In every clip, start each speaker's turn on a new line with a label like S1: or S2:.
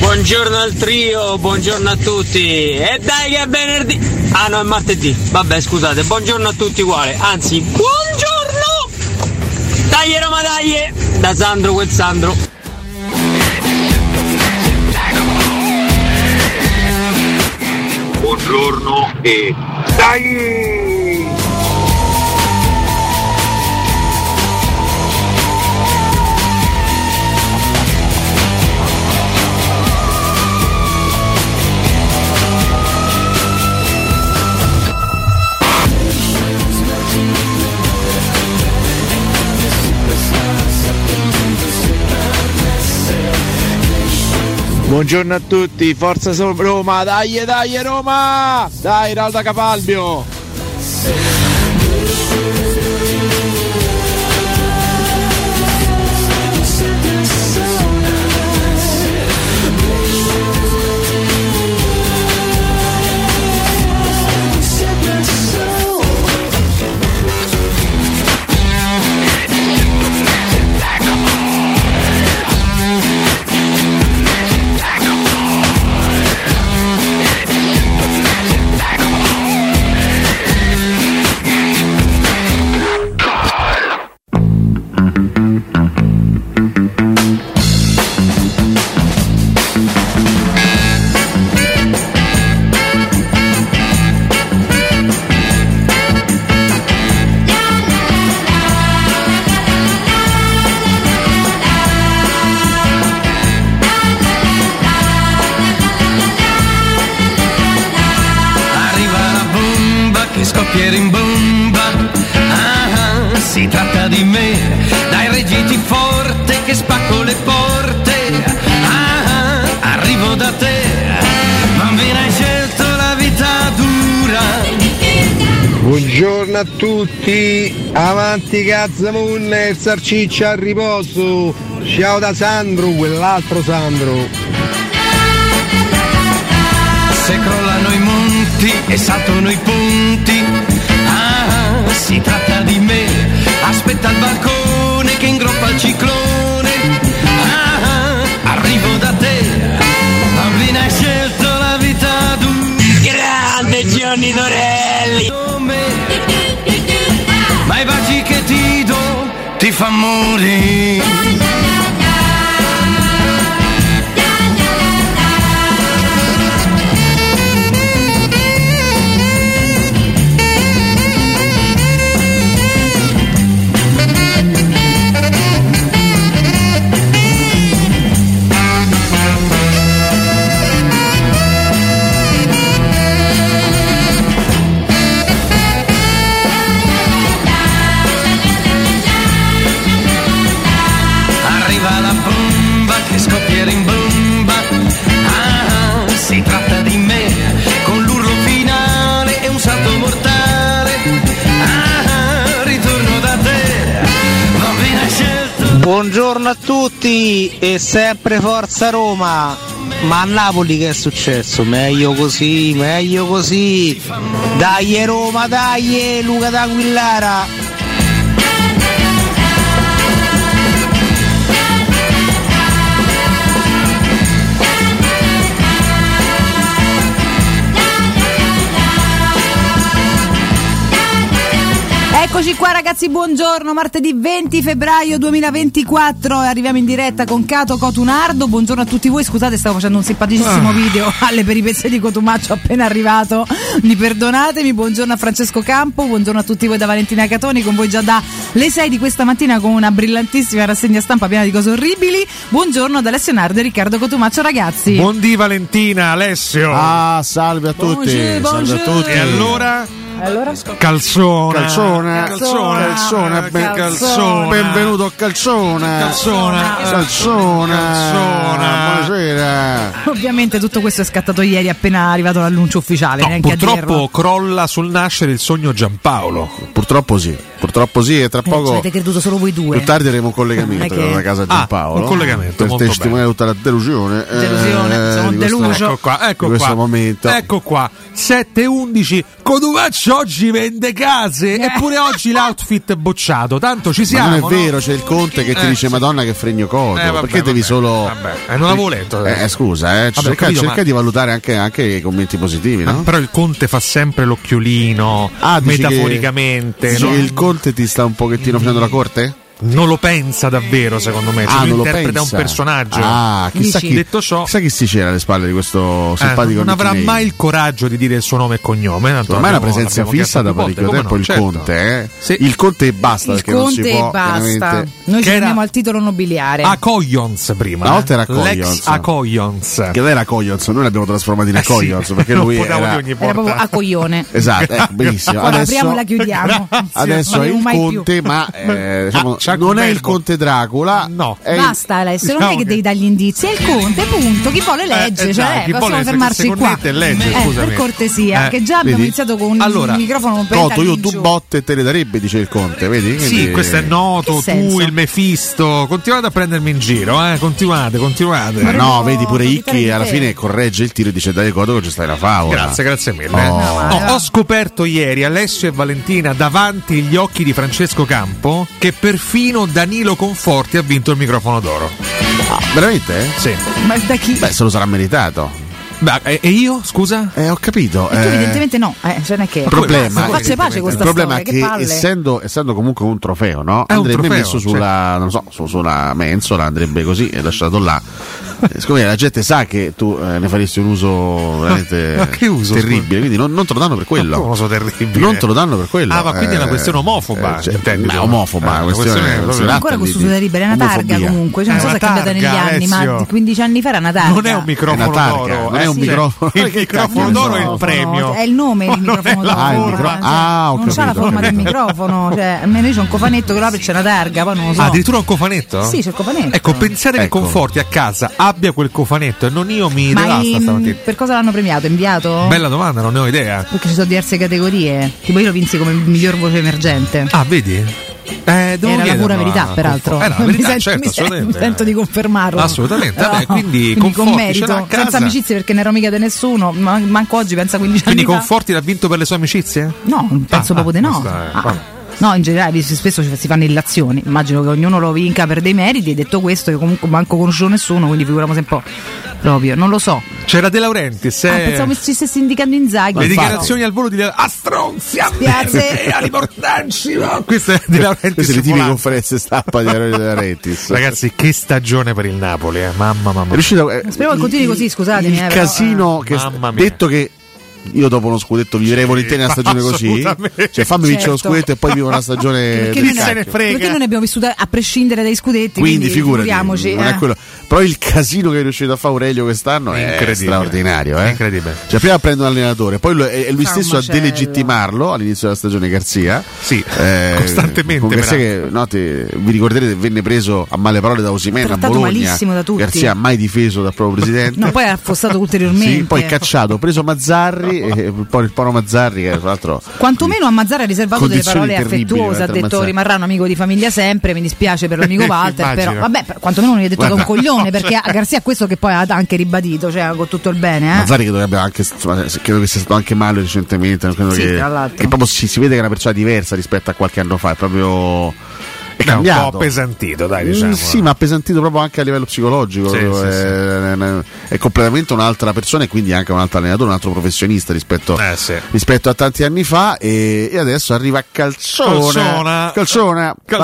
S1: Buongiorno al trio, buongiorno a tutti. E dai che è venerdì. Ah no, è martedì. Vabbè, scusate. Buongiorno a tutti uguale. Anzi, buongiorno! Dai eh. Roma dai! Da Sandro quel Sandro.
S2: Buongiorno e dai!
S3: Buongiorno a tutti, forza so- Roma, dai, dai Roma! Dai, Ralda Capalbio!
S4: Arriva la bomba che scoppia e rimbomba. Ah, ah, si tratta di me. Dai reggiti forte che spacco le porte. Ah, ah, arrivo da te. Bambina hai scelto la vita dura.
S5: Buongiorno a tutti, avanti Cazzamun, il sarciccia al riposo, ciao da Sandro, quell'altro Sandro.
S4: Se crollano i monti e saltano i ponti. Ah, ah, si tratta di me. Aspetta al balcone che ingroppa il ciclone. Ah, ah, arrivo da te. Bambina hai scelto la vita dura. Grande Gianni Dorelli. Ma i baci che ti do ti fa morire. Arriva la bomba che scoppia e rimbomba. Ah, ah, si tratta di me. Con l'urlo finale e un salto mortale. Ah, ah, ritorno da te. Bambina scelta.
S6: Buongiorno a tutti e sempre Forza Roma! Ma a Napoli che è successo? Meglio così, meglio così! Dai Roma, dai Luca D'Aquillara!
S7: Eccoci qua ragazzi, buongiorno, martedì 20 febbraio 2024, arriviamo in diretta con Cato Cotunardo, buongiorno a tutti voi, scusate stavo facendo un simpaticissimo
S8: Ah.
S7: video alle peripezie di Cotumaccio appena arrivato, mi perdonatemi, buongiorno a Francesco Campo, buongiorno a tutti voi da Valentina Catoni, con voi già da le 6 di questa mattina con una brillantissima rassegna stampa piena di cose orribili, buongiorno ad Alessio Nardo e Riccardo Cotumaccio ragazzi.
S9: Buondì Valentina, Alessio.
S3: Ah, salve a tutti,
S7: Buongiorno,
S3: salve a
S7: buongiorno.
S3: tutti.
S9: E allora?
S7: allora?
S9: Calzona.
S3: Calzona,
S9: Calzona.
S3: calzona, ben-
S9: Calzona.
S3: benvenuto a Calzona.
S9: Calzona.
S3: Calzona.
S9: Calzona.
S3: Buonasera.
S7: Ovviamente tutto questo è scattato ieri appena arrivato l'annuncio ufficiale, neanche a dirlo.
S9: Purtroppo crolla sul nascere il sogno Giampaolo.
S3: Purtroppo sì. Purtroppo sì, e tra
S7: Eh, ci
S3: poco.
S7: avete creduto solo voi due.
S3: Più tardi avremo un collegamento
S7: Non è che-
S3: con la casa di
S9: Ah,
S3: Paolo.
S9: un collegamento,
S3: Per
S9: molto
S3: testimoniare tutta la delusione. eh,
S7: Delusione, sono
S3: di questo-
S7: deluso.
S9: Ecco qua, ecco
S3: di
S9: qua.
S3: questo momento.
S9: Ecco qua. 7-11. Coduvaccio oggi vende case.
S7: Eh.
S9: Eppure oggi l'outfit è bocciato. Tanto ci
S3: Ma
S9: siamo.
S3: non è vero,
S9: no?
S3: c'è il Conte che ti
S9: Eh,
S3: dice
S9: sì.
S3: Madonna che fregno codo.
S9: Eh, vabbè,
S3: perché devi
S9: vabbè,
S3: solo.
S9: vabbè. Eh, non l'avevo letto.
S3: Eh, eh, scusa, eh,
S9: Vabbè, ho
S3: cerca,
S9: capito,
S3: cerca
S9: ma-
S3: di valutare anche, anche i commenti positivi,
S9: Ah,
S3: no?
S9: Però il Conte fa sempre l'occhiolino.
S3: Ah, dici che-
S9: metaforicamente.
S3: dici
S9: no?
S3: che il Conte ti sta un pochettino facendo la corte?
S9: Non lo pensa davvero, secondo me. Cioè,
S3: ah,
S9: lui
S3: non lo
S9: interpreta
S3: pensa.
S9: un personaggio.
S3: Ah, chissà
S7: Dici?
S3: chi,
S9: Detto ciò-
S3: chissà chi si c'era alle spalle di questo
S9: Eh,
S3: simpatico
S9: non avrà
S3: nickname.
S9: mai il coraggio di dire il suo nome e cognome. tanto
S3: Ormai è una
S9: l'abbiamo-
S3: presenza
S9: l'abbiamo
S3: fissa
S9: chiesto
S3: da
S9: più
S3: parecchio
S9: volte,
S3: tempo
S9: come
S3: il
S9: no, certo.
S3: Conte. eh.
S9: Sì.
S3: Il Conte e basta,
S7: Il
S3: perché non si
S7: Conte e
S3: può.
S7: basta.
S3: chiaramente-
S7: Noi ci
S9: Che era-
S7: andiamo al titolo nobiliare.
S9: Acoyons prima.
S3: Una volta era
S9: eh. L'ex
S3: Acoyons.
S9: Acoyons.
S3: Che non era Coglions, noi l'abbiamo trasformato in
S9: Eh sì,
S3: Coglions perché lui
S9: non potavo
S3: era...
S9: di ogni
S7: Era proprio
S9: porta.
S7: a coglione.
S3: Esatto, ecco, benissimo.
S7: Guarda,
S3: Adesso...
S7: apriamo e la chiudiamo.
S3: Adesso
S7: Non
S3: è
S7: arriviamo
S3: il
S7: mai più.
S3: conte, ma eh, diciamo,
S9: Ah, c'ha
S3: non è
S9: Converbo.
S3: il conte Dracula.
S9: No.
S3: è il-
S7: Basta Alessio, non
S9: Diciamo
S7: è che
S9: che-
S7: devi dargli indizi, è il conte, punto. Chi vuole legge,
S9: Eh, eh, dai,
S7: cioè,
S9: chi
S7: possiamo
S9: vuole, se-
S7: fermarci
S9: secondo
S7: qua.
S9: te legge,
S7: Eh,
S9: scusami.
S7: per cortesia,
S9: Eh,
S7: che già abbiamo
S3: vedi?
S7: iniziato con
S9: Allora,
S7: il microfono per
S3: Toto, io
S7: dargli
S3: due
S7: giù.
S3: botte te le darebbe, dice il conte, vedi?
S9: Sì,
S3: Quindi-
S9: questo è noto,
S7: Che
S9: tu,
S7: senso?
S9: il Mefisto. Continuate a prendermi in giro, eh. Continuate, continuate.
S3: Ma Eh, no,
S7: Vorremmo
S3: vedi pure
S7: approfittare
S3: Icchi
S7: di
S3: alla
S7: te.
S3: fine corregge il tiro e dice dai Coto che ci stai la favola.
S9: Grazie, grazie mille.
S3: Oh.
S9: No, ho scoperto ieri Alessio e Valentina davanti agli occhi di Francesco Campo che perfino Danilo Conforti ha vinto il microfono d'oro.
S3: Veramente? eh?
S9: Sì.
S7: Ma da chi?
S3: Beh, se lo sarà meritato.
S9: Beh, e, e io, scusa?
S3: Eh, ho capito.
S7: E tu
S3: eh,
S7: evidentemente no, eh, cioè non è che...
S3: il problema,
S9: Come?
S7: Faccia pace con
S3: il
S7: sta
S3: problema è
S7: storia,
S3: che,
S7: che palle.
S3: essendo, essendo comunque un trofeo, no?
S9: È un
S3: andrebbe
S9: trofeo,
S3: messo sulla, non so, su- sulla mensola, andrebbe così e lasciato là. Eh, Siccome la gente sa che tu eh, ne faresti un uso veramente
S9: ma che uso, scusa?
S3: terribile, quindi non, non te lo danno per quello.
S9: Ma come uso terribile?
S3: Non te lo danno per quello. Eh,
S9: Ah, ma quindi è una questione omofoba,
S3: cioè,
S9: intendi tu?
S3: ma omofoba,
S9: Eh,
S3: una
S9: una
S3: questione,
S9: questione proprio-
S3: si tratta
S7: Ancora
S3: di-
S7: questo
S3: di
S7: sulla libera, è una targa
S3: omofobia.
S7: comunque, cioè,
S9: È
S7: non so se
S9: una
S7: è cambiata negli
S9: targa,
S7: anni,
S9: Alessio.
S7: ma 15 anni fa era una targa.
S9: Non è un microfono
S3: È una targa,
S9: d'oro,
S3: non
S9: eh,
S3: è un
S9: sì.
S3: microfono.
S9: Il
S3: Che
S9: microfono
S3: cacchio
S9: d'oro
S3: ne
S9: è
S3: so.
S9: il premio.
S7: È il nome del
S9: Ma non è
S7: microfono
S9: la
S7: d'oro.
S3: Ah, il micro-
S7: cioè,
S3: ah, ho
S7: non c'ha la
S3: capito, ho
S7: forma del
S3: capito.
S7: microfono, cioè, almeno io c'ho un cofanetto che lo apre e c'è una targa, poi non lo so.
S9: Ah, addirittura un cofanetto?
S7: Sì, c'è il cofanetto.
S9: Ecco, pensate che
S3: Ecco.
S9: Conforti a casa abbia quel cofanetto e non io mi
S7: Ma
S9: devasta
S7: in-
S9: stamattina.
S7: per cosa l'hanno premiato? Inviato?
S9: Bella domanda, non ne ho idea. Ah,
S7: Perché ci sono diverse categorie. Tipo io lo vinsi come miglior voce emergente.
S9: Ah, vedi? Eh, devo
S7: Era la
S9: chiederlo
S7: pura
S9: a
S7: verità,
S9: Conforti.
S7: peraltro.
S9: Era la
S7: Mi
S9: verità,
S7: sento-
S9: certo,
S7: mi sento-
S9: assolutamente.
S7: mi sento di confermarlo.
S9: Assolutamente,
S7: No.
S9: vabbè, quindi,
S7: con
S9: Conforti ce l'ha a
S7: merito,
S9: casa.
S7: senza amicizie perché ne ero mica di nessuno, ma- manco oggi, pensa 15
S9: Quindi
S7: anni fa.
S9: Conforti l'ha vinto per le sue amicizie?
S7: No, penso
S9: Ah,
S7: proprio di
S9: ah,
S7: no.
S9: questa è-
S7: Ah.
S9: vabbè.
S7: No, in generale si- spesso ci- si fanno illazioni. Immagino che ognuno lo vinca per dei meriti. E detto questo, io comunque manco conosciuto nessuno, quindi figuriamo se un po'. Proprio, non lo so.
S9: C'era De Laurenti, Cioè, se...
S7: Ah, pensavo ci stessi indicando
S9: le
S7: Inzaghi.
S9: dichiarazioni al volo di De Laurenti. A stronzia!
S7: Piace.
S9: Eh, a riportarci, no? Questo è De Laurenti.
S3: Queste
S9: sul
S3: le tipiche
S9: volante.
S3: conferenze stampa di Aurelio della Rettis.
S9: Ragazzi, che stagione per il Napoli, eh. Mamma, mamma.
S3: È riuscito eh,
S7: Speriamo che
S3: il-
S7: continui così, scusatemi,
S3: Il
S7: eh, però,
S3: casino che
S9: Mamma mia.
S3: detto che io dopo uno scudetto vivrei volentieri una stagione così.
S9: assolutamente.
S3: Cioè fammi vincere lo
S7: Certo.
S3: scudetto e poi vivo una stagione
S7: Perché
S3: del
S7: non è-
S3: cacchio.
S9: ne frega.
S7: Perché noi ne abbiamo vissuto a prescindere dai scudetti.
S3: Quindi
S7: Quindi,
S3: figurati,
S7: figuriamoci.
S3: non è
S7: eh.
S3: quello. Però il casino che è riuscito a fare Aurelio quest'anno è,
S9: Incredibile.
S3: straordinario, eh?
S9: Incredibile.
S3: Cioè prima prende un allenatore, poi lo- è, è lui
S7: Fa un
S3: stesso a
S7: macello.
S3: delegittimarlo all'inizio della stagione Garzia. Eh,
S9: Sì, costantemente,
S3: con Garzia
S9: peraltro.
S3: che no, ti- vi ricorderete venne preso a male parole da Osimena a
S7: Trattato
S3: Bologna.
S7: malissimo da tutti.
S3: Garzia mai difeso dal proprio presidente.
S7: No, poi ha affossato ulteriormente.
S3: Sì, poi cacciato, preso Mazzarri e poi il poro Mazzarri che tra l'altro
S7: Quantomeno a Mazzara ha riservato delle
S3: Condizioni
S7: parole
S3: terribili,
S7: affettuose, ha
S3: veramente,
S7: detto
S3: Mazzara.
S7: rimarrà un amico di famiglia sempre, mi dispiace per l'amico Walter,
S9: Immagino.
S7: però vabbè, per- quantomeno non gli ha detto che è un
S3: Guarda,
S7: coglione, perché a Garzia questo che poi ha anche ribadito, cioè con tutto il bene, eh.
S3: Mazzarri che dovrebbe anche insomma, credo che sia stato anche male recentemente, non credo
S7: Sì,
S3: che,
S7: tra l'altro.
S3: che proprio si, si vede che è una persona diversa rispetto a qualche anno fa, è proprio è
S9: Beh, un po'
S3: cambiato.
S9: appesantito, dai,
S3: Mm,
S9: diciamo.
S3: sì, ma appesantito proprio anche a livello psicologico.
S9: Sì,
S3: proprio,
S9: sì, sì.
S3: eh, È, completamente un'altra persona e quindi anche un altro allenatore, un altro professionista rispetto,
S9: Eh, sì.
S3: rispetto a tanti anni fa. E, e adesso arriva
S9: Calzona.
S3: Calzona. Calzona.
S9: Calzona.
S3: Tra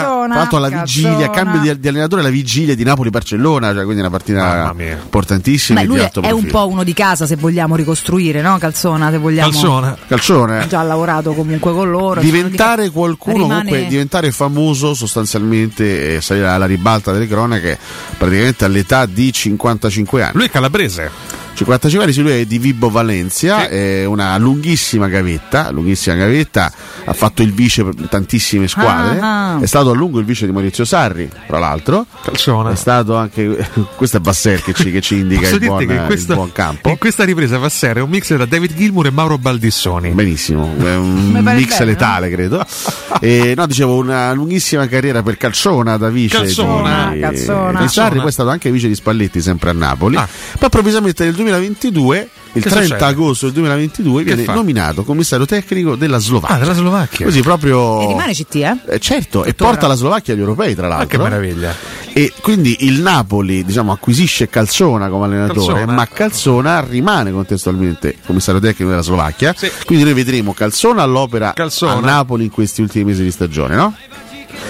S3: l'altro- tra l'altro alla
S7: Calzona.
S3: vigilia, cambio di, di allenatore alla vigilia di Napoli-Barcellona, cioè quindi è una partita
S9: Mamma mia.
S3: importantissima.
S7: Beh,
S3: e
S7: lui
S3: di
S7: è
S3: alto
S7: un
S3: profilo.
S7: po' uno di casa se vogliamo ricostruire, no? Calzona, se vogliamo.
S9: Calzona.
S3: Calzone.
S7: Già ha lavorato comunque con loro.
S3: diventare
S7: diciamo,
S3: qualcuno,
S7: rimane-
S3: comunque diventare famoso sostanzialmente eh, e salire alla ribalta delle cronache praticamente all'età di 55 anni.
S9: Lui è calabrese.
S3: 55 anni, sì, lui è di Vibo Valencia, è una lunghissima gavetta, lunghissima gavetta, ha fatto il vice per tantissime squadre,
S7: Ah, ah.
S3: è stato a lungo il vice di Maurizio Sarri, tra l'altro.
S9: Calzone.
S3: È stato anche. questo è Basser che ci, che ci indica
S9: Posso
S3: il
S9: dirti
S3: buon,
S9: che in questa,
S3: il buon campo.
S9: in questa ripresa va essere un mix tra David Gilmour e Mauro Baldissoni.
S3: Benissimo, è un
S7: Mi pare
S3: mix
S7: bene,
S3: letale credo. e, no, dicevo, una lunghissima carriera per Calciona da vice
S9: Calzona,
S3: di,
S7: Ah, Calzona.
S3: di Sarri,
S9: Calzona.
S3: poi è stato anche vice di Spalletti sempre a Napoli.
S9: Ah.
S3: Poi improvvisamente nel 2022, il
S9: Che
S3: 30
S9: succede?
S3: agosto del 2022, viene
S9: fa?
S3: nominato commissario tecnico della Slovacchia.
S9: Ah, della Slovacchia.
S3: Così proprio...
S7: E rimane CT, eh?
S3: Eh, certo, e
S9: torna-
S3: porta la Slovacchia agli europei, tra l'altro.
S9: Ah, che meraviglia.
S3: E quindi il Napoli diciamo, acquisisce Calzona come allenatore,
S9: Calzona.
S3: ma Calzona rimane contestualmente commissario tecnico della Slovacchia.
S9: Sì.
S3: Quindi noi vedremo Calzona all'opera
S9: Calzona.
S3: a Napoli in questi ultimi mesi di stagione, no?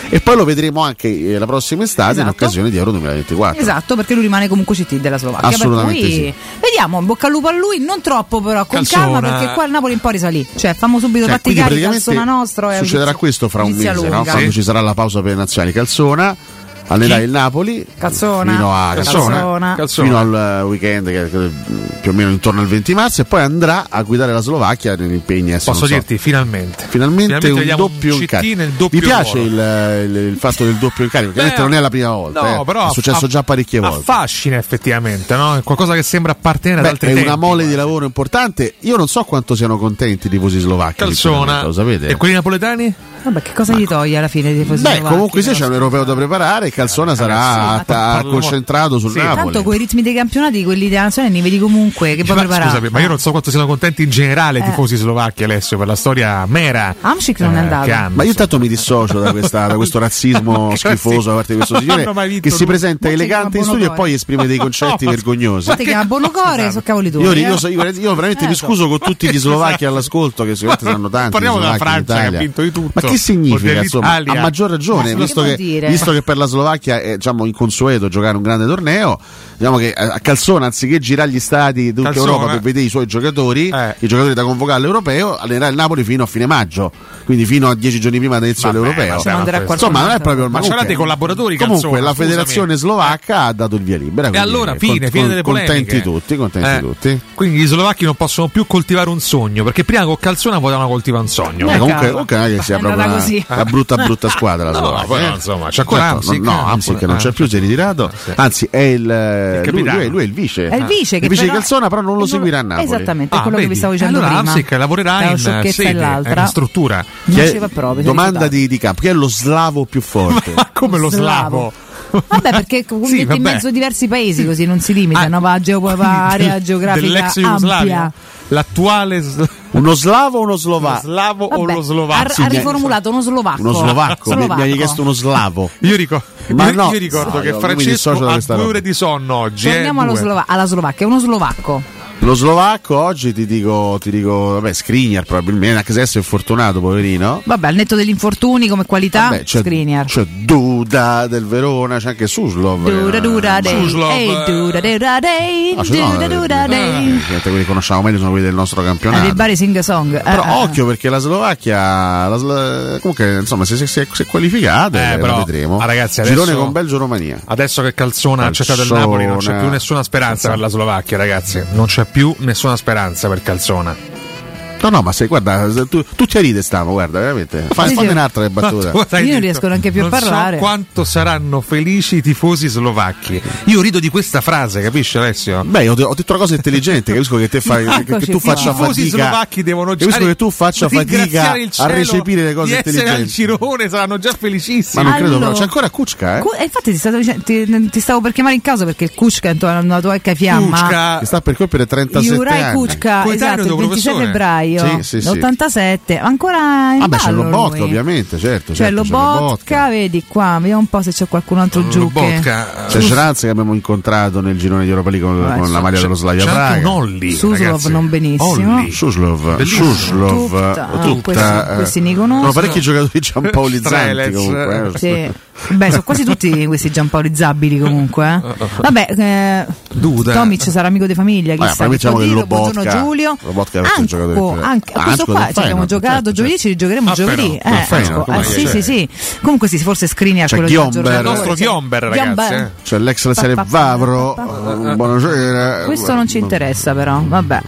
S3: E poi lo vedremo anche eh, la prossima estate in
S7: Esatto.
S3: occasione di Euro 2024.
S7: Esatto, perché lui rimane comunque CT della Slovacchia. per
S3: Ecco. Assolutamente
S7: cui-
S3: sì.
S7: Vediamo, in bocca al lupo a lui, non troppo però, con
S9: Calzona.
S7: calma perché qua il Napoli un po' risalì. Cioè, fammo subito
S3: Cioè,
S7: fatti
S3: quindi
S7: carica,
S3: praticamente
S7: Calzona nostro. è
S3: succederà
S7: giudizio-
S3: questo fra un
S7: giudizia
S3: mese, no?
S7: lunga.
S3: quando
S9: Sì.
S3: ci sarà la pausa per le nazionali. Calzona allenerà il Napoli
S7: Calzona.
S3: fino a
S7: Calzona.
S9: Calzone.
S3: fino al eh, weekend che, che, mm, più o meno intorno al 20 marzo e poi andrà a guidare la Slovacchia negli impegni esteri,
S9: Posso
S3: non so.
S9: dirti, finalmente.
S3: Finalmente, un
S9: vediamo
S3: doppio
S9: un CT
S3: incarico.
S9: nel doppio
S3: Mi piace
S9: ruolo. Eh,
S3: il, il- il fatto del doppio incarico, chiaramente non è la prima volta,
S9: No,
S3: eh.
S9: però
S3: è successo
S9: aff-
S3: già parecchie volte.
S9: Affascina effettivamente, no? È qualcosa che sembra appartenere
S3: Beh,
S9: ad altri
S3: è
S9: tempi.
S3: una mole di lavoro importante. Io non so quanto siano contenti i tifosi slovacchi.
S9: Calzona.
S3: sinceramente, Lo sapete?
S9: E quelli napoletani?
S7: Vabbè, che cosa gli toglie alla fine dei tifosi
S3: Ecco. Beh,
S7: slovacchi,
S3: comunque se
S7: però?
S3: c'è un europeo da preparare, Calzona sarà
S7: ma
S3: ta-
S9: parliamo-
S3: concentrato sul
S9: Sì.
S3: Napoli.
S7: Tanto con i ritmi dei campionati, quelli della nazione, ne vedi comunque che
S9: Ma,
S7: puoi preparare.
S9: scusami, ma io non so quanto siano contenti in generale i
S7: Eh.
S9: tifosi slovacchi, Alessio, per la storia mera. Eh,
S7: Hamsik
S3: Eh,
S7: non è andato.
S9: Ah, che hanno.
S3: Ma io intanto mi dissocio da, questa- da questo razzismo
S9: Che
S3: schifoso da parte di questo
S9: razzi- Hanno mai
S3: signore
S9: vinto
S3: che si
S9: lui.
S3: presenta
S7: Ma si
S3: elegante in
S7: chiama
S3: studio e
S7: Bonocore.
S3: poi esprime dei concetti
S9: No, ma-
S3: vergognosi.
S7: Ma te chiama Bonocore, so cavoli tuoi.
S3: Io,
S7: eh.
S3: io so- io- io veramente
S7: Eh,
S3: mi
S7: so.
S3: scuso con tutti gli
S9: Scusate.
S3: slovacchi all'ascolto, che sicuramente
S9: Ma
S3: saranno tanti.
S9: parliamo
S3: gli
S9: della
S3: slovacchi in
S9: Francia, che ha
S3: Italia.
S9: vinto di tutto.
S3: Ma che significa?
S9: O
S3: Insomma,
S9: dell'Italia.
S3: a maggior ragione,
S7: Ma
S3: visto
S7: che
S3: che,
S7: vuol dire?
S3: visto che per la Slovacchia è diciamo, inconsueto giocare un grande torneo, diciamo che eh, a Calzona, anziché girare gli stadi di tutta
S9: Calzona.
S3: Europa per vedere i suoi giocatori,
S9: Eh.
S3: i giocatori da convocare all'europeo, allenerà il Napoli fino a fine maggio, quindi fino a dieci giorni prima dell'inizio
S9: Vabbè,
S3: dell'europeo.
S9: ma
S7: Se
S9: Eh,
S7: non andrà
S9: questo-
S7: qualcun
S3: Insomma, non è
S7: altro.
S3: proprio il
S9: Ma c'erano dei collaboratori,
S3: Comunque,
S9: Calzona,
S3: la
S9: scusami.
S3: federazione slovacca ha dato il via libera.
S9: E
S3: quindi,
S9: allora,
S3: eh,
S9: fine,
S3: con-
S9: fine delle polemiche.
S3: Contenti tutti, contenti
S9: Eh,
S3: tutti.
S9: Quindi gli slovacchi non possono più coltivare un sogno, perché prima con Calzona potevano coltivare un sogno.
S3: Eh,
S7: Eh,
S3: comunque,
S7: cavolo.
S3: comunque non è che sia
S7: È andata
S3: proprio una,
S7: così.
S3: una brutta brutta squadra la
S9: No,
S3: Slovacchia.
S9: poi no,
S3: eh.
S9: insomma, c'è ancora
S3: Certo,
S9: Hamsik,
S3: no,
S9: eh,
S3: Hamsik che
S9: eh,
S3: non c'è più, si è ritirato.
S9: sì.
S3: Anzi, è il, eh, lui,
S9: capitano.
S3: lui è- lui è il vice. Ah.
S7: È il vice Eh, che
S3: il vice di
S7: però-
S3: Calzona, però non lo
S7: eh,
S3: seguirà a Napoli.
S7: Esattamente, è
S9: Ah,
S7: quello che
S9: vedi?
S7: vi stavo dicendo
S9: allora
S7: prima.
S9: Hamsik lavorerà
S7: Tra la
S9: in eh,
S7: sciocchezza e
S9: sede, eh,
S7: l'altra.
S9: in struttura.
S7: Non
S3: Chi è-
S7: ci
S9: Eh,
S7: va proprio, si è
S3: domanda
S7: rifiutato.
S3: di, di campo: chi è lo slavo più forte?
S9: Ma come lo slavo?
S7: Vabbè, perché com-
S9: Sì,
S7: mette in
S9: vabbè.
S7: mezzo diversi paesi così non si
S3: Ah.
S7: limitano, va a geo- va a area
S9: Del-
S7: geografica
S9: dell'ex Jugoslavia.
S7: ampia.
S9: L'attuale sl-
S3: uno slavo o uno
S9: lo
S3: slovacco?
S9: slavo o
S7: Vabbè,
S9: lo
S7: ha,
S9: slovacco?
S7: ha riformulato uno slovacco.
S3: Uno slovacco, mi, mi
S7: Slovacco.
S3: hai chiesto uno slavo.
S9: Io, ricordo-
S3: Ma
S9: io-
S3: no.
S9: io ricordo
S3: No,
S9: che
S3: io- io mi dissocio
S9: Francesco
S3: da
S9: ha
S3: questa
S9: due
S3: roba.
S9: ore di sonno oggi. eh,
S7: Torniamo allo
S9: due.
S7: slova- alla slovacca, è uno slovacco.
S3: Lo slovacco oggi ti dico, ti dico vabbè, Skriniar probabilmente, anche se adesso è fortunato, poverino.
S7: Vabbè, al netto degli infortuni come qualità,
S3: Vabbè, c'è,
S7: Ah, Skriniar.
S3: c'è Duda del Verona, c'è anche Suslov. eh.
S7: Dura dura dei,
S9: Suslov,
S7: ehi,
S9: eh.
S7: dura dura dei,
S3: No, se no,
S7: dura
S3: eh,
S7: dura
S3: eh,
S7: dei.
S3: ovviamente quelli che conosciamo meglio sono quelli del nostro
S7: Ah, Dei
S3: campionato.
S7: bari sing song. Eh,
S3: Però
S7: eh, eh.
S3: occhio perché la Slovacchia, la Slo- comunque insomma se, se, se, se è qualificata
S9: Eh,
S3: eh,
S9: però,
S3: lo vedremo.
S9: ah, ragazzi, adesso-
S3: Girone con Belgio-Romania. Eh,
S9: Adesso che Calzona ha accettato il
S3: Calzona.
S9: Napoli, non c'è più nessuna speranza per la Slovacchia, ragazzi. Non c'è più nessuna speranza per Calzona.
S3: No no ma se guarda, eh, se tu, tutti a ride stiamo guarda veramente. Fai
S7: Sì,
S3: fammi
S7: sì.
S3: un'altra battuta.
S9: Ma tu hai
S7: Io non riesco neanche più a
S9: non
S7: parlare.
S9: So quanto saranno felici i tifosi slovacchi. Io rido di questa frase, capisci, Alessio?
S3: Beh, ho, ho detto una cosa intelligente, capisco che, te fai,
S7: Eccoci
S3: che, che tu
S7: qua.
S3: faccia
S9: I tifosi
S3: fatica.
S9: slovacchi devono già
S3: capisco che tu faccia fatica
S9: ringraziare il
S3: a
S9: cielo
S3: recepire le cose
S9: di essere al
S3: intelligenti.
S9: girone saranno già
S3: Ma
S9: felicissimi.
S3: non credo,
S7: Allora.
S3: però c'è ancora Kuczka, eh?
S7: Cu- e infatti ti stavo, dicendo- ti- ti stavo per chiamare in causa perché il Kuczka è una, una tua ecca fiamma.
S9: Kuczka,
S3: che sta per compiere 37
S7: Jurai
S3: anni.
S7: Kuczka,
S9: Coetaneo
S7: esatto, il
S9: tuo
S7: 26
S9: professore.
S7: febbraio
S3: Sì, sì, sì.
S7: 87, ancora in
S3: Ah, beh, c'è
S7: ballo
S3: Lobotka,
S7: lui.
S3: ovviamente, certo.
S7: C'è
S3: certo,
S7: lo Lobotka, vedi qua, vediamo un po' se c'è qualcun
S3: Mm,
S7: altro giù che
S9: Lobotka,
S3: C'è Schranz che abbiamo incontrato nel girone di Europa League con,
S7: Eh,
S3: con la maglia dello Slavia
S9: c'è anche un
S3: Praga.
S9: Olli.
S7: Suslov
S9: ragazzi.
S7: non benissimo.
S9: Olli.
S3: Suslov,
S9: Bellissimo.
S3: Suslov,
S7: Tutta, ah,
S3: tutta,
S7: questi- questi ne
S3: eh,
S7: conosco.
S3: sono parecchi giocatori giampaolizzanti
S9: Strelec.
S3: comunque. eh.
S7: Sì. Beh, sono quasi tutti questi giampaolizzabili comunque. eh. Vabbè, eh,
S9: Duda.
S7: Tomic sarà amico di famiglia,
S3: Vabbè,
S7: chissà.
S3: poi
S7: che
S3: diciamo
S7: può
S3: che
S7: dire.
S3: Lobotka-
S7: Buongiorno Giulio.
S3: Lobotka è forse il giocatore più pure.
S7: Anche
S3: Ah,
S7: questo
S3: scusa,
S7: qua
S3: il
S7: ci abbiamo
S3: Feyenoord,
S7: giocato
S3: certo,
S7: giovedì,
S3: certo.
S7: ci rigiocheremo
S9: Ah,
S7: giovedì.
S9: però,
S7: Eh,
S3: ah, Feyenoord,
S7: ah,
S3: come
S7: sì,
S3: c'è?
S7: sì, sì. Comunque sì, forse screener
S3: C'è
S7: quello di
S3: Ghiomber.
S7: Giorgio
S9: Il nostro
S7: Giorgio.
S9: Ghiomber, ragazzi.
S7: Ghiomber.
S9: eh.
S3: C'è l'ex Lazio
S7: Pa, pa, pa,
S3: Vavro.
S7: pa,
S3: eh, Buonasera.
S7: Questo non ci interessa però, vabbè.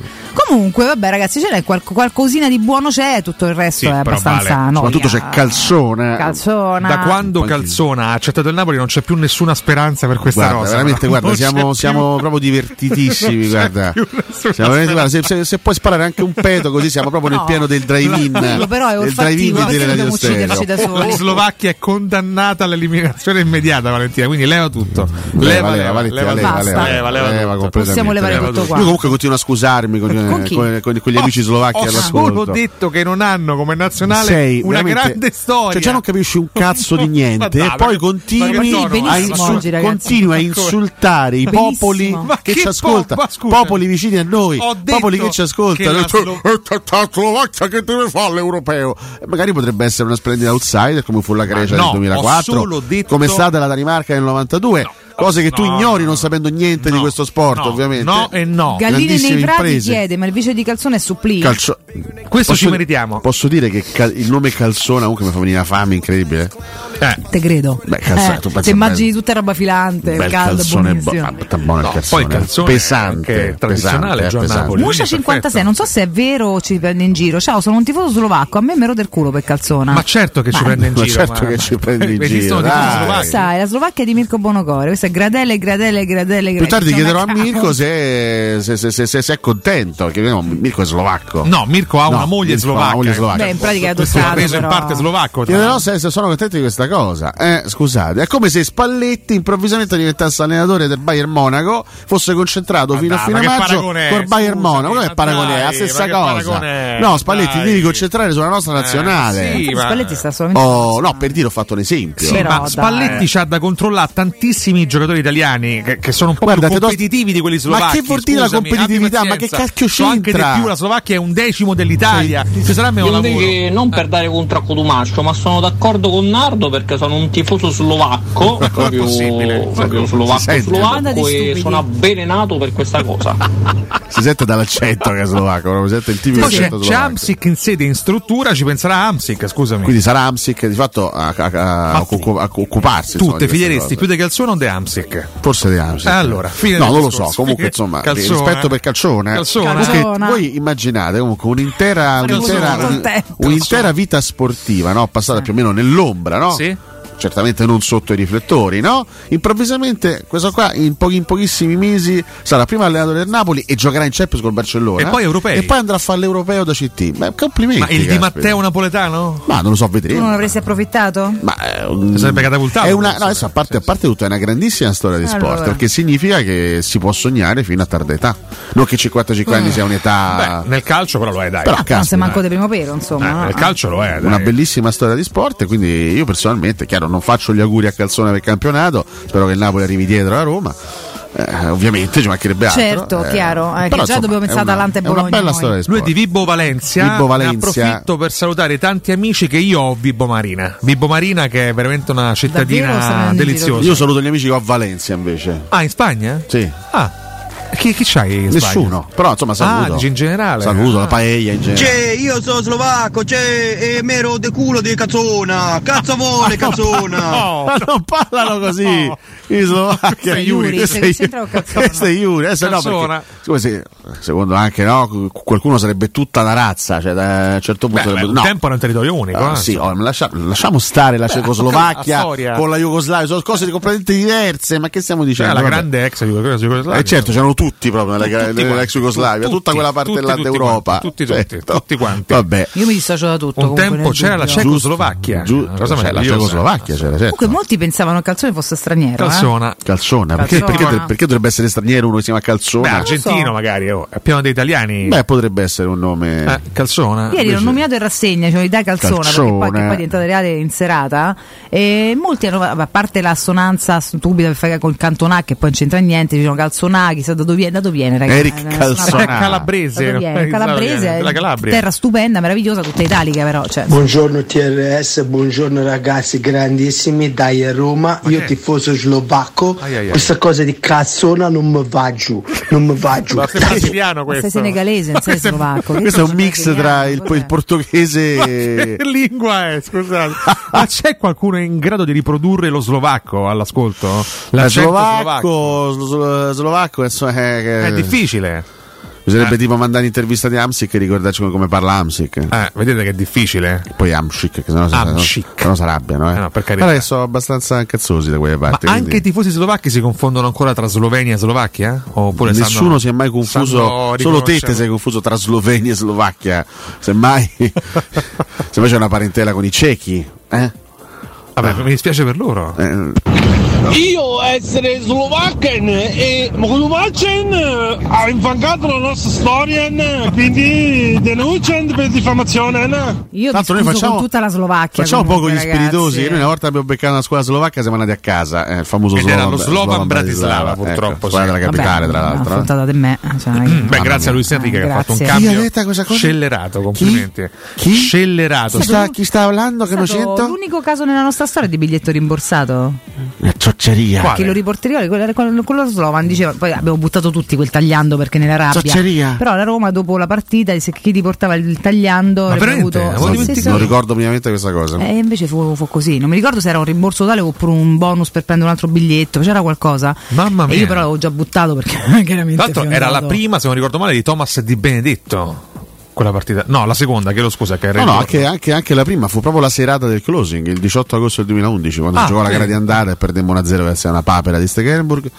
S7: Comunque, vabbè ragazzi, ce n'è qual- qualcosina di buono c'è, tutto il resto
S9: Sì,
S7: Cioè, è
S9: però
S7: abbastanza
S9: vale.
S7: noia.
S3: Soprattutto c'è Calzone.
S7: Calzona.
S9: Da quando
S3: Quanti-
S9: Calzona ha accettato il Napoli non c'è più nessuna speranza per questa
S3: Guarda,
S9: rosa.
S3: veramente,
S9: Non
S3: guarda,
S9: c'è
S3: siamo,
S9: più.
S3: siamo proprio divertitissimi.
S9: Non c'è
S3: guarda,
S9: più nessuna
S3: Siamo veramente- guarda, se, se- se puoi sparare anche un peto, così siamo proprio
S7: No.
S3: nel piano del drive-in.
S7: Quello però è
S3: del drive-in
S7: olfattivo,
S3: e
S7: perché
S3: delle
S7: dobbiamo
S3: radio stereo.
S7: ucciderci da
S9: La
S7: soli?
S9: Slovacchia è condannata all'eliminazione immediata, Valentina. Quindi leva tutto.
S3: Leva, leva, Valentina,
S7: tutto.
S3: leva,
S9: leva,
S3: leva,
S7: Basta.
S9: Leva, leva tutto.
S3: completamente.
S7: Possiamo levare
S3: Leva
S7: tutto qua.
S3: Io comunque continuo a scusarmi con, eh,
S7: Con chi? Oh,
S3: con- con- con gli amici slovacchi
S9: Ho solo
S3: all'ascolto.
S9: detto che non hanno come nazionale
S3: Sei
S9: una
S3: veramente-
S9: grande storia.
S3: Cioè, già non capisci un cazzo di
S9: Ma
S3: niente.
S9: dai,
S3: e
S9: ma-
S3: poi
S9: ma che
S3: continui,
S9: sono?
S3: a,
S7: Benissimo
S3: insul-
S7: oggi, ragazzi.
S3: continui a
S9: Ma come?
S3: insultare i
S7: Benissimo.
S3: popoli
S7: Ma
S3: che,
S9: che
S3: ci
S9: po-
S3: ascoltano,
S9: ma scusa.
S3: popoli vicini a noi,
S9: Ho detto
S3: popoli che ci
S9: che
S3: ascoltano.
S9: la
S3: E tu-
S9: Slo-
S3: "Eh, ta- ta- Slovacchia che deve fare l'europeo? E magari potrebbe essere una splendida outsider come fu la Grecia
S9: no, ho
S3: nel 2004,
S9: solo detto-
S3: come è stata la Danimarca nel 92. Cose che tu
S9: no,
S3: ignori
S9: no,
S3: non sapendo niente
S9: No,
S3: di questo sport,
S9: no,
S3: ovviamente.
S9: No e no.
S7: Galline
S3: Grandissime
S7: nei prati
S3: imprese.
S7: chiede, ma il vice di Calzone è supplì.
S3: Calcio-
S9: Questo ci meritiamo.
S3: Posso dire che cal- il nome Calzona comunque mi fa venire una fame incredibile.
S9: Eh,
S7: Te credo.
S3: Beh, calzone, tu pensa
S7: se
S3: a
S7: Eh, immagini
S3: bello.
S7: tutta roba filante,
S3: bel
S7: caldo,
S3: calzone
S7: buonissimo.
S3: bu- ah, buono il
S9: No,
S3: calzone, eh.
S9: poi il calzone
S3: pesante,
S9: è anche tradizionale,
S3: pesante,
S9: Gio, a
S3: pesante.
S9: Napoli.
S7: Muscia
S9: Quindi,
S7: 56,
S9: perfetto.
S7: non so se è vero o ci prende in giro. Ciao, sono un tifoso slovacco, a me me rode il culo per Calzona.
S9: Ma certo che ci prende in
S3: Ma
S9: giro.
S3: certo che ci prende in
S9: Esistono
S3: giro,
S9: tifosi
S3: dai.
S9: slovacchi.
S7: Sai, la Slovacchia è di Mirko Bonocore, questa è gradelle, gradelle, gradelle, gradelle.
S3: Più tardi
S7: Insomma,
S3: chiederò a
S9: Ah.
S7: cavolo.
S3: Mirko se, se- se- se- se- se è contento, che no, Mirko è slovacco.
S9: No, Mirko ha
S3: No,
S9: una moglie
S3: Mirko ha una
S9: slovacca.
S3: moglie slovacca.
S7: Beh, in pratica è
S9: Questo l'ha
S7: adottato.
S9: reso in
S7: però.
S9: parte slovacco. tra
S3: Chiederò se, se sono contenti di questa cosa. Eh, scusate, è come se Spalletti improvvisamente diventasse allenatore del Bayern Monaco, fosse concentrato
S9: Ma
S3: fino
S9: dai,
S3: a fine
S9: ma che
S3: maggio
S9: paragone è?
S3: col Bayern
S9: Scusami,
S3: Monaco. Come
S9: ma
S3: è paragone? È la
S9: dai,
S3: stessa
S9: ma che
S3: cosa.
S9: paragoni è?
S3: No, Spalletti,
S9: Dai. Eh,
S3: ti devi concentrare sulla nostra nazionale.
S9: sì.
S7: Infatti
S9: ma-
S7: Spalletti sta solamente
S3: Oh, no, per dire ho fatto un esempio.
S7: Sì,
S9: Sì,
S7: Però,
S9: ma
S7: dai.
S9: Spalletti c'ha da controllare tantissimi giocatori italiani che, che sono un po'
S3: Guarda,
S9: più
S3: te do-
S9: competitivi di quelli
S3: Ma
S9: slovacchi.
S3: che vuol dire la
S9: scusami,
S3: competitività?
S9: abbi
S3: Ma che
S9: pazienza.
S3: cacchio
S9: So anche
S3: c'entra?
S9: di più, la Slovacchia è un decimo dell'Italia. Ci sarà meno
S10: Io
S9: lavoro.
S10: invece non
S9: Eh.
S10: per dare contro a Cotumaccio, ma sono d'accordo con Nardo perché sono un tifoso slovacco, proprio,
S9: possibile?
S10: proprio
S3: Si
S10: slovacco,
S3: sente.
S7: Banda di
S10: slovacco e
S7: stupidi.
S10: sono avvelenato per questa cosa.
S3: Si sente dall'accento che è slovacco, proprio, si sente il tipico
S9: Poi c'è,
S3: accento
S9: c'è
S3: slovacco.
S9: Hamsik in sede in struttura, ci penserà Hamsik, scusami.
S3: Quindi sarà Amsic di fatto a, a- a- a- a- a occuparsi.
S9: tu
S3: insomma,
S9: te
S3: di queste
S9: figlieresti
S3: cose.
S9: più di Calzone o di Hamsik?
S3: Forse di Amsic.
S9: Allora, fine
S3: no,
S9: del
S3: non lo so.
S9: discorso.
S3: Comunque, insomma,
S9: Calzone.
S3: rispetto per calcione.
S9: Calzone.
S3: Perché
S7: Calzone.
S3: voi immaginate comunque un'intera,
S7: Saremo
S3: un'intera,
S7: solo contenti.
S3: un'intera vita sportiva, no? passata più o meno nell'ombra, no?
S9: Sì.
S3: Certamente non sotto i riflettori, no? Improvvisamente, questo qua in, pochi- in pochissimi mesi sarà prima allenatore del Napoli e giocherà in Champions col Barcellona.
S9: E poi europei.
S3: E poi andrà a fare l'europeo da CT. Ma complimenti.
S9: Ma il Di
S3: caspita.
S9: Matteo Napoletano?
S3: Ma non lo so,
S7: Tu
S3: vedremo.
S7: non avresti approfittato?
S3: Ma è un-
S9: sarebbe catapultato,
S3: È una,
S9: forse,
S3: no, adesso a parte, a
S9: nel
S3: parte tutto, è una grandissima storia di sport
S7: Allora.
S3: perché significa che si può sognare fino a tarda età. Non che 55 anni sia un'età,
S9: Beh, nel calcio però lo è, dai.
S3: però
S7: Non
S3: caspita,
S7: sei manco di primo pelo,
S9: Eh,
S7: insomma. no?
S9: nel calcio lo è, dai.
S3: una bellissima storia di sport. e Quindi io personalmente, chiaro, non faccio gli auguri a Calzone per il campionato. Spero che il Napoli arrivi dietro alla Roma. Eh, ovviamente ci mancherebbe altro.
S7: Certo, chiaro, eh, che
S3: però,
S7: già dobbiamo
S3: è
S7: pensare
S3: una-
S7: ad Atalanta e
S3: È una
S7: Bologna,
S3: bella
S7: poi.
S3: storia di sport.
S9: Lui è di Vibo Valencia.
S3: Vibo Valencia.
S9: Ne approfitto per salutare i tanti amici che io ho a Vibo Marina. Vibo Marina che è veramente una
S7: Davvero stanno
S9: cittadina
S7: andando in giro?
S9: deliziosa.
S3: Io saluto gli amici che ho a Valencia invece.
S9: Ah, in Spagna?
S3: Sì.
S9: Ah, chi, chi c'hai in Spagna?
S3: Nessuno, però insomma
S9: Ah,
S3: saluto.
S9: dici in generale.
S3: Saluto
S9: Ah.
S3: la paella in generale.
S11: C'è, Cioè, io sono slovacco, c'è, e mero de culo di cazzona, cazzo vuole cazzona.
S9: No.
S3: Ma non parlano
S9: Oh,
S3: così i slovacchi.
S7: è Yuri,
S3: Questo è
S7: se-
S3: Yuri.
S7: c'entra un calzone.
S3: Questo è Yuri. Adesso eh, no,
S9: Calzona.
S3: perché, siccome se- secondo anche no, qu- qualcuno sarebbe tutta la razza. Cioè, da a un certo
S9: Beh,
S3: punto
S9: beh,
S3: sarebbe-
S9: un
S3: no.
S9: tempo era un territorio unico.
S3: Ah,
S9: eh.
S3: sì, oh, ma lascia- lasciamo stare la
S9: la
S3: Cecoslovacchia
S9: storia.
S3: con la Jugoslavia, sono cose completamente diverse. Ma che stiamo
S9: C'era
S3: dicendo?
S9: la
S3: Vabbè.
S9: grande ex Jugoslavia.
S3: Eh, certo, c'erano tutti proprio nella,
S9: Tutti
S3: nell'ex
S9: quanti,
S3: Jugoslavia,
S9: tutti,
S3: tutta quella parte
S9: tutti,
S3: là
S9: tutti
S3: d'Europa.
S9: quanti, tutti, tutti,
S3: Certo.
S9: tutti quanti.
S3: Vabbè.
S7: Io mi dissocio da tutto.
S9: Un
S7: comunque,
S9: tempo
S7: nel
S9: c'era la
S7: dubbio.
S9: Ceco- Cecoslovacchia,
S3: Giusto,
S9: una cosa
S3: c'era la
S9: meravigliosa.
S3: Cecoslovacchia, c'era, certo.
S7: Comunque molti pensavano che Calzone fosse straniero. eh.
S9: Calzona.
S3: Calzona, perché,
S7: Calzona.
S3: perché dov- perché dovrebbe essere straniero uno che si chiama
S9: Beh,
S3: Calzona?
S9: argentino magari, oh, è pieno di italiani.
S3: Beh, potrebbe essere un nome.
S9: Eh, Calzona.
S7: Ieri l'ho nominato in rassegna, cioè Dai Calzona, perché poi,
S3: Calzone.
S7: che poi è diventata reale in serata. E molti hanno, a parte l'assonanza stupida che fa con il Cantonà, che poi non c'entra niente, ci sono Calzonà, chissà da da dove viene, da dove viene ragazzi?
S3: Eric
S7: Eh, una-
S3: Calzonà.
S7: da
S9: Calabrese,
S7: dove viene?
S9: no? Eh,
S7: Calabrese,
S9: della Calabria.
S7: terra stupenda, meravigliosa, tutta italica però. Cioè.
S6: Buongiorno TRS, buongiorno ragazzi grandissimi, dai a Roma, io
S9: che?
S6: tifoso slovacco,
S9: Ai, ai, ai.
S6: questa cosa di cazzona non mi va giù, non mi va giù.
S9: Ma sei brasiliano questo.
S7: Sei senegalese, non sei slovacco. che
S3: Questo è un
S7: sei
S3: mix tra il,
S7: brasiliano,
S3: il
S9: Ma
S3: portoghese
S9: che lingua è? Scusate.
S3: Ah,
S9: Ma c'è qualcuno in grado di riprodurre lo slovacco all'ascolto?
S3: La
S9: L'accento
S3: slovacco, slo- slovacco insomma, eh,
S9: È
S3: eh,
S9: difficile.
S3: Bisognerebbe
S9: Eh.
S3: tipo mandare intervista di Amsic e ricordarci come, come parla Amsic.
S9: Eh, vedete che è difficile.
S3: Poi Amsic, che sennò, si-
S9: Amsic.
S3: sennò si arrabbiano. Eh.
S9: Eh no, per carità.
S3: Guarda che sono abbastanza cazzosi da quelle
S9: Ma
S3: parti.
S9: anche i
S3: quindi
S9: tifosi slovacchi si confondono ancora tra Slovenia e Slovacchia? Oppure sanno-
S3: Nessuno si è mai confuso,
S9: sanno
S3: solo te
S9: riconoscere-
S3: ti sei confuso tra Slovenia e Slovacchia. Semmai, semmai c'è una parentela con i cechi. Eh?
S9: Vabbè, mi dispiace per loro.
S3: Eh,
S12: Io essere slovacchen e Rumacen ha infangato la nostra storia, eh, quindi denunciano per diffamazione.
S7: Io mi
S3: Tanto noi
S7: scuso
S3: facciamo-
S7: con tutta la Slovacchia.
S3: Facciamo un po'
S7: comunque,
S3: con gli
S7: ragazzi. eh.
S3: spiritosi. che Noi una volta abbiamo beccato una scuola slovacca, siamo andati a casa. eh, il famoso
S9: Ed era lo Slovan
S3: Slovan
S9: Bratislava,
S3: ecco,
S9: purtroppo,
S3: squadra
S9: sì.
S3: della
S7: Vabbè,
S3: capitale, tra
S7: una
S3: l'altro. eh.
S7: affrontata di me. cioè,
S9: Mm, Beh, grazie a Luis Enrique che ha fatto un
S7: Ah, Grazie.
S9: cambio
S3: Chi ha detto questa cosa?
S9: scellerato. Complimenti.
S3: Chi?
S9: Scellerato.
S3: Chi sta, chi sta parlando che
S7: È
S3: non
S7: stato
S3: sento?
S7: l'unico caso nella nostra storia di biglietto rimborsato
S3: La ciocceria.
S9: Quale?
S7: che lo riporterò quello, quello, quello Slovan diceva poi abbiamo buttato tutti quel tagliando perché nella rabbia
S3: Zocceria.
S7: però la Roma dopo la partita se chi ti portava il tagliando
S9: Ma
S7: avrebbe
S9: veramente?
S7: avuto-
S9: Ma
S3: Non,
S7: Sì, Eh, sì, sì.
S3: non ricordo minimamente questa cosa.
S7: E invece fu, fu così, non mi ricordo se era un rimborso totale oppure un bonus per prendere un altro biglietto, c'era qualcosa.
S9: Mamma
S7: E
S9: mia.
S7: io però l'avevo già buttato perché chiaramente...
S9: Tanto era la
S7: fiondato.
S9: prima, se non ricordo male, di Thomas Di Benedetto. Quella partita. No, la seconda, chiedo scusa. Che
S3: No,
S9: era il
S3: no,
S9: giorno.
S3: anche, anche- anche la prima fu proprio la serata del closing, il 18 agosto del 2011, quando
S9: Ah,
S3: si giocò la
S9: sì.
S3: gara di andata e perdemmo 1-0 verso una papera di Stegenburg.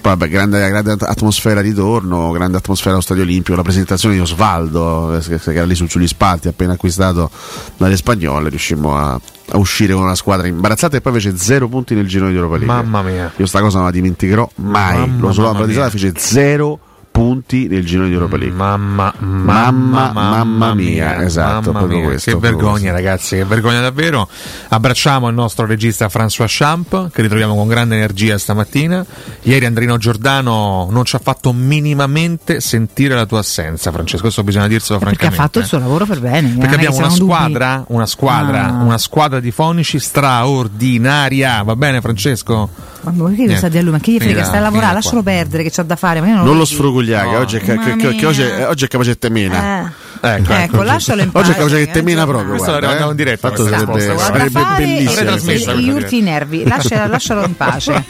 S3: Poi vabbè, grande, grande at- atmosfera di torno, grande atmosfera allo Stadio Olimpico, la presentazione di Osvaldo, eh, che che era lì su- sugli spalti, appena acquistato dalle spagnole, riuscimmo a, a uscire con una squadra imbarazzata e poi fece 0 punti nel girone di Europa League.
S9: Mamma mia.
S3: Io sta cosa non la dimenticherò mai.
S9: Mamma,
S3: Lo solo
S9: mamma
S3: Bratislava fece 0 punti nel girone di Europa League.
S9: Mamma,
S3: Mamma, mamma mia, esatto,
S9: mamma
S3: proprio
S9: mia.
S3: questo,
S9: che
S3: proprio
S9: vergogna,
S3: questo.
S9: ragazzi, che vergogna davvero. Abbracciamo il nostro regista François Champ, che ritroviamo con grande energia stamattina. Ieri Andrino Giordano non ci ha fatto minimamente sentire la tua assenza, Francesco. Questo bisogna dirselo
S7: Perché ha
S9: francamente.
S7: fatto il suo lavoro per bene. non è
S9: eh. Perché
S7: che
S9: abbiamo una
S7: siamo dubbi.
S9: squadra, una squadra,
S7: Ah.
S9: una squadra di fonici straordinaria. Va bene, Francesco?
S7: Ma perché
S9: Niente.
S7: lo sa di a lui? Ma che gli frega,
S9: Finirà,
S7: stai a
S9: finirà
S7: lavorare,
S9: qua.
S7: lascialo perdere che c'ha da fare. Ma io non,
S3: Non lo sfrugugliare, che oggi è, ca-
S7: Mamma
S3: che- che- che oggi è-
S7: mia.
S3: oggi è capace che te mena.
S7: Eh.
S9: Ecco,
S7: Ecco, lascialo in pace.
S3: Oggi è causa che te mena
S7: eh,
S3: proprio.
S9: Questo
S3: guarda,
S9: lo mandiamo
S3: eh.
S9: in diretta,
S3: Tanto
S9: questa
S3: sarebbe,
S9: risposta, guarda.
S3: sarebbe
S7: Guarda fare
S9: Avrei
S3: bellissimo.
S9: trasmesso trasmessa,
S7: e- e gli
S9: voglio
S7: urti i nervi, Lascia- lascialo in pace.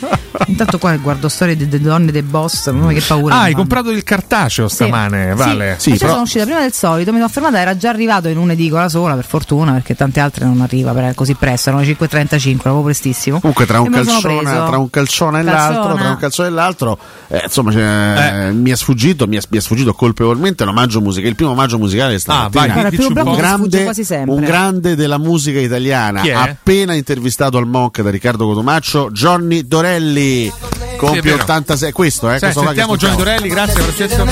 S7: Intanto qua guardo storie di- delle donne dei boss, mamma che paura.
S9: Ah, hai
S7: mamma.
S9: comprato il cartaceo
S7: Sì.
S9: stamane,
S7: Sì.
S9: Vale.
S3: Sì,
S7: Ma io
S3: però-
S7: sono uscita prima del solito, mi sono fermata, era già arrivato in un'edicola sola, per fortuna, perché tante altre non arriva per- così presto, erano le 5.35, proprio prestissimo.
S3: Comunque tra
S7: E
S3: un,
S7: me lo sono
S3: calcione,
S7: preso.
S3: tra un calcione e
S7: Calzona.
S3: l'altro, tra un calcione e l'altro, eh, insomma, c'è-
S9: Eh.
S3: mi è sfuggito, mi è, mi è sfuggito colpevolmente l'omaggio musicale, il primo omaggio musicale è stato
S9: Ah, vai,
S7: Guarda, il
S9: Dici
S7: primo
S9: un
S7: blocco
S9: po'.
S7: mi sfugge
S3: grande,
S7: quasi sempre.
S3: un grande della musica italiana,
S9: Chi è?
S3: appena intervistato al Monk da Riccardo Cotomaccio, Johnny Dorelli,
S9: Sì, è
S3: compie
S9: vero.
S3: 86, questo eh,
S9: Sai,
S3: questo qua che
S9: sentiamo Gianni
S3: ascoltiamo.
S9: Dorelli, grazie Francesco.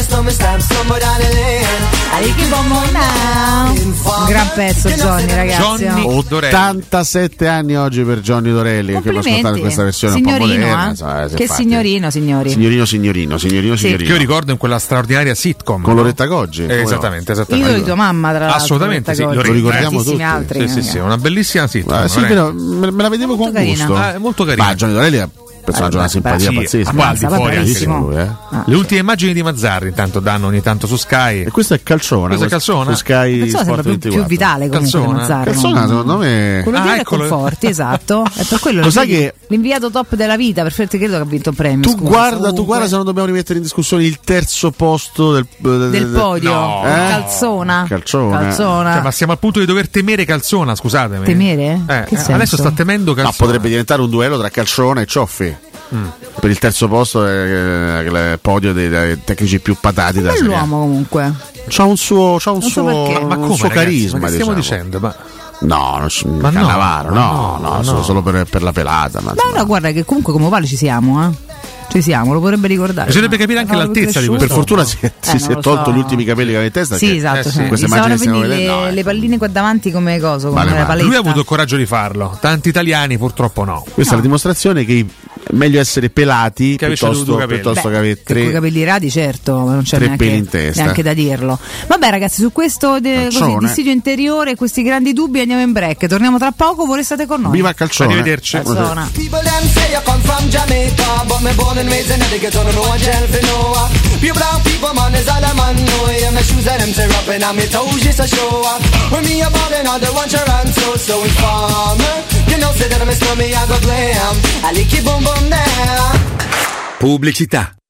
S7: Un gran pezzo Johnny, ragazzi.
S9: Johnny
S7: oh.
S3: 87 anni oggi per Johnny Dorelli che può ascoltare
S7: Complimenti.
S3: questa versione un po'
S7: signorino,
S3: moderna
S7: eh.
S3: insomma, eh, si è
S7: Che
S3: fatti.
S7: signorino, signori.
S3: signorino signorino signorino
S9: Che io
S3: signorino
S9: ricordo in quella straordinaria sitcom.
S3: con
S9: no?
S3: Loretta Goggi
S9: Eh,
S3: come no?
S9: esattamente,
S7: Idolo di
S9: esattamente.
S7: tua mamma, tra l'altro.
S9: Assolutamente, sì,
S7: Loretta
S9: lo
S7: Goggi.
S3: ricordiamo
S7: Tantissimi
S3: tutti.
S7: altri,
S9: Sì, sì, sì,
S7: ragazzi.
S9: una bellissima sitcom.
S3: Ah, sì,
S9: veramente.
S3: però me, me la vedevo
S7: Molto
S3: con
S7: carina.
S3: gusto
S9: Ah, è molto carina.
S3: ma Johnny Dorelli è un personaggio una simpatia
S9: Sì,
S3: pazzesca
S9: ah, guardi,
S7: va
S9: fuori anche
S7: benissimo.
S3: lui, eh.
S7: Ah,
S9: Le ultime immagini di Mazzarri intanto danno ogni tanto su Sky.
S3: e questo è calcione
S9: Questo è Calzona?
S3: su Sky
S7: Pensavo sembra
S3: Sport
S7: più, più
S3: 24.
S7: vitale comunque
S9: Calzona.
S7: Mazzarri.
S3: Calzona
S7: no?
S3: secondo me
S7: Quello
S9: Ah,
S7: di
S9: eccolo.
S7: Conforti, esatto. È per quello
S3: Lo sai
S7: l'invi-
S3: che-
S7: l'inviato top della vita, per te credo che ha vinto un premio.
S3: tu
S7: scusa,
S3: guarda tu
S7: comunque.
S3: guarda se non dobbiamo rimettere in discussione il terzo posto del,
S7: del podio,
S9: No.
S7: Il
S3: Eh?
S7: calzona.
S3: Calzona.
S7: Calzona.
S9: Cioè, ma siamo al punto di dover temere Calzona, scusatemi.
S7: Temere?
S9: Eh,
S7: Che
S9: eh,
S7: senso?
S9: adesso sta temendo
S3: Ma
S9: Calzona.
S3: potrebbe diventare un duello tra Calcione e Cioffi.
S9: Mm.
S3: Per il terzo posto è il podio dei, dei tecnici più patati della Serie A.
S7: Bell'uomo comunque.
S3: C'ha un suo, c'ha un
S7: Non so
S3: suo,
S7: perché.
S9: Ma
S3: un
S9: come,
S3: suo
S9: ragazzi?
S3: carisma.
S9: Ma che stiamo
S3: diciamo.
S9: dicendo? Ma...
S3: No, non c-
S9: Ma no,
S3: Cannavaro,
S9: ma
S3: no,
S9: no,
S3: no,
S9: ma
S3: solo-
S9: no.
S3: solo per, per la pelata. Ma,
S7: Ma no, guarda che comunque come vale ci siamo, eh. Ci siamo, lo potrebbe ricordare.
S9: Bisognerebbe capire anche
S7: Ah,
S9: l'altezza di
S7: cresciuto. Eh,
S9: questo. Eh
S3: per fortuna si, è- si
S7: non
S3: è
S7: lo
S3: tolto
S7: so.
S3: gli ultimi capelli che aveva in testa.
S7: Sì,
S3: perché
S7: esatto.
S9: sì,
S7: sì.
S3: queste
S7: Gli
S3: immagini
S7: stavano
S3: che stiamo
S7: quindi le,
S3: vedendo, no,
S7: le
S3: eh.
S7: palline qua davanti come coso, come
S3: Vale,
S7: la
S3: vale.
S7: paletta.
S9: Lui ha avuto il coraggio di farlo, tanti italiani purtroppo no.
S3: Questa è la dimostrazione che i- meglio essere pelati
S9: Che averci
S3: piuttosto,
S9: due capelli.
S3: piuttosto
S7: Beh,
S3: che avere
S7: Con i
S3: tre.
S7: capelli radi, certo, ma non c'è
S3: tre
S7: neanche,
S3: peli in testa.
S7: neanche da dirlo. Vabbè, ragazzi, su questo de- così,
S3: Calcione.
S7: dissidio interiore, questi grandi dubbi, andiamo in break. Torniamo tra poco, voi restate con noi.
S3: Viva il calcione.
S9: Arrivederci.
S7: Zona.
S4: People them say I come from Jamaica, but me born and raised in Connecticut, don't know a gel for Noah. Pure brown people, man, is all a man know. Yeah, my shoes are them tear up and I'm my toes just a show up. When me a ball and all the one Toronto, so informer, you know, say that I'm a snowman, I go blam. I lick your boom boom now.
S13: Pubblicità.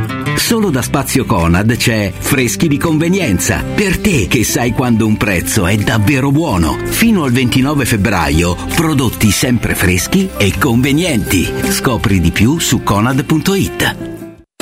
S14: Solo da Spazio Conad c'è Freschi di convenienza, per te che sai quando un prezzo è davvero buono. Fino al 29 febbraio, prodotti sempre freschi e convenienti. Scopri di più su conad.it.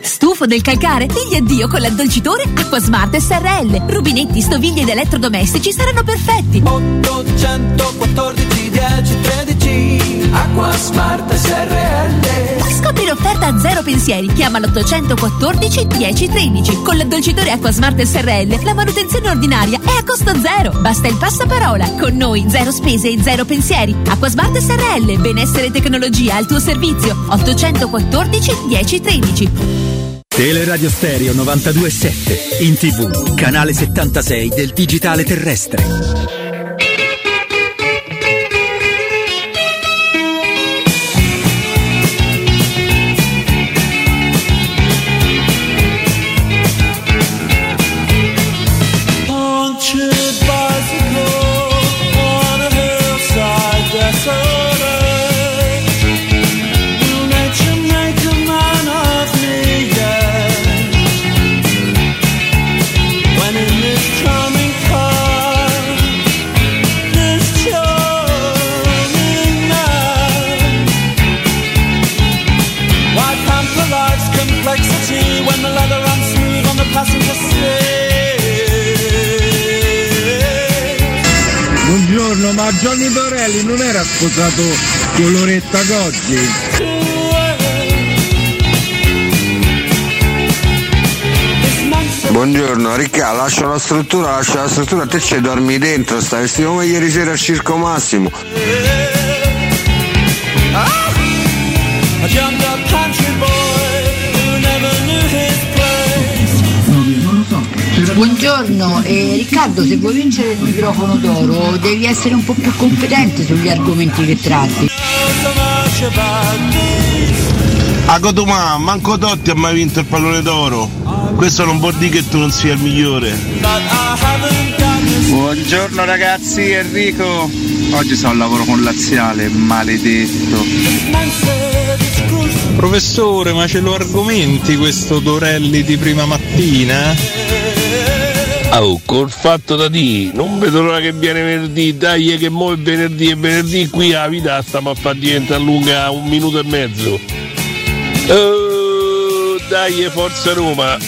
S15: Stufo del calcare? Digli addio con l'addolcitore Acquasmart SRL. Rubinetti, stoviglie ed elettrodomestici saranno perfetti.
S4: 814 10 13 Acqua Smart SRL
S15: Scopri l'offerta a zero pensieri. Chiama l'814 1013. Con l'addolcitore Acquasmart SRL la manutenzione ordinaria è a costo zero. Basta il passaparola. Con noi zero spese e zero pensieri. Acquasmart SRL, benessere e tecnologia al tuo servizio. 814 1013.
S16: Teleradio Stereo 927, in tv, canale 76 del digitale terrestre.
S17: Gianni Torelli non era sposato con Loretta Goggi? Buongiorno, Ricca, lascia la struttura, lascia la struttura, te ci dormi dentro, stai vestito come ieri sera al Circo Massimo.
S18: Buongiorno, eh, Riccardo, se vuoi vincere il microfono d'oro devi essere un po' più competente sugli argomenti che tratti.
S6: A Cotumà, manco Totti ha mai vinto il pallone d'oro. Questo non vuol dire che tu non sia il migliore.
S19: Buongiorno ragazzi, Enrico. Oggi sono al lavoro con laziale, maledetto.
S20: Professore, ma ce lo argomenti questo Dorelli di prima mattina?
S6: Oh, col fatto da di, non vedo l'ora che viene venerdì, dai che mo è venerdì e venerdì qui la vita stiamo a far diventare lunga un minuto e mezzo. Oh, dai forza Roma.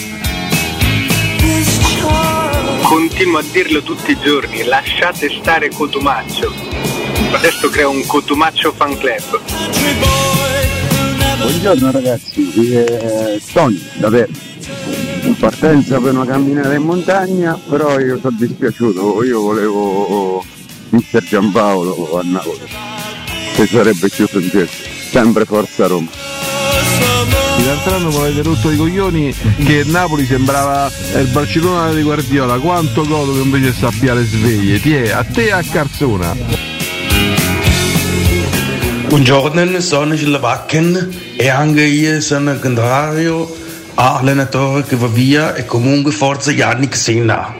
S21: Continuo a dirlo tutti i giorni, lasciate stare Cotumaccio. Adesso creo un Cotumaccio fan club.
S17: Buongiorno ragazzi, qui è Tony da Verdi. In partenza per una camminata in montagna, però io sono dispiaciuto, io volevo Mister Giampaolo a Napoli, che sarebbe più sentito. Sempre Forza Roma.
S22: L'altro anno mi avete rotto i coglioni che Napoli sembrava eh, il Barcellona di Guardiola, quanto godo che invece sta via le sveglie, ti è a te e a Carzona.
S23: Buongiorno, sono Gilvacken e anche io sono contrario all'allenatore che va via e comunque forza Yannick Sinna.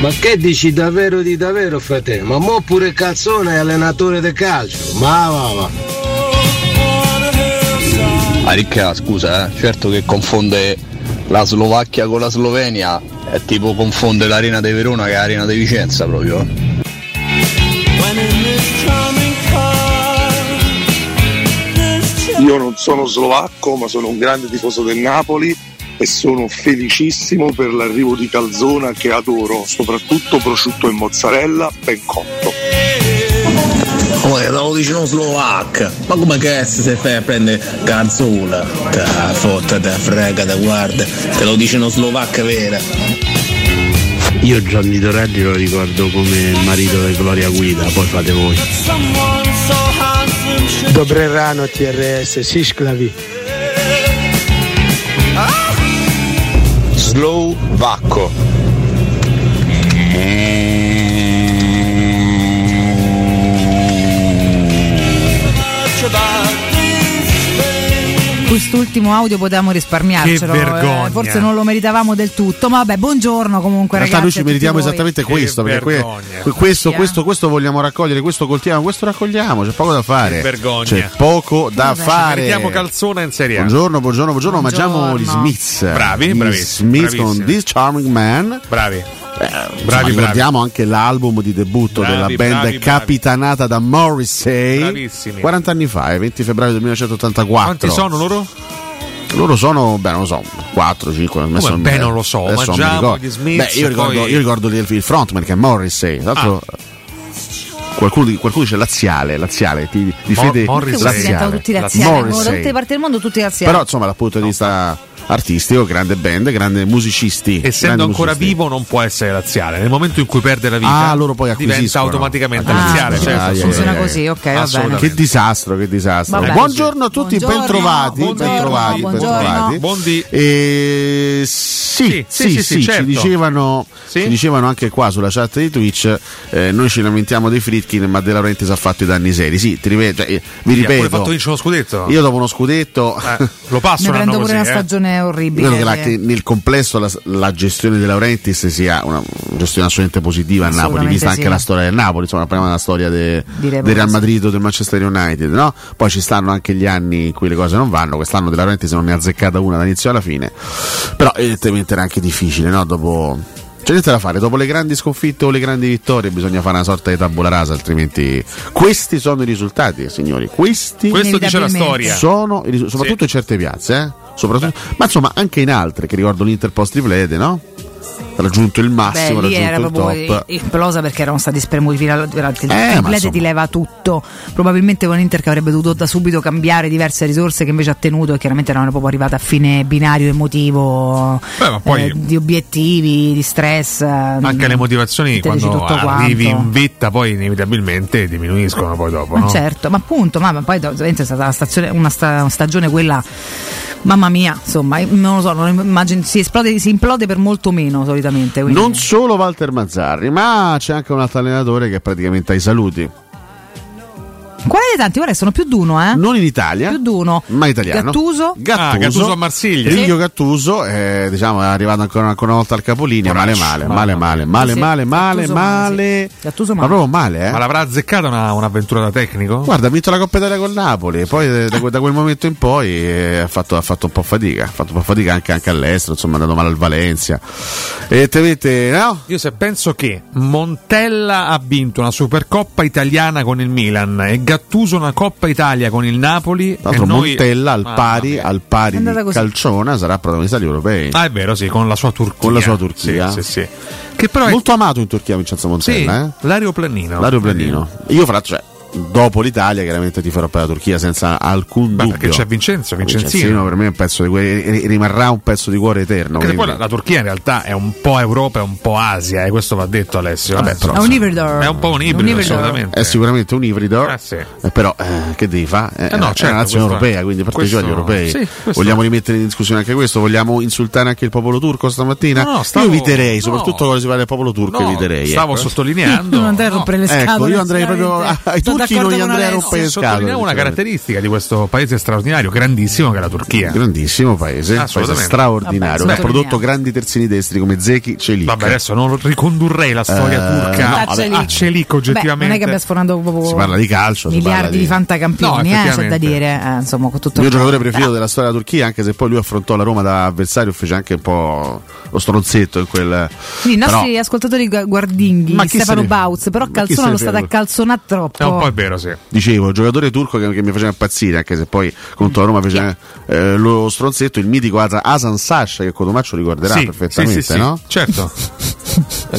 S24: Ma che dici davvero di davvero, fratello? Ma mo pure Calzone è allenatore del calcio. Ma va va.
S25: Ah Ricca, scusa, eh. certo che confonde la Slovacchia con la Slovenia è tipo confonde l'arena di Verona che è l'arena di Vicenza proprio. eh.
S6: Io non sono slovacco, ma sono un grande tifoso del Napoli e sono felicissimo per l'arrivo di Calzona che adoro, soprattutto prosciutto e mozzarella ben cotto.
S26: Come che dopo dici non slovacca? Ma come che se se fai a prendere calzola? Te la fotta, te la frega, te guarda, te lo dice uno slovacca vera.
S27: Io Gianni Torelli lo ricordo come marito di Gloria Guida, poi fate voi.
S4: Dobre rano TRS, Sisklavi.
S28: Slow Vacco.
S3: Mm.
S7: Quest'ultimo audio potevamo risparmiarcelo,
S3: Che vergogna.
S7: eh, forse non lo meritavamo del tutto, ma vabbè, buongiorno comunque
S3: In realtà
S7: ragazzi.
S3: noi ci
S7: a tutti
S3: meritiamo
S7: voi.
S3: esattamente questo, perché que-
S7: vergogna.
S3: que- questo,
S7: Sì, eh.
S3: questo, questo vogliamo raccogliere, questo coltiamo, questo raccogliamo, c'è poco da fare.
S9: Che vergogna.
S3: C'è poco da
S9: Vabbè.
S3: fare.
S9: Mettiamo Calzona in Serie A.
S3: Buongiorno, buongiorno, buongiorno, mangiamo gli
S9: Buongiorno.
S3: Smith.
S9: Bravi,
S3: Gli
S9: bravissimi,
S3: Smith con
S9: bravissimi.
S3: This Charming Man.
S9: Bravi.
S3: Bravi,
S9: bravi.
S3: ricordiamo anche l'album di debutto
S9: Bravi,
S3: della band
S9: bravi, bravi.
S3: capitanata da Morrissey
S9: Bravissimi.
S3: 40 anni fa, il 20 febbraio del 1984.
S9: Quanti sono loro?
S3: Loro sono, beh, non lo so, 4, 5,
S9: Come beh, non lo so, mangiamo gli Smiths,
S3: Beh, io ricordo,
S9: poi-
S3: io ricordo il, il frontman che è Morrissey. Tra l'altro, qualcuno, di- qualcuno dice laziale, laziale, ti- di
S7: Mo- Perché
S3: fede
S7: voi diventano
S3: laziale.
S7: tutti razziali, vengono da
S3: Morrissey.
S7: tutte le parti del mondo tutti razziali.
S3: Però, insomma, dal punto di vista artistico, grande band, grande musicisti. grandi
S9: Essendo ancora
S3: musicisti.
S9: vivo non può essere laziale. Nel momento in cui perde la vita
S3: Ah, loro poi
S9: diventa
S3: acquisiscono.
S9: automaticamente
S3: Ah,
S9: laziale.
S3: ah,
S9: certo,
S3: ah, ah,
S9: assolutamente.
S3: ah, ah,
S7: così, ok, va bene.
S3: Che disastro, che disastro.
S7: Vabbè.
S3: buongiorno a tutti,
S7: Buongiorno,
S3: bentrovati.
S7: buongiorno,
S3: bentrovati,
S7: buongiorno.
S3: bentrovati. Eh, sì,
S9: Sì,
S3: sì,
S9: sì, sì,
S3: sì,
S9: sì,
S3: ci
S9: certo.
S3: dicevano,
S9: Sì?
S3: ci dicevano anche qua sulla chat di Twitch, eh, noi ci lamentiamo dei Fritkin, ma De Laurentiis ha fatto i danni seri. Sì, ti ripeto, eh, vi
S9: Sì, ha pure
S3: ripeto.
S9: fatto vincere lo scudetto.
S3: Io dopo uno scudetto
S9: Eh, lo passo
S7: ne
S9: un anno
S7: prendo pure
S9: così,
S7: una
S9: eh.
S7: stagione
S3: Io
S7: orribile. eh.
S3: credo che, la-
S7: sì.
S3: che nel complesso la, la gestione della Laurentiis sia una gestione assolutamente positiva a Napoli,
S7: Assolutamente
S3: vista
S7: sì.
S3: anche la storia del Napoli, insomma, parliamo della storia de-
S7: Di Real
S3: del Real
S7: Madrid.
S3: Madrid o del Manchester United, no? Poi ci stanno anche gli anni in cui le cose non vanno, quest'anno della Laurentiis non ne ha azzeccata una dall'inizio alla fine, però evidentemente era anche difficile, no? Dopo... C'è niente da fare, dopo le grandi sconfitte o le grandi vittorie bisogna fare una sorta di tabula rasa, altrimenti questi sono i risultati, signori. Questi
S9: Questo dice la storia.
S3: sono, i risu- soprattutto in certe piazze, eh? soprattutto, ma insomma anche in altre che ricordo l'Inter post triplete, no? Raggiunto il massimo,
S7: Beh, lì era
S3: raggiunto
S7: proprio
S3: il top.
S7: esplosa perché erano stati spremuti fino alla durante il
S3: Eh, ma
S7: triplete
S3: insomma.
S7: ti leva tutto. Probabilmente con l'Inter che avrebbe dovuto da subito cambiare diverse risorse che invece ha tenuto e chiaramente erano proprio arrivate a fine binario emotivo eh,
S9: Beh, ma poi-
S7: di obiettivi, di stress. eh,
S9: Anche le motivazioni
S7: te dici
S9: quando
S7: tutto
S9: arrivi
S7: quanto.
S9: in vetta poi inevitabilmente diminuiscono poi dopo.
S7: Ma
S9: no?
S7: certo, ma appunto, ma, ma poi do- ovviamente è stata una, stazione- una sta- stagione quella. Mamma mia, insomma, io non lo so, non immagino, si, esplode, si implode per molto meno solitamente. quindi-
S3: Non solo Walter Mazzarri, ma c'è anche un altro allenatore che è praticamente ai saluti.
S7: Quale dei tanti? Guarda, che sono più di uno, eh?
S3: Non in Italia,
S7: Più di uno.
S3: ma italiano.
S7: Gattuso.
S9: Ah, Gattuso a Marsiglia.
S3: Riglio Gattuso, eh, diciamo, è arrivato ancora, ancora una volta al capolinea. Male, male, male, male, male,
S9: Sì,
S3: male, male,
S9: Gattuso
S3: male. Ma proprio male, eh.
S9: Ma l'avrà azzeccata una, un'avventura da tecnico?
S3: Guarda, ha vinto la Coppa Italia col Napoli, poi eh, da, que- da quel momento in poi eh, ha, fatto, ha fatto un po' fatica, ha fatto un po' fatica anche, anche all'estero, insomma è andato male al Valencia. E te mette, no?
S9: Io se penso che Montella ha vinto una Supercoppa italiana con il Milan e Gattuso una Coppa Italia con il Napoli.
S3: Tra l'altro
S9: e noi- Ah,
S3: Montella al
S9: Mamma
S3: pari,
S9: mia.
S3: al pari
S9: È andata
S3: di
S9: così.
S3: Calciona sarà protagonista degli europei.
S9: Ah, è vero, sì, con la sua Turchia.
S3: Con la sua Turchia.
S9: Sì, sì, sì. Che però è-
S3: Molto amato in Turchia Vincenzo
S9: Sì,
S3: Montella, eh?
S9: l'aeroplanino.
S3: L'aeroplanino. Io fra cioè, dopo l'Italia chiaramente ti farò per la Turchia senza alcun dubbio.
S9: perché c'è Vincenzo, Vincenzino.
S3: per me è un pezzo di cuore- rimarrà un pezzo di cuore eterno.
S9: Che poi
S3: quindi-
S9: la, la Turchia in realtà è un po' Europa e un po' Asia, e questo va detto Alessio. eh,
S3: Vabbè, però,
S9: insomma.
S7: È un ibrido.
S9: È un po' un ibrido, assolutamente.
S3: È sicuramente un ibrido,
S9: Eh, sì.
S3: eh, però eh, che devi fare? Eh,
S9: no,
S3: è
S9: certo,
S3: una
S9: questo
S3: nazione europea,
S9: è.
S3: quindi partecipa agli
S9: Questo-
S3: europei.
S9: sì, questo
S3: Vogliamo
S9: è.
S3: rimettere in discussione anche questo? Vogliamo insultare anche il popolo turco stamattina?
S9: No, no, stavo-
S3: Io eviterei,
S9: no.
S3: soprattutto quando si parla del popolo turco,
S9: No,
S3: eviterei.
S9: stavo
S3: ecco.
S9: sottolineando.
S7: Non andare a rompere le
S3: Ecco,
S7: scatole.
S3: io andrei proprio
S7: veramente.
S3: a- ai
S7: Sono
S3: turchi
S7: d'accordo
S3: non gli
S7: con
S3: andrei a
S7: Alessio.
S3: rompere le scatole.
S9: Sottolineiamo una caratteristica di questo paese straordinario, grandissimo, che è la Turchia.
S3: Grandissimo paese, un paese
S9: Assolutamente.
S3: straordinario,
S9: Vabbè,
S3: che ha prodotto grandi terzini destri come Zeki Celik.
S9: Vabbè, adesso non ricondurrei la storia
S3: Eh,
S9: turca Ah,
S3: no,
S9: a-
S3: vabbè,
S9: a Celico,
S7: Beh, non è che
S9: oggettivamente.
S7: abbia sfornato proprio
S3: Si parla di calcio, si
S7: miliardi
S3: parla
S7: di,
S3: di-
S7: fantacampioni,
S3: No,
S7: eh, c'è da
S3: effettivamente.
S7: dire, eh, insomma, con tutto
S3: Il mio
S7: il
S3: giocatore preferito della storia della Turchia, anche se poi lui affrontò la Roma da avversario, fece anche un po' lo stronzetto in quel.
S7: Eh, Quindi i
S3: Però-
S7: nostri ascoltatori gu- guardinghi,
S3: Ma chi se
S7: Stefano
S3: ne-
S7: Bauz, però
S3: ma chi se
S7: Calzona
S3: ne
S7: lo state a
S3: frega?
S7: calzonare troppo.
S9: vero, sì.
S3: Dicevo, giocatore turco che, che mi faceva impazzire, anche se poi contro la Roma fece eh, lo stronzetto, il mitico Asa- Hasan Sasha, che Cotomaccio ricorderà
S9: Sì,
S3: perfettamente,
S9: sì, sì, sì.
S3: no?
S9: Certo.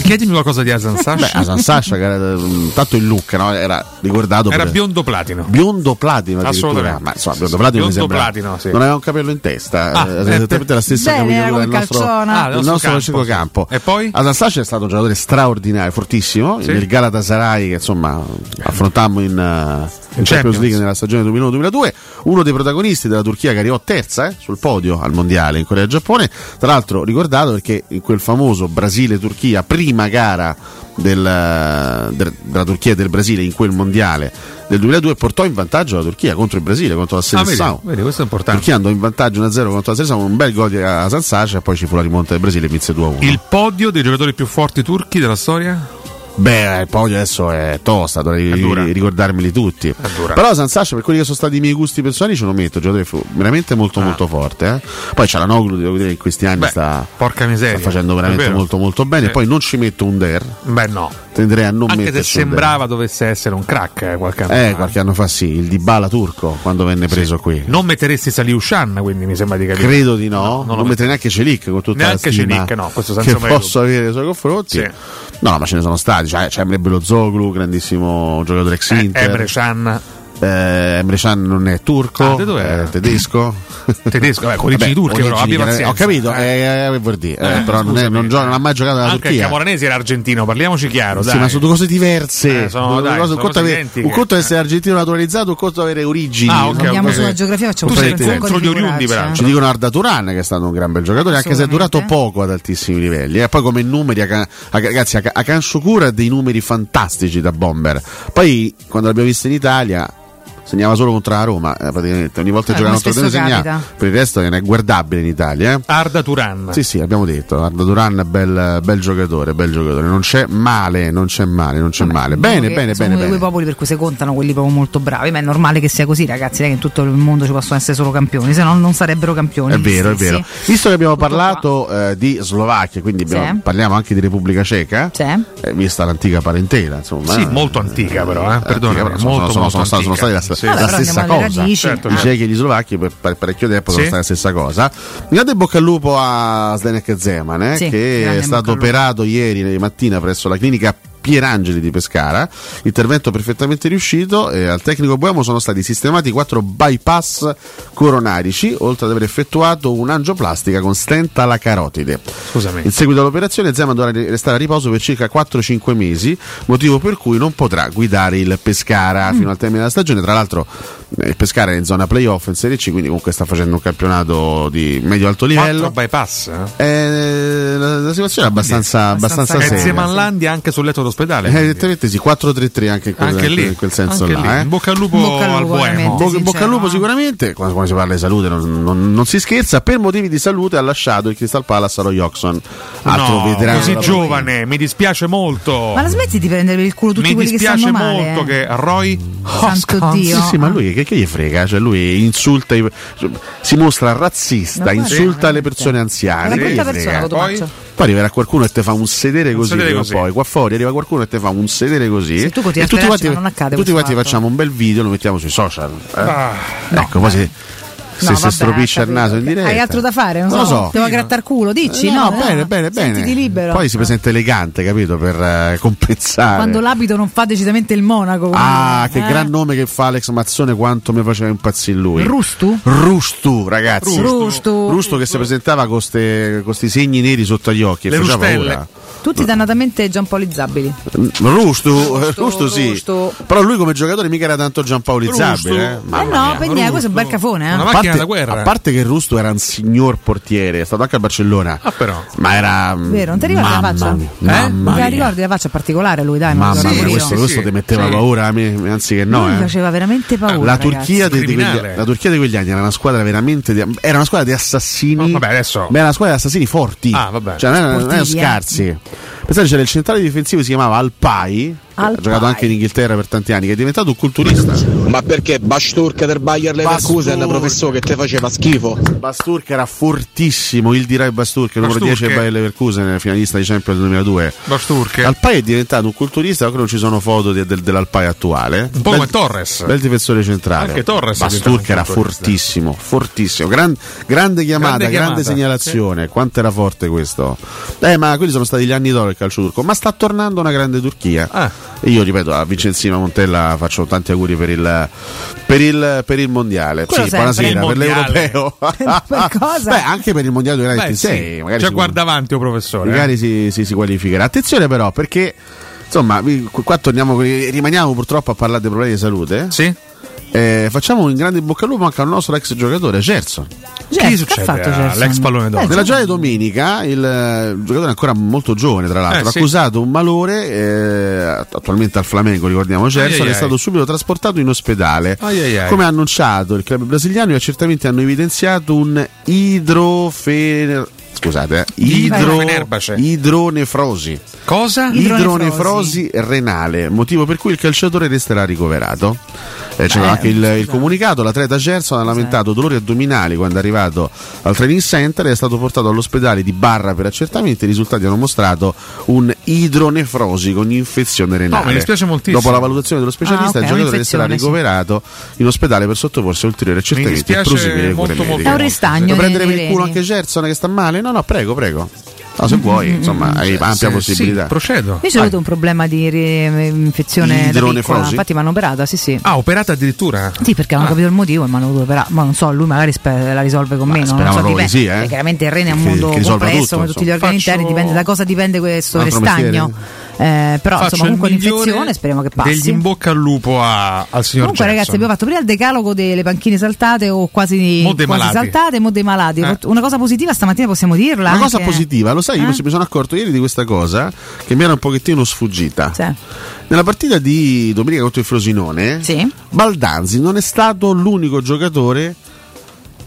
S9: Chiedimi qualcosa di Hasan Sasha.
S3: Beh, Hasan Sasha, che era mm, tanto il look, no? era ricordato
S9: Era
S3: per-
S9: biondo platino.
S3: Biondo platino addirittura.
S9: Assolutamente.
S3: ma insomma biondo platino mi
S9: Biondo
S3: sembra
S9: platino, sì.
S3: non aveva un capello in testa
S9: Ah,
S3: eh,
S9: eh,
S3: esattamente la stessa
S7: Bene, era
S3: capigliatura
S7: come
S3: del nostro,
S7: Calzona. Ah,
S3: del nostro Francesco campo,
S9: E poi?
S3: Anastasia è stato un giocatore straordinario fortissimo
S9: Sì.
S3: nel Galatasaray che insomma affrontammo in, eh, in
S9: Champions.
S3: Champions League nella stagione 2001-2002 uno dei protagonisti della Turchia che arrivò terza eh, sul podio al mondiale in Corea e Giappone tra l'altro ricordato perché in quel famoso Brasile-Turchia prima gara del, eh, del- della Turchia e del Brasile in quel mondiale del 2002 portò in vantaggio la Turchia contro il Brasile contro la
S9: Ah, vedi,
S3: Seleção
S9: vedi, questo è importante.
S3: Turchia andò in vantaggio 1-0 contro la Seleção un bel gol a Sansace e poi ci fu la rimonta del Brasile e vinse 2-1
S9: Il podio dei giocatori più forti turchi della storia?
S3: Beh, il podio adesso è tosta, dovrei ri- ricordarmeli tutti. Però San Sasha, per quelli che sono stati i miei gusti personali, ce lo metto. Giocatore fu veramente
S9: Ah.
S3: molto, molto forte. eh. Poi c'è la Noglu, devo dire, in questi anni Eh, sta,
S9: Porca miseria.
S3: sta facendo
S9: È
S3: veramente
S9: vero.
S3: molto, molto bene.
S9: Sì.
S3: Poi non ci metto un der,
S9: Beh, no.
S3: tenderei a non
S9: Anche se
S3: metterci un der.
S9: sembrava dovesse essere un crack eh, qualche anno
S3: Eh,
S9: fa.
S3: qualche anno fa sì, il Dybala turco, quando venne preso qui.
S9: Non metteresti Saliushan, quindi mi sembra di capire.
S3: Credo di no,
S9: lo
S3: non metterei neanche Celic con tutta
S9: Neanche
S3: la stima
S9: Çelik, no, questo senza
S3: che
S9: ombra di
S3: posso avere nei suoi confronti. No, no, ma ce ne sono stati, cioè, c'è Emre Belozoglu, grandissimo giocatore ex Inter.
S9: Eh, Emre Can.
S3: Eh, Emre Can non è turco,
S9: Ah, di dove era?
S3: è tedesco.
S9: Tedesco, vabbè, con
S3: Vabbè,
S9: origini turche, però,
S3: origini
S9: abbia
S3: chiare-
S9: pazienza.
S3: Ho capito, eh, eh, vuol dire, eh,
S9: Eh,
S3: però non, è- non gioca- non ha mai giocato alla
S9: Anche il
S3: Turchia.
S9: Camoranesi era argentino, parliamoci chiaro.
S3: Sì,
S9: dai.
S3: ma sono due cose diverse.
S9: Eh, sono-
S3: Due
S9: dai,
S3: cose-
S9: sono
S3: un, conto
S9: cose
S3: è avere-
S9: identiche. Eh.
S3: un conto è essere argentino naturalizzato, un conto è avere origini.
S9: Ah, ok,
S3: Sono
S9: Andiamo
S3: cose-
S9: sulla geografia, facciamo
S3: completamente
S9: un
S3: diverse.
S9: sacco di Contro gli oriundi, figuracce, eh.
S3: Ci dicono Arda Turan, che è stato un gran bel giocatore, anche se è durato poco ad altissimi livelli. E poi come numeri, Aca- Aca- ragazzi, Aca- Akan Shukura ha dei numeri fantastici da bomber. Poi, quando l'abbiamo visto in Italia... Segnava solo contro la Roma, eh, praticamente ogni volta che
S9: Eh,
S3: giocava contro
S9: come
S3: di noi
S9: spesso
S3: segnava.
S9: capita.
S3: Per il resto non è guardabile in Italia. eh.
S9: Arda Turan.
S3: Sì, sì, abbiamo detto. Arda Duran, bel, bel giocatore, bel giocatore. Non c'è male, non c'è male, non c'è male.
S9: diciamo
S3: Bene,
S7: Che
S3: bene,
S7: sono uno
S3: bene.
S7: di quei
S3: bene.
S7: popoli per cui si contano quelli proprio molto bravi, ma è normale che sia così, ragazzi, non è che in tutto il mondo ci possono essere solo campioni, se no non sarebbero campioni.
S3: È vero, è
S7: Sì,
S3: vero.
S7: sì.
S3: Visto che abbiamo parlato eh, di Slovacchia, quindi abbiamo-
S7: Sì.
S3: parliamo anche di Repubblica Ceca, eh, vista l'antica parentela, insomma.
S9: Sì,
S3: eh,
S9: molto antica però, eh.
S3: antica,
S9: perdonami,
S3: però, insomma,
S9: molto,
S3: sono,
S9: molto
S3: sono- sono
S9: antica.
S3: stati la-
S4: sì.
S3: la
S4: Vabbè, però
S3: stessa
S4: andiamo alle
S3: cosa.
S4: radici. Certo.
S3: I cechi e gli slovacchi per per parecchio tempo
S4: Sì.
S3: sono stati la stessa cosa. Un grande in bocca al lupo a Zdenek Zeman, eh,
S13: Sì, grande
S3: che
S13: in
S3: è
S13: bocca
S3: stato
S13: al lupo.
S3: operato ieri mattina presso la clinica Pierangeli di Pescara, intervento perfettamente riuscito. eh, al tecnico Buemo sono stati sistemati quattro bypass coronarici, oltre ad aver effettuato un'angioplastica con stent alla carotide.
S4: Scusami.
S3: In seguito all'operazione, Zeman dovrà ri- restare a riposo per circa 4-5 mesi, motivo per cui non potrà guidare il Pescara fino al termine della stagione. Tra l'altro, eh, il Pescara è in zona playoff in Serie C, quindi comunque sta facendo un campionato di medio-alto livello.
S4: Quattro bypass. eh?
S3: Eh, la, la situazione è abbastanza, abbastanza,
S4: E
S3: seria.
S4: Zeman Landi anche sul letto d'ospedale.
S3: Eh, evidentemente sì, 4-3-3 anche in quel,
S4: Anche lì,
S3: in quel senso
S4: anche
S3: là.
S4: lì.
S3: eh.
S4: In bocca al lupo Bocca al lupo, al boemo. veramente,
S3: Bo- in bocca
S4: sincero,
S3: al lupo sicuramente, quando, quando si parla di salute non, non- non si scherza, per motivi di salute ha lasciato il Crystal Palace a Roy Oxon, altro
S4: No,
S3: veterano.
S4: così
S3: della-
S4: giovane, mi dispiace molto.
S7: Ma la smetti di prendere per il culo tutti
S4: mi
S7: quelli che
S4: dispiace
S7: stanno male?
S4: molto
S7: eh?
S4: che Roy
S7: Santo
S4: Hoskins-
S7: Dio.
S3: Sì, sì, ma lui che, che gli frega? Cioè, lui insulta, i- si mostra razzista,
S7: Ma guarda,
S3: insulta le persone anziane.
S7: È la
S3: che
S7: brutta
S3: gli frega?
S7: persona, Cotumaccio.
S3: Poi arriverà qualcuno e te fa un sedere così,
S4: sedere
S3: prima o
S4: così.
S3: poi qua fuori arriva qualcuno e te fa un sedere così.
S7: tu continui
S3: e
S7: a
S3: tutti
S7: sperarci,
S3: quanti,
S7: ma non accade
S3: tutti
S7: questo
S3: quanti
S7: fatto.
S3: facciamo un bel video e lo mettiamo sui social. eh?
S7: Ah,
S3: ecco, poi se, se,
S7: No,
S3: si
S7: vabbè, eh,
S3: stropisce il naso in diretta.
S7: Hai altro da fare? Non,
S3: Non lo so. Eh,
S7: Devo grattar culo, dici?
S3: No,
S7: No,
S3: bene, bene, bene.
S7: Sentiti libero.
S3: Poi si presenta elegante, capito? Per eh, compensare.
S7: Quando l'abito non fa decisamente il monaco.
S3: Ah, che
S7: comunque, eh.
S3: gran nome che fa Alex Mazzone, quanto mi faceva impazzire lui.
S7: Rustu?
S3: Rustu, ragazzi.
S7: Rustu. Rustu.
S3: Rustu che si presentava con questi segni neri sotto agli occhi. e
S7: Le
S3: faceva
S7: rustelle.
S3: paura.
S7: Tutti dannatamente giampaolizzabili.
S3: Rustu, eh, Rustu sì.
S7: Rustu.
S3: Però lui come giocatore mica era tanto giampaolizzabile.
S7: Eh
S3: Eh. Mamma
S7: no,
S3: mia.
S7: per niente, questo è un bel cafone, eh.
S3: A parte- A parte che Rustu era un signor portiere, è stato anche a Barcellona.
S4: Ah, però.
S3: Ma era.
S7: Vero, non ti ricordi la
S3: mamma
S7: faccia?
S3: mia,
S7: Non
S3: Mamma
S7: te la
S3: mia.
S7: ricordi la faccia particolare lui, dai,
S3: Mamma
S7: ma
S3: mia, questo, questo ti metteva paura, a me, anziché no.
S7: Lui
S3: eh.
S7: mi faceva veramente
S4: Ah,
S7: paura.
S3: la Turchia,
S7: ragazzi.
S3: di, di quegli, la Turchia di quegli anni era una squadra veramente di, era una squadra di assassini ma era una squadra di assassini forti
S4: Oh, Ah, vabbè.
S3: cioè non erano, non erano
S4: Sportivi, eh.
S3: scarsi pensate c'era il centrale difensivo si chiamava Alpai ha
S25: Alpay.
S3: giocato anche in Inghilterra per tanti anni che è diventato un culturista
S25: Ma perché Basturka del Bayer Leverkusen, professore, che te faceva schifo?
S3: Basturka era fortissimo il Dirai Basturka numero
S25: Basturke.
S3: 10 del Bayer Leverkusen finalista di Champions del 2002
S4: Basturke.
S3: Alpai è diventato un culturista però non ci sono foto di- del- dell'Alpai attuale
S4: Un po' come
S3: Bel-
S4: Torres.
S3: bel difensore centrale
S4: Anche Torres è
S3: Basturka
S4: diventato un
S3: era
S4: culturista.
S3: fortissimo fortissimo Gran- grande chiamata grande,
S4: Grande chiamata,
S3: segnalazione quanto era forte questo eh ma quelli sono stati gli anni d'oro del calcio turco ma sta tornando una grande Turchia
S4: Ah.
S3: e io ripeto a Vincenzina Montella faccio tanti auguri per il per il, per il mondiale
S4: Quello
S3: sì,
S4: sempre.
S3: buonasera
S4: Il
S3: per
S4: mondiale.
S3: l'europeo
S4: cosa?
S3: beh anche per il mondiale 2026
S4: sì.
S3: magari
S4: Cioè,
S3: si-
S4: guarda avanti, oh professore. eh.
S3: magari si, si- si qualificherà. Attenzione però perché insomma vi- qua torniamo, con i- rimaniamo purtroppo a parlare dei problemi di salute. eh.
S4: Sì.
S3: facciamo un grande in bocca al lupo anche al nostro ex giocatore Gerson.
S4: Gerson, Che che succede ha fatto a Gerson? Eh, l'ex pallone d'oro?
S3: Nella giornata di domenica il eh, giocatore ancora molto giovane, tra l'altro,
S4: Eh, sì.
S3: accusato un malore eh, attualmente al Flamengo, ricordiamo
S4: Ai,
S3: Gerson,
S4: ai,
S3: è
S4: ai.
S3: stato subito trasportato in ospedale.
S4: Ai, ai, ai.
S3: Come ha annunciato il club brasiliano, gli accertamenti hanno evidenziato un idrofener scusate, eh, idro-
S9: cioè.
S4: Idrofenerbace.
S3: idronefrosi.
S4: Cosa?
S3: Idronefrosi renale, motivo per cui il calciatore resterà ricoverato. Eh, c'era
S4: Beh,
S3: anche il,
S4: esatto.
S3: il comunicato, l'atleta Gerson ha lamentato dolori addominali quando è arrivato al training center e è stato portato all'ospedale di Barra per accertamenti. I risultati hanno mostrato un idronefrosi con infezione renale.
S4: mi dispiace moltissimo.
S3: Dopo la valutazione dello specialista,
S4: Ah, ok,
S3: il giocatore resterà
S4: un'infezione, sì.
S3: ricoverato in ospedale per sottoporsi a ulteriori accertamenti e
S4: dispiace
S3: proseguire con le
S4: molto, molto,
S3: mediche.
S7: È un restagno.
S3: Vuoi prendere
S7: nei-
S3: per il culo
S7: nei
S3: anche Gerson che sta male? No, no, prego, prego. No, se
S7: Mm,
S3: vuoi, insomma, hai ampia
S4: sì,
S3: possibilità.
S4: sì, procedo.
S7: Io ho avuto un problema di re- infezione da
S3: Idronefrosi?
S7: piccola, infatti mi hanno operata, sì sì.
S4: Ah, operata addirittura?
S7: Sì, perché non
S4: Ah.
S7: ho capito il motivo e mi hanno dovuto operare. Ma non so, lui magari spe- la risolve con me. Non lo so,
S3: speriamo proprio di sì, eh.
S7: perché Chiaramente il rene è un
S3: Che-
S7: mondo
S3: che risolva
S7: complesso,
S3: tutto,
S7: come tutti gli organi
S4: Faccio-
S7: interni, dipende da cosa dipende questo
S4: Altro
S7: restagno. Eh, però,
S4: Faccio
S7: insomma, comunque
S4: il migliore
S7: l'infezione speriamo che
S4: Degli
S7: passi.
S4: in bocca al lupo a- al signor
S7: Comunque, ragazzi,
S4: Gerson.
S7: abbiamo fatto prima il decalogo delle panchine saltate o quasi,
S4: Mo dei
S7: quasi
S4: malati.
S7: saltate, mo dei malati.
S3: Eh.
S7: Una cosa positiva stamattina possiamo dirla.
S3: Una cosa
S7: anche?
S3: positiva, lo sai, io
S7: Eh?
S3: mi mi sono accorto ieri di questa cosa che mi era un pochettino sfuggita. Nella partita di domenica contro il Frosinone, Baldanzi non è stato l'unico giocatore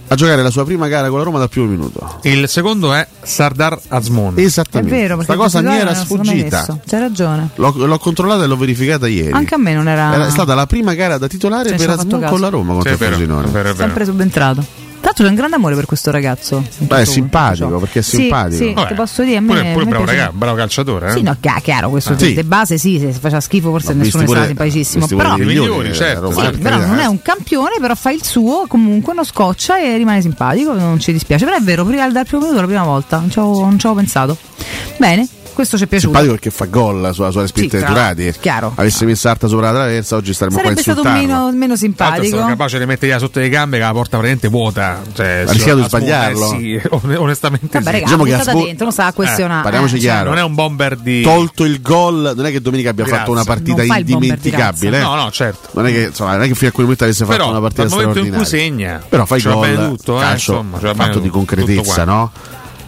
S3: a giocare la sua prima gara con la Roma dal primo minuto.
S4: Il secondo è Sardar Azmon.
S7: È
S3: Esattamente.
S7: vero, perché
S3: Questa cosa mi
S7: questi
S3: era
S7: due non sono mai
S3: sfuggita.
S7: messo. C'hai ragione.
S3: L'ho, l'ho controllata e l'ho verificata ieri.
S7: Anche a me non era.
S3: Era stata la prima gara da titolare
S7: Cioè,
S3: per
S7: sono fatto
S3: Azmon
S7: caso.
S3: con la Roma contro
S4: Sì,
S3: il
S4: è vero,
S3: Frosinone.
S4: è vero, è vero.
S7: Sempre subentrato. Tra l'altro c'è un grande amore per questo ragazzo.
S3: Beh, è simpatico, perché è
S7: Sì,
S3: simpatico.
S7: sì, Vabbè. ti posso dire, a me-
S4: Pure, pure
S7: a me
S4: bravo,
S7: piace.
S4: raga- bravo calciatore. Eh?
S7: Sì, no, chi- chiaro, questo
S4: Ah.
S7: di
S4: Sì.
S7: di base sì, se faceva schifo forse
S4: Ma visti
S7: nessuno è
S4: pure-
S7: stato simpaticissimo.
S4: visti pure
S7: Però,
S4: i migliori, certo.
S7: Sì, però non è un campione, però fa il suo, comunque uno scoccia e rimane simpatico, non ci dispiace. Però è vero, prima dal primo minuto la prima volta, non ci avevo, non ci avevo pensato. Bene, questo ci è piaciuto.
S3: Simpatico perché fa gol sulla sua
S7: Sì,
S3: respinta di
S7: tra-
S3: Turati.
S7: chiaro.
S3: Avesse messo Arta sopra la traversa, oggi staremmo
S7: Sarebbe
S3: qua a
S7: stato
S3: insultarlo.
S7: meno,
S4: Tra l'altro
S7: meno
S4: è
S7: simpatico.
S4: stato capace di mettergliela sotto le gambe che la porta veramente vuota. Cioè,
S3: Ha rischiato di
S4: la smuove,
S3: sbagliarlo. Diciamo
S4: Sì, on- onestamente
S7: Vabbè,
S4: sì.
S7: raga,
S9: Diciamo
S7: buttata dentro, non sa questionare.
S3: Eh, parliamoci
S7: Eh,
S4: Cioè,
S3: chiaro.
S4: non è un bomber di
S3: Tolto il gol, non è che domenica abbia
S4: di
S3: fatto una
S4: razza.
S3: partita
S4: Non fa il bomber di
S3: indimenticabile. eh.
S4: razza. No, no, certo.
S3: Non è che, insomma, non è che fino a quel momento avesse fatto
S4: Però,
S3: una partita
S4: dal momento in
S3: straordinaria.
S4: cui segna,
S3: Però fai
S4: ce la
S3: gol,
S4: bene tutto, eh,
S3: calcio,
S4: insomma, ce la bene
S3: fatto di
S4: tutto,
S3: concretezza,
S4: tutto
S3: no?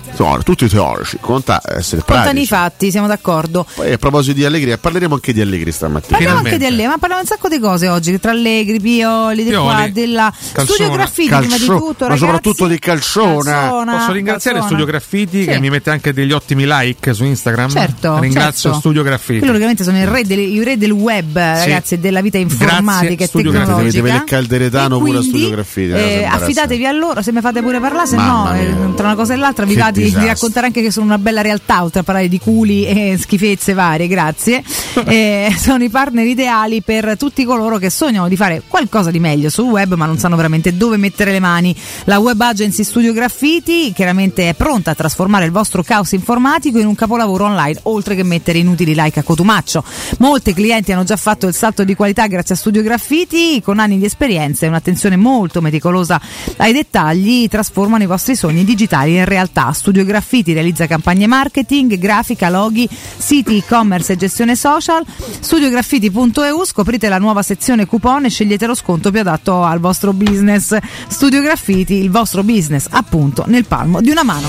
S3: Insomma, tutti i teorici, conta essere
S7: Contano i
S3: pratici.
S7: fatti, siamo d'accordo.
S3: Poi a proposito di Allegri, parleremo anche di Allegri stamattina.
S7: Parliamo anche di Allegri, ma parliamo un sacco di cose oggi, tra Allegri, Pioli, di qua,
S3: Pioli,
S7: di là. Studio Graffiti prima di
S3: Calcio-
S7: tutto,
S3: ma
S7: ragazzi.
S3: soprattutto di calzona.
S7: Calzona.
S4: Posso ringraziare
S7: Calzona.
S4: Studio Graffiti
S7: Sì.
S4: che mi mette anche degli ottimi like su
S3: ehm,
S4: Instagram.
S7: Certo,
S4: Ringrazio
S7: certo.
S4: Studio
S7: Quello
S4: Graffiti.
S7: ovviamente sono il re, del, il re del web, ragazzi, e della vita informatica e
S3: Studio
S7: tecnologica.
S3: Graffiti, Dovete vedere Calderetano pure a
S7: quindi,
S3: Studio Graffiti.
S7: Eh,
S3: è una cosa
S7: affidatevi a loro, se mi fate pure parlare, se
S3: Mamma
S7: no, eh,
S3: mia.
S7: tra una cosa e l'altra, vi
S3: Che
S7: va di, di
S3: disastro.
S7: raccontare anche che sono una bella realtà, oltre a parlare di culi e schifezze varie, grazie. Eh, sono i partner ideali per tutti coloro che sognano di fare qualcosa di meglio sul web, ma non sanno veramente dove mettere le mani. La web agency Studio Graffiti chiaramente è pronta a trasformare il vostro caos informatico in un capolavoro online, oltre che mettere inutili like a cotumaccio. Molti clienti hanno già fatto il salto di qualità grazie a Studio Graffiti, con anni di esperienza e un'attenzione molto meticolosa ai dettagli, trasformano i vostri sogni digitali in realtà. Studio Graffiti realizza campagne marketing, grafica, loghi, siti e-commerce e gestione social. Studiograffiti.eu scoprite la nuova sezione coupon e scegliete lo sconto più adatto al vostro business. Studio Graffiti, il vostro business appunto nel palmo di una mano.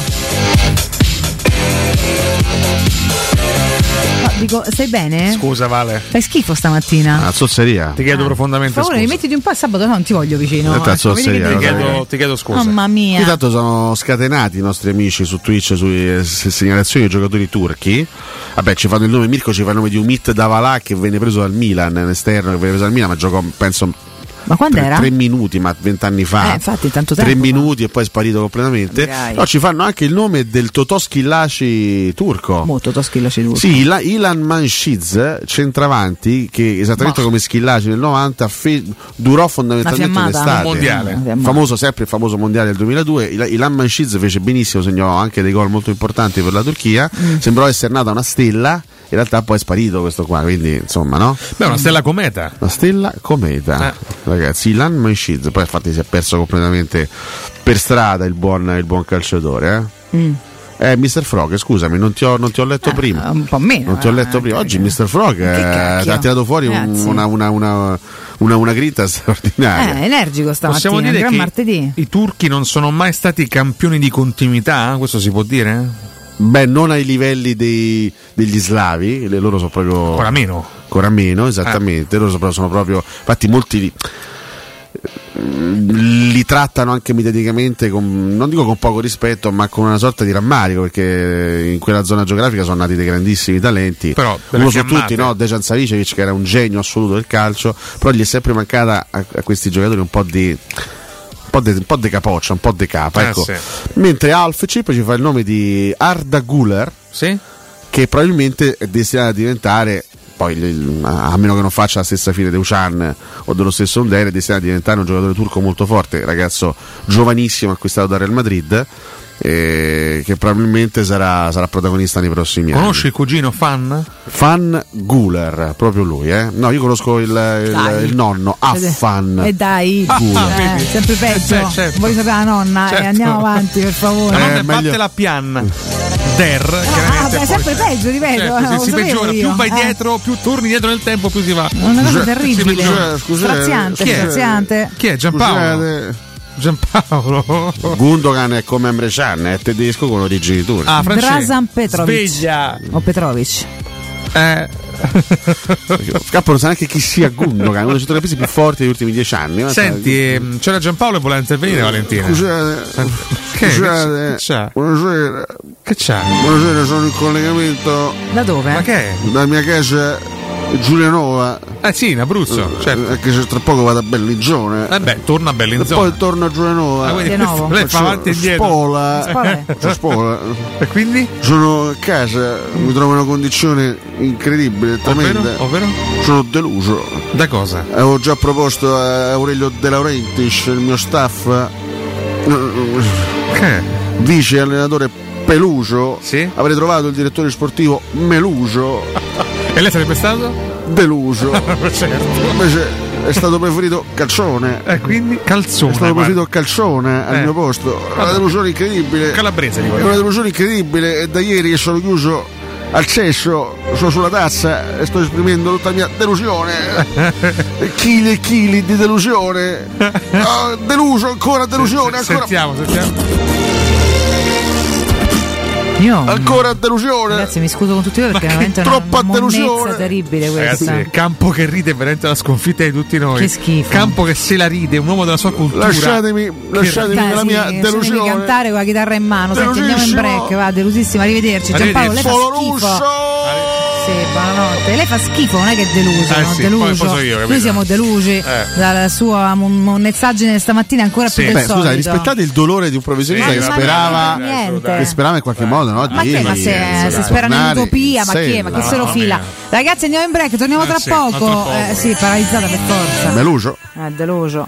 S7: No, dico, stai bene?
S4: Scusa, Vale.
S7: Fai schifo stamattina.
S3: Una Ah, zozzeria.
S4: Ti chiedo
S7: Per
S4: profondamente
S7: Ah, favore,
S4: scusa.
S7: rimettiti un po' a sabato, no, non ti voglio vicino.
S3: Intanto
S7: ecco, vedi che
S3: zozzeria,
S7: devi-
S4: Ti
S3: Vabbè.
S4: chiedo, ti chiedo scusa.
S7: Mamma mia.
S3: Intanto eh. sono scatenati i nostri amici su Twitch sulle eh, se- segnalazioni dei giocatori turchi. Vabbè, ci fanno il nome Mirko, ci fa il nome di Umit Davala che venne preso dal Milan, un esterno che venne preso dal Milan, ma giocò penso
S7: Ma quando
S3: tre,
S7: era?
S3: tre minuti, ma vent'anni fa.
S7: Eh, infatti, tanto
S3: tre
S7: tempo, eh.
S3: minuti e poi è sparito completamente.
S7: Dai.
S3: No, ci fanno anche il nome del Totò Schillaci turco.
S7: Mo, Totò Schillaci turco.
S3: Sì, Ila- Ilan Manshiz, centravanti, che esattamente
S7: Ma-
S3: come Schillaci nel 90 fe- durò fondamentalmente
S7: Una fiammata?
S3: l'estate.
S7: Un mondiale. Una fiammata.
S3: Famoso, sempre il famoso mondiale del 2002. Il- Ilan Manshiz fece benissimo, segnò anche dei gol molto importanti per la Turchia.
S7: Mm.
S3: Sembrò essere nata una stella. In realtà poi è sparito questo qua, quindi insomma no?
S4: Beh, una stella cometa.
S3: La stella
S7: Ah.
S3: cometa, ragazzi, Ilan Manshiz, poi infatti si è perso completamente per strada il buon, il buon calciatore.
S7: Mm. Ah,
S3: Eh? eh, Mr. Frog, scusami, non ti ho, non ti ho letto prima.
S7: Un po' meno. eh,
S3: Non ti ho letto prima. Oggi Mr. Frog eh, ti ha tirato fuori un-
S7: Ragazzi.
S3: una, una, una, una, una gritta straordinaria.
S7: Eh, energico stamattina,
S4: Possiamo dire
S7: gran
S4: che
S7: martedì.
S4: i turchi non sono mai stati campioni di continuità? eh? Questo si può dire?
S3: Beh, non ai livelli dei- degli slavi, le loro sono proprio.
S4: Ancora meno. Eh.
S3: Ancora meno, esattamente. Loro sono, sono proprio. Infatti, molti li, li trattano anche mediaticamente, con, non dico con poco rispetto, ma con una sorta di rammarico, perché in quella zona geografica sono nati dei grandissimi talenti.
S4: Però, delle
S3: Uno su
S4: fiammate.
S3: tutti, no? Dejan Savicevic, che era un genio assoluto del calcio, però gli è sempre mancata a, a questi giocatori un po' di. Un po' de- un po' de capoccia, un po' de capa.
S4: Eh,
S3: ecco.
S4: sì.
S3: Mentre Alf Chip ci fa il nome di Arda Guler, che probabilmente è destinato a diventare. Poi, il- a meno che non faccia la stessa fine di Ucan o dello stesso Under, è destinato a diventare un giocatore turco molto forte, ragazzo giovanissimo acquistato dal Real Madrid, eh, che probabilmente sarà, sarà protagonista nei prossimi anni.
S4: Conosci il cugino fan?
S3: Fan Guler, proprio lui, eh? No, io conosco il, il-
S7: Dai.
S3: il nonno, ah, Affan.
S7: E dai,
S3: Ah,
S7: eh,
S3: vedi.
S7: sempre peggio.
S3: Eh, certo.
S7: Voglio sapere la nonna, eh,
S4: Certo. Eh,
S7: andiamo avanti per favore.
S4: La nonna è batte la pianna. Der,
S7: Eh, Ah,
S4: chiaramente.
S7: beh,
S4: poi-
S7: sempre peggio, ripeto.
S4: Certo,
S7: eh,
S4: se
S7: lo
S4: si
S7: sapevo
S4: peggiora,
S7: io.
S4: più vai
S7: Eh.
S4: dietro, più torni dietro nel tempo, più si va. Cioè,
S7: È una cosa
S4: Si
S7: terribile,
S4: peggiora.
S7: straziante, straziante.
S4: Chi è Giampaolo? Giampaolo.
S3: Gundogan è come Emre Can, è tedesco con origini turche.
S4: Ah,
S7: Drasan Petrovic.
S4: Sveglia.
S7: O Petrovic.
S4: Eh.
S3: Scappo non sa neanche chi sia Gundogan, uno dei centrocampisti più forti degli ultimi dieci anni.
S4: Senti, ehm, c'era Giampaolo e voleva intervenire Valentina. Che- eh, che c'è?
S3: eh, Buonasera.
S4: Che c'è?
S3: Buonasera, sono in collegamento
S7: Da dove?
S4: Ma che è? Ah,
S3: dalla mia casa Giulianova. eh,
S9: Eh sì, in Abruzzo, certo.
S3: Che c'è- tra poco vado a Bellinzone.
S9: Eh beh, torna a
S3: E
S9: Bellinzona.
S3: poi torno a Giulianova.
S9: Ah, quindi Di questo- nuovo. lei fa avanti e indietro.
S3: Spola.
S9: Spola.
S3: Faccio spola.
S9: E quindi?
S3: Sono a casa, mi trovo in una condizione incredibile, tremenda.
S9: Ovvero?
S3: Sono deluso.
S9: Da cosa?
S3: Avevo già proposto a Aurelio De Laurentiis, il mio staff, vice allenatore Peluso. Avrei trovato il direttore sportivo Meluso.
S9: E lei sarebbe stato?
S3: Deluso.
S9: certo.
S3: Invece è stato preferito Calcione.
S9: E quindi Calzone.
S3: È stato
S9: guarda.
S3: preferito Calcione al
S9: Eh.
S3: mio posto. Una
S9: Vabbè.
S3: delusione incredibile.
S9: Calabrese di
S3: È una delusione incredibile e da ieri che sono chiuso al cesso, sono sulla tazza e sto esprimendo tutta la mia delusione. chili e chili di delusione. Ah, deluso ancora, delusione ancora.
S9: Sentiamo, sentiamo.
S3: eh, Ancora delusione.
S7: Grazie, mi scuso con tutti voi perché è veramente è una
S3: troppa
S7: monnezza
S3: delusione.
S4: Eh,
S7: terribile questa.
S9: Ragazzi, campo che ride è veramente la sconfitta di tutti noi.
S7: Che schifo.
S9: Campo che se la ride, un uomo della sua cultura.
S3: Lasciatemi-
S9: Che-
S3: lasciatemi
S7: Dai, sì,
S3: mia
S7: sentimi
S3: delusione.
S7: cantare con la chitarra in mano. Senti, andiamo in
S3: Delusissimo.
S7: break, va, delusissimo, arrivederci. Giampaolo, lei fa
S3: Solo
S7: schifo. Sì, buonanotte. Lei fa schifo, non è che è deluso,
S9: Eh
S7: no?
S9: sì,
S7: deluso.
S9: poi- poi sono io, capito?
S7: Noi siamo delusi
S9: Eh.
S7: dalla sua mon- monnezzaggine stamattina ancora più del
S3: Beh, scusa,
S7: solito.
S3: rispettate il dolore di un provvisionista
S7: Sì,
S3: che,
S7: ma
S3: sperava,
S7: non niente.
S3: che sperava in qualche modo, no?
S7: Ma
S3: di-
S7: che ma
S3: di-
S7: se,
S3: di
S7: se spera
S3: eh, tornare
S7: nell'utopia,
S3: in
S7: ma che?
S3: sella.
S7: Ma chi se lo fila? Ragazzi andiamo in break, torniamo
S3: Eh
S7: tra
S3: sì, tra
S7: poco.
S3: poco.
S7: Eh, sì, paralizzata per forza.
S3: Deluso.
S7: Eh, deluso.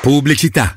S13: Pubblicità.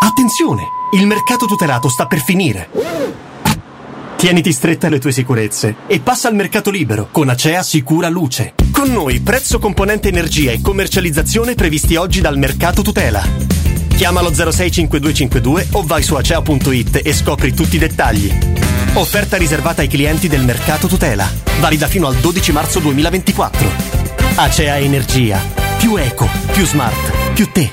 S11: Attenzione! Il mercato tutelato sta per finire. Tieniti stretta le tue sicurezze e passa al mercato libero con Acea Sicura Luce. Con noi prezzo componente energia e commercializzazione previsti oggi dal mercato tutela. Chiamalo 065252 o vai su acea.it e scopri tutti i dettagli. Offerta riservata ai clienti del mercato tutela, valida fino al 12 marzo 2024. Acea Energia. Più eco, più smart, più te.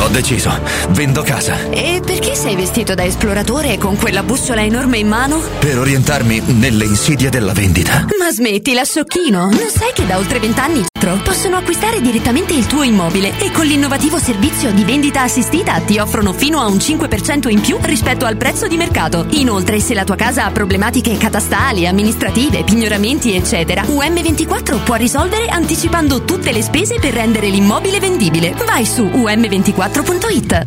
S29: Ho deciso, vendo casa
S30: E perché sei vestito da esploratore e con quella bussola enorme in mano?
S29: per orientarmi nelle insidie della vendita.
S30: Ma smettila, sciocchino! Non sai che da oltre vent'anni altro. Possono acquistare direttamente il tuo immobile e con l'innovativo servizio di vendita assistita ti offrono fino a un 5% in più rispetto al prezzo di mercato. Inoltre, se la tua casa ha problematiche catastali, amministrative, pignoramenti, eccetera, UM24 può risolvere anticipando tutte le spese per rendere l'immobile vendibile. Vai su um24.it.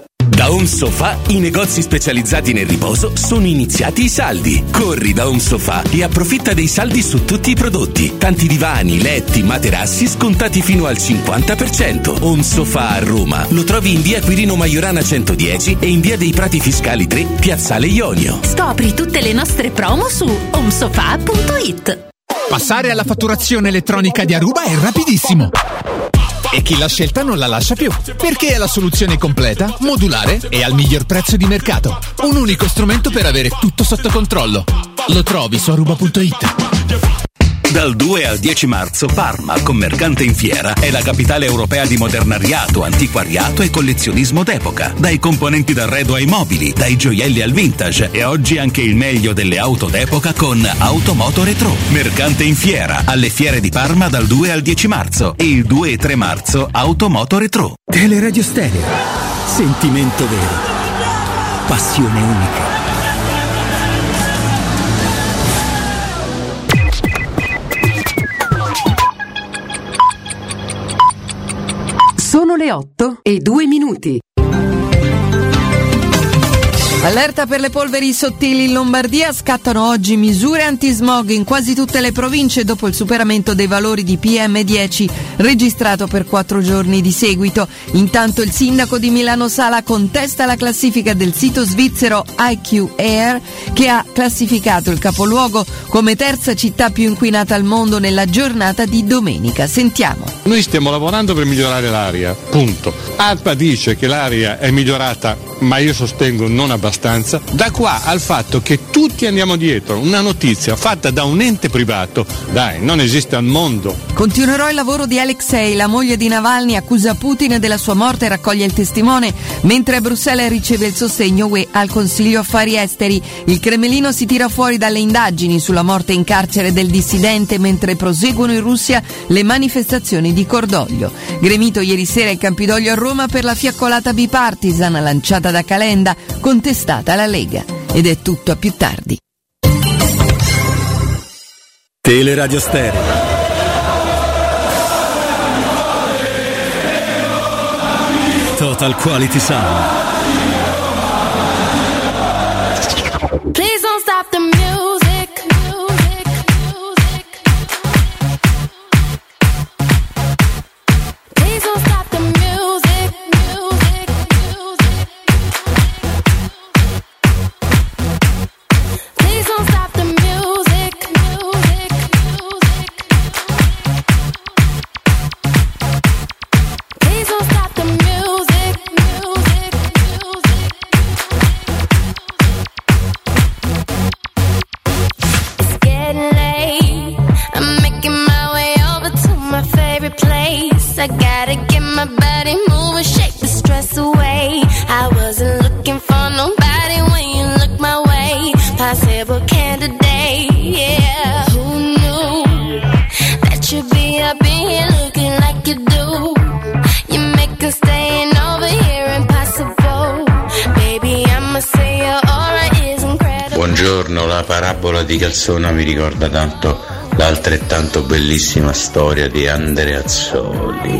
S29: Da Home Sofa i negozi specializzati nel riposo sono iniziati i saldi. Corri da Home Sofa e approfitta dei saldi su tutti i prodotti. Tanti divani, letti, materassi scontati fino al 50%. Home Sofa a Roma lo trovi in via Quirino Maiorana 110 e in via dei Prati Fiscali 3, Piazzale Ionio.
S30: Scopri tutte le nostre promo su homesofa.it.
S31: Passare alla fatturazione elettronica di Aruba è rapidissimo. E chi la scelta non la lascia più, perché è la soluzione completa, modulare e al miglior prezzo di mercato. Un unico strumento per avere tutto sotto controllo. Lo trovi su aruba.it.
S29: Dal 2 al 10 marzo Parma, commercante in fiera, è la capitale europea di modernariato, antiquariato e collezionismo d'epoca. Dai componenti d'arredo ai mobili, dai gioielli al vintage e oggi anche il meglio delle auto d'epoca con Automoto Retro. Mercante in fiera, alle fiere di Parma dal 2 al 10 marzo e il 2 e 3 marzo Automoto Retro.
S32: Teleradio Stereo. Sentimento vero. Passione unica.
S7: Sono le 8 e 2 minuti.
S33: Allerta per le polveri sottili in Lombardia, scattano oggi misure antismog in quasi tutte le province dopo il superamento dei valori di PM10 registrato per quattro giorni di seguito. Intanto il sindaco di Milano Sala contesta la classifica del sito svizzero IQ Air che ha classificato il capoluogo come terza città più inquinata al mondo nella giornata di domenica. Sentiamo.
S9: Noi stiamo lavorando per migliorare l'aria, punto. ARPA dice che l'aria è migliorata, ma io sostengo non abbastanza. Da qua al fatto che tutti andiamo dietro, una notizia fatta da un ente privato, dai, non esiste al mondo.
S33: Continuerò il lavoro di Alexei, la moglie di Navalny accusa Putin della sua morte e raccoglie il testimone, mentre a Bruxelles riceve il sostegno UE al Consiglio Affari Esteri. Il Cremlino si tira fuori dalle indagini sulla morte in carcere del dissidente mentre proseguono in Russia le manifestazioni di cordoglio. Gremito ieri sera il Campidoglio a Roma per la fiaccolata bipartisan lanciata da Calenda, contestata la Lega. Ed è tutto a più tardi.
S34: Teleradio Stereo.
S29: Total Quality Sound.
S35: Please don't stop the music. music, music. Please don't stop the music. music, music. Please don't stop the music. music, music. Please don't stop the music. music, music. It's getting late. I'm making my way over to my favorite place. I gotta get my body moving, shake the stress away. I wasn't looking for nobody when you looked my way. Possible candidate, yeah. Who knew that you'd be up in here looking like you do? You make us staying over here impossible. Baby, I'ma say your aura is incredible.
S6: Buongiorno, la parabola di Calzona mi ricorda tanto l'altrettanto bellissima storia di Andreazzoli.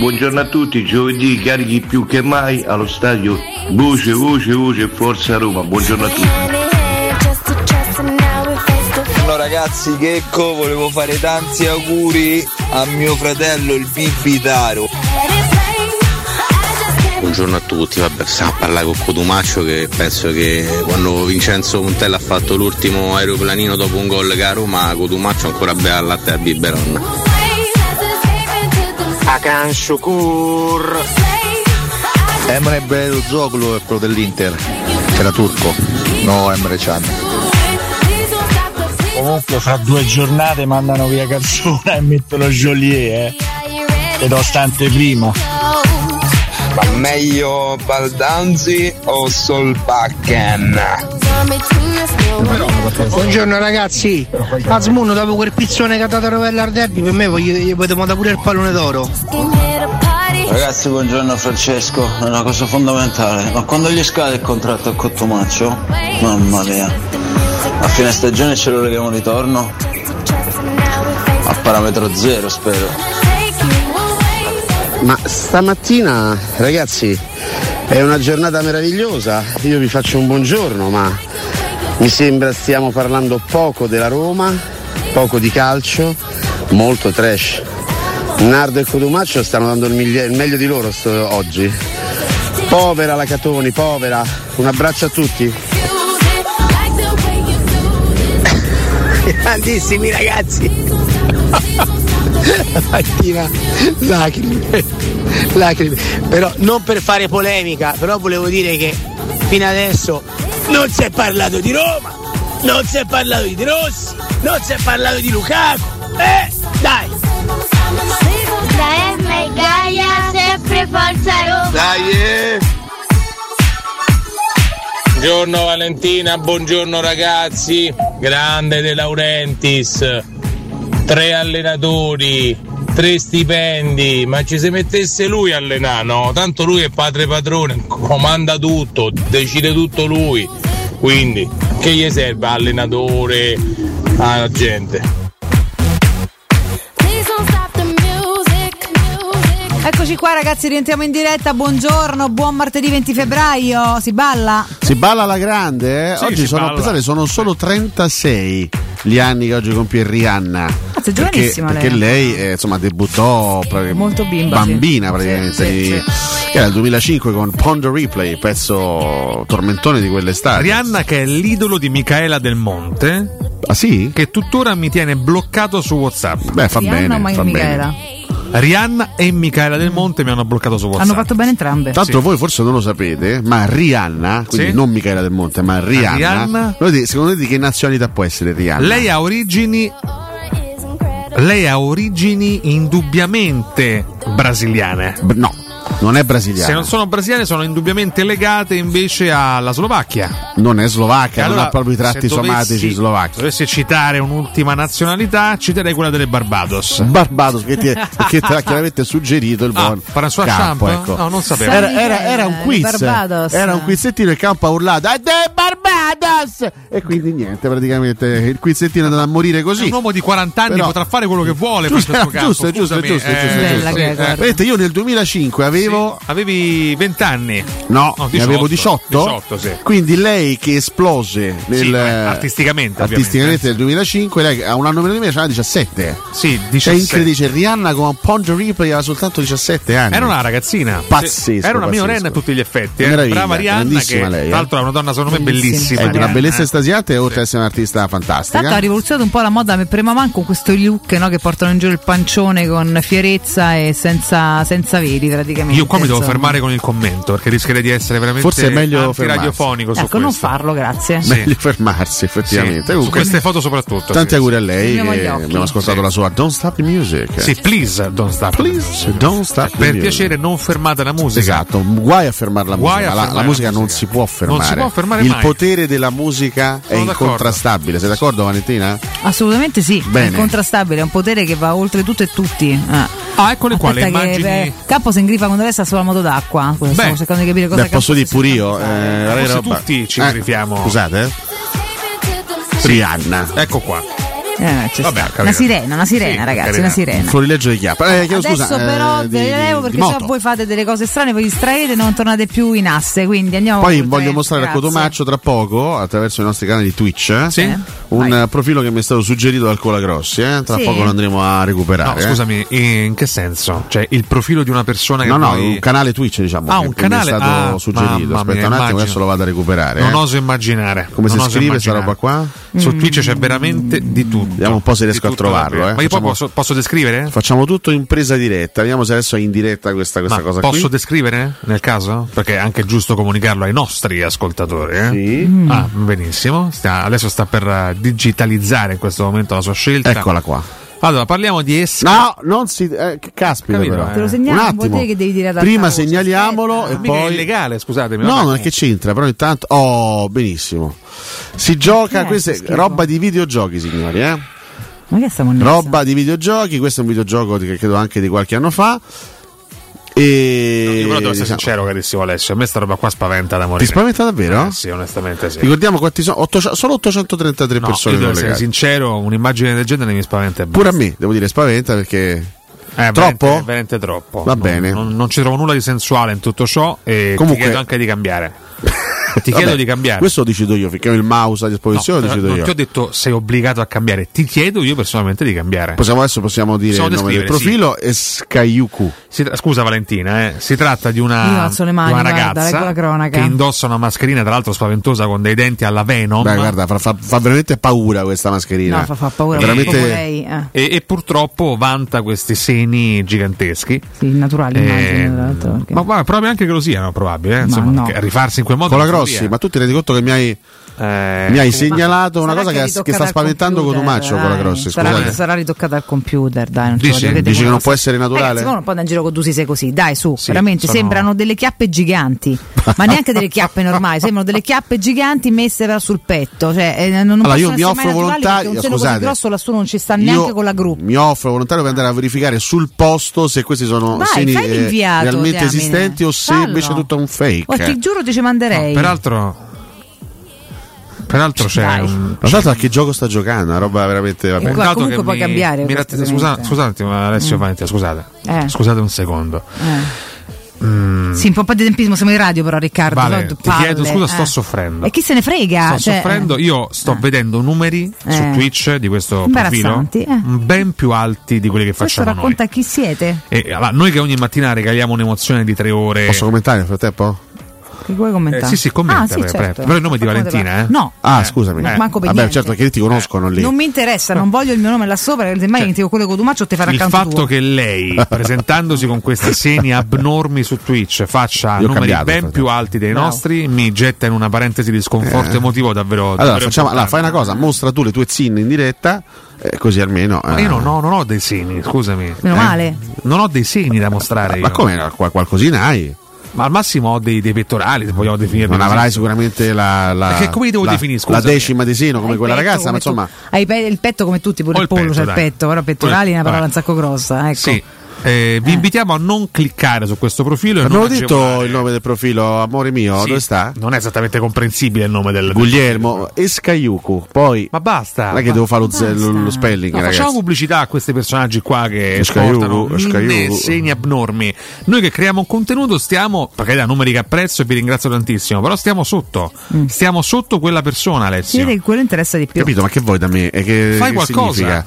S6: Buongiorno a tutti, giovedì carichi più che mai allo stadio Voce, Voce, Voce, Forza Roma. Buongiorno a tutti.
S4: Allora ragazzi, Checco, volevo fare tanti auguri a mio fratello il Bibitaro.
S10: Buongiorno a tutti, vabbè, stiamo a parlare con Cotumaccio che penso che quando Vincenzo Montella ha fatto l'ultimo aeroplanino dopo un gol che a Roma Cotumaccio ancora bella al latte a Biberon.
S36: Akan Shukur.
S37: Emre Belozoglu è quello dell'Inter, che era turco, no Emre Can.
S38: Comunque fra due giornate mandano via Calzona e mettono Joliet, eh. E nonostante prima.
S25: Ma meglio Baldanzi o Solbakken?
S39: Buongiorno ragazzi, Asmuno dopo quel pizzone che ha dato Rovella al derby per me voglio- gli potevamo dare pure il pallone d'oro.
S35: Ragazzi, buongiorno Francesco, è una cosa fondamentale, ma quando gli scade il contratto a Cottomaccio? Mamma mia, a fine stagione ce lo reghiamo di torno? A parametro zero spero.
S36: Ma stamattina, ragazzi, è una giornata meravigliosa. Io vi faccio un buongiorno, ma mi sembra stiamo parlando poco della Roma, poco di calcio, molto trash. Nardo e Codumaccio stanno dando il, miglie- il meglio di loro sto- oggi. Povera la Catoni, povera. Un abbraccio a tutti.
S39: Grandissimi ragazzi. Mattina, lacrime, lacrime. Però non per fare polemica, però volevo dire che fino adesso non si è parlato di Roma, non si è parlato di De Rossi, non si è parlato di Lukaku. Eh, dai!
S4: Dai, me Gaia, sempre forza Roma.
S6: Buongiorno Valentina, buongiorno ragazzi. Grande De Laurentiis. Tre allenatori, tre stipendi. Ma ci se mettesse lui a allenare, no? Tanto lui è padre padrone, comanda tutto, decide tutto lui. Quindi, che gli serve allenatore, agente?
S7: Eccoci qua ragazzi, rientriamo in diretta. Buongiorno, buon martedì 20 febbraio. Si balla?
S3: Si balla alla grande, eh?
S7: Sì,
S3: oggi
S7: si
S3: sono, a
S7: balla.
S3: pesare, sono solo 36 gli anni che oggi compie Rihanna.
S7: Cazzo, è Ah, giovanissima
S3: perché, perché
S7: lei.
S3: lei eh, insomma debuttò eh, pra-
S7: Molto bimba,
S3: bambina
S7: sì.
S3: praticamente
S7: Sì,
S3: di-
S7: sì.
S3: che era il 2005 con Ponder Replay, pezzo tormentone di quell'estate.
S9: Rihanna che è l'idolo di Micaela Del Monte.
S3: Ah sì?
S9: Che tuttora mi tiene bloccato su WhatsApp.
S3: Beh, fa
S7: Rihanna bene, o Mike fa bene. Micaela?
S9: Rihanna e Micaela Del Monte mi hanno bloccato su WhatsApp.
S7: Hanno fatto bene entrambe.
S3: Tanto voi forse non lo sapete, ma Rihanna, quindi
S9: Sì.
S3: non Michela Del Monte, ma Rihanna,
S9: Rihanna?
S3: voi dite- secondo te di che nazionalità può essere Rihanna?
S9: Lei ha origini. Lei ha origini indubbiamente brasiliane.
S3: no, non è brasiliana.
S9: Se non sono brasiliane, sono indubbiamente legate invece alla Slovacchia.
S3: Non è slovacca,
S9: Allora,
S3: non ha proprio i tratti
S9: se dovessi-
S3: somatici slovacchi.
S9: Se dovessi citare un'ultima nazionalità, citerei quella delle Barbados.
S3: Barbados che ti, che te l'ha chiaramente suggerito
S9: Ah,
S3: il buon
S9: François
S3: campo,
S9: Champ?
S3: ecco.
S9: No, non sapevo.
S3: Era, era- era un quiz,
S9: Barbados.
S3: era un quizzettino e il campo ha urlato "Ed è Barbados! E quindi niente, praticamente il quizzettino è andato a morire così.
S9: Un uomo di 40 anni
S3: Però-
S9: potrà fare quello che vuole.
S3: Giusto,
S9: Francesco Campo,
S3: giusto, giusto,
S9: scusami,
S3: giusto,
S9: eh,
S3: giusto,
S9: sì,
S3: giusto.
S9: sì, eh.
S3: Vedete, io nel 2005 avevo
S9: Avevi 20 anni.
S3: No, ne avevo 18.
S9: 18, sì.
S3: Quindi lei che esplose nel,
S9: Sì, eh, artisticamente,
S3: artisticamente nel 2005, lei ha un anno meno di me, c'era 17.
S9: Sì,
S3: Cioè,
S9: 17.
S3: incredibile, dice, Rihanna con Ponder Ripley aveva soltanto 17 anni.
S9: Era una ragazzina.
S3: Pazzesco.
S9: Era una
S3: pazzesco.
S9: minorenne a tutti gli effetti. eh.
S3: Meraviglia,
S9: Brava Rihanna, che
S3: grandissima lei, eh.
S9: tra l'altro è una donna secondo me bellissima.
S3: È di una
S9: Rihanna,
S3: bellezza
S9: eh.
S3: estasiante e oltre ad essere un'artista fantastica.
S7: Tanto ha rivoluzionato un po' la moda per prima man con questo look no, che portano in giro il pancione con fierezza e senza, senza veli praticamente.
S9: Io qua mi devo
S7: insomma.
S9: fermare con il commento perché rischierei di essere veramente
S3: Forse è meglio
S9: radiofonico su
S7: Ecco, non
S9: questo.
S7: farlo, grazie.
S3: Meglio fermarsi, effettivamente.
S9: Sì, su
S3: Comunque,
S9: queste foto soprattutto,
S3: Tanti
S9: sì.
S3: auguri a lei.
S9: Fermiamo gli
S3: Che
S9: occhi.
S3: abbiamo ascoltato la sua Don't Stop the Music.
S9: Sì, please don't stop.
S3: Please don't stop. the
S9: Per
S3: music.
S9: piacere, non fermate la musica.
S3: Esatto, guai a fermare la
S9: Guai
S3: musica.
S9: a
S3: La- La,
S9: fermare la
S3: musica non si può fermare.
S9: Non si può fermare
S3: Il
S9: mai.
S3: potere della musica è
S9: Sono d'accordo.
S3: incontrastabile. Sei d'accordo, Valentina?
S7: Assolutamente sì,
S3: Bene.
S7: è incontrastabile, è un potere che va oltre tutto e tutti. Ah,
S9: eccole
S3: qua, le immagini.
S7: Capo si ingrifa con destra sulla moto d'acqua. Stavo cercando di capire cosa
S3: Beh, posso dire pure io. Eh, avrei
S9: Forse
S3: roba.
S9: tutti ci
S3: Eh,
S9: grifiamo.
S3: Scusate, eh. Rihanna.
S9: Ecco qua.
S7: Eh, ci sta. Una sirena, una sirena, ragazzi, una sirena.
S3: Florileggio di chiappa. Eh, chiedo
S7: Adesso
S3: scusa,
S7: però
S3: eh,
S7: ve
S3: di-
S7: le levo
S3: di- di
S7: perché già
S3: moto.
S7: voi fate delle cose strane, voi distraete e non tornate più in asse, quindi andiamo
S3: Poi
S7: oltre.
S3: voglio
S7: eh,
S3: mostrare
S7: Grazie.
S3: a Cotomaccio tra poco, attraverso i nostri canali Twitch, eh,
S7: Sì.
S3: un eh, profilo che mi è stato suggerito dal Cola Grossi. eh, Tra
S9: Sì.
S3: poco lo andremo a
S9: No,
S3: recuperare. eh.
S9: scusami, in che senso? Cioè, il profilo di una persona che
S3: No, no,
S9: poi-
S3: un canale Twitch, diciamo.
S9: Ah,
S3: che
S9: un
S3: mi
S9: canale-
S3: è stato
S9: ah,
S3: suggerito.
S9: mamma
S3: Aspetta
S9: mia,
S3: un attimo,
S9: immagino.
S3: adesso lo vado a recuperare.
S9: Non
S3: eh.
S9: oso immaginare.
S3: Come
S9: Non
S3: si
S9: oso
S3: scrive sta
S9: immaginare.
S3: roba qua?
S9: Su Twitch c'è veramente di tutto.
S3: Vediamo un po' se riesco a trovarlo. eh.
S9: Ma io poi
S3: Facciamo-
S9: posso, posso descrivere?
S3: Facciamo tutto in presa diretta. Vediamo se adesso è in diretta questa, questa
S9: Ma
S3: cosa
S9: posso
S3: qui.
S9: descrivere nel caso? Perché è anche giusto comunicarlo ai nostri ascoltatori. eh?
S3: Sì.
S9: Ah, benissimo. Sta- adesso sta per eh, digitalizzare in questo momento la sua scelta.
S3: Eccola qua.
S9: Allora, parliamo di esca.
S3: No, non si. eh, che caspita,
S9: Capito,
S3: però.
S9: eh. Te lo
S3: un
S7: segnalo, vuol
S3: attimo.
S7: dire che devi dire ad alta
S3: Prima
S7: voce.
S3: segnaliamolo e
S9: Mica è
S3: poi.
S9: illegale, scusatemi.
S3: No,
S9: vabbè.
S3: non è che c'entra, però intanto. Oh, benissimo. Si gioca,
S7: Eh, Che è
S3: questa è
S7: sto schifo?
S3: roba di videogiochi, signori, eh?
S7: Ma che stiamo andando?
S3: Roba di videogiochi, questo è un videogioco di- che credo anche di qualche anno fa. E.
S9: Io però devo essere
S3: diciamo-
S9: sincero, carissimo Alessio. A me sta roba qua spaventa da morire.
S3: Ti spaventa davvero?
S9: Eh, sì, onestamente sì.
S3: Ricordiamo quanti sono? Ottoc- solo 833
S9: No,
S3: persone
S9: io devo essere
S3: collegate.
S9: sincero, un'immagine del genere mi spaventa. e basta.
S3: Pure a me, devo dire, spaventa perché.
S9: Eh,
S3: troppo?
S9: Veramente, veramente troppo.
S3: Va
S9: Non-
S3: bene.
S9: Non, non ci trovo nulla di sensuale in tutto ciò e
S3: Comunque-
S9: ti chiedo anche di cambiare. ti
S3: Vabbè,
S9: chiedo di cambiare.
S3: Questo lo decido io, finché ho il mouse a
S9: No,
S3: disposizione, lo
S9: non
S3: decido io.
S9: ti ho detto sei obbligato a cambiare, ti chiedo io personalmente di cambiare.
S3: Possiamo, adesso possiamo dire il
S9: Possiamo
S3: nome del
S9: descrivere,
S3: profilo e Skayuku.
S9: Si tra- scusa Valentina, eh, si tratta di una,
S7: Io alzo le mani,
S9: di una
S7: guarda, leggo la
S9: ragazza
S7: cronaca.
S9: che indossa una mascherina, tra l'altro spaventosa, con dei denti alla Venom.
S3: Beh, guarda, fa, fa- fa veramente paura questa mascherina.
S7: No, fa, fa paura.
S3: È
S7: Veramente...
S3: Veramente...
S7: Vorrei, eh.
S9: E, e purtroppo vanta questi seni giganteschi.
S7: Sì, naturali,
S9: Eh,
S7: immagino, tra l'altro, perché-
S9: ma guarda, probabile anche che lo siano, probabile. eh, Insomma,
S7: no.
S9: perché rifarsi in quel modo.
S3: Con la
S9: non so
S3: Grossi,
S9: dire.
S3: ma tu ti rendi conto che mi hai,
S9: Eh,
S3: mi hai
S9: tu-
S3: segnalato una
S7: Sarà
S3: cosa
S7: che
S3: che,
S7: è
S3: che sta
S7: ritoccata al
S3: spaventando
S7: computer,
S3: Cotumaccio con la
S7: dai.
S3: Grossi.
S7: Sarà,
S3: Scusate.
S7: sarà ritoccata al computer, dai. Non ce la
S3: Dici?
S7: giocate
S3: Dici
S7: con
S3: che non
S7: la-
S3: può essere naturale?
S7: Ragazzi, ma non può andare in giro con due sise così, dai, su.
S3: Sì,
S7: veramente
S3: sono-
S7: sembrano delle chiappe giganti, ma neanche delle chiappe normali, sembrano delle chiappe giganti messe però sul petto. Cioè, eh, non
S3: Allora,
S7: possono
S3: io mi
S7: essere mai
S3: offro
S7: naturali
S3: volontari-
S7: perché Un seno così
S3: scusate.
S7: grosso lassù non ci sta neanche
S3: Io
S7: con la gruppa.
S3: Mi offro volontario per andare a verificare sul posto se questi sono
S7: Vai,
S3: segni
S7: fai
S3: eh,
S7: l'inviato,
S3: realmente
S7: diamine.
S3: esistenti o se
S7: Fallo.
S3: invece è tutto un fake.
S7: Guarda, ti giuro, ti ci manderei.
S9: Peraltro, peraltro c'è
S7: Dai.
S9: un.
S3: Ma tanto a che gioco sta giocando? Una roba veramente. Vabbè.
S9: un
S7: Guarda,
S9: dato
S7: comunque
S9: che
S7: puoi
S9: mi-
S7: Eh, cambiare
S9: mi
S7: questo,
S9: ratt- scusa,
S7: ovviamente.
S9: scusa un attimo, Alessio Valentina, scusate.
S7: Eh.
S9: Scusate un secondo.
S7: Eh.
S9: Mm.
S7: Sì, un po' di tempismo, siamo in radio però Riccardo.
S9: Vale,
S7: no?
S9: ti
S7: Palle,
S9: chiedo scusa, sto
S7: eh.
S9: soffrendo.
S7: E chi se ne frega?
S9: Sto
S7: Cioè,
S9: soffrendo, io sto vedendo numeri su
S7: Eh.
S9: Twitch di questo profilo
S7: Imbarazzanti, eh.
S9: ben più alti di quelli che
S7: Questo
S9: facciamo noi.
S7: racconta chi siete.
S9: E, allora, noi che ogni mattina regaliamo un'emozione di tre ore.
S3: Posso commentare nel frattempo?
S7: Che vuoi commentare?
S9: Eh, sì, sì, commenta,
S7: Ah, sì,
S9: pre-
S7: certo.
S9: pre- però il nome di
S7: Fa come
S9: Valentina,
S7: te va.
S9: eh?
S7: No,
S3: Ah, scusami.
S9: eh.
S7: Manco per
S3: Vabbè,
S7: niente.
S3: certo, che lì ti conoscono lì.
S7: non mi interessa, non voglio il mio nome là sopra, perché semmai ti quello con Dumaccio te farà
S9: Cioè, il
S7: accanto
S9: fatto
S7: tuo.
S9: che lei, presentandosi con questi segni abnormi su Twitch, faccia
S3: Io ho
S9: numeri
S3: cambiato,
S9: ben
S3: infatti.
S9: più alti dei
S3: Bravo.
S9: nostri, mi getta in una parentesi di sconforto
S3: Eh.
S9: emotivo davvero.
S3: Allora,
S9: Oh, davvero
S3: facciamo, allora,
S9: importante.
S3: fai una cosa, mostra tu le tue zinne in diretta, eh, così almeno.
S9: Ma
S3: eh.
S9: io non ho, non ho dei segni, scusami.
S7: Meno male.
S9: Non ho dei segni da mostrare.
S3: Ma
S9: io.
S3: come no? Qua- qualcosina hai?
S9: Ma al massimo ho dei, dei pettorali, se vogliamo definirli.
S3: Non
S9: così.
S3: avrai sicuramente la, la,
S9: Ma che come li devo
S3: la-
S9: definire, scusa?
S3: la decima di seno come
S7: Hai
S3: quella
S7: petto
S3: ragazza, ma
S7: Eh, come
S3: insomma.
S7: tu. Hai pe- il petto come tutti, pure
S9: Ho
S7: il
S9: il
S7: pollo
S9: petto,
S7: c'è il
S9: dai.
S7: petto, però pettorali è una parola un sacco grossa, ecco.
S9: Sì. Eh, vi invitiamo a non cliccare su questo profilo. e
S3: Abbiamo
S9: Eh, non
S3: detto
S9: agevolare-
S3: il nome del profilo, amore mio,
S9: Sì,
S3: dove sta?
S9: Non è esattamente comprensibile il nome del.
S3: Guglielmo Escaiucu. Poi.
S9: Ma basta.
S3: Non è che
S9: ma-
S3: devo fare lo, ze- lo- lo spelling,
S9: No, facciamo
S3: ragazzi.
S9: pubblicità a questi personaggi qua che
S3: Escaiugo,
S9: portano
S3: Escaiugo.
S9: segni abnormi. Noi che creiamo un contenuto stiamo, perché da numeri che apprezzo e vi ringrazio tantissimo, però stiamo sotto. Stiamo sotto quella persona, Alessio.
S7: Siete che quello interessa di più.
S3: Capito? Ma che vuoi da me? E che,
S9: Fai
S3: che
S9: qualcosa.
S3: significa?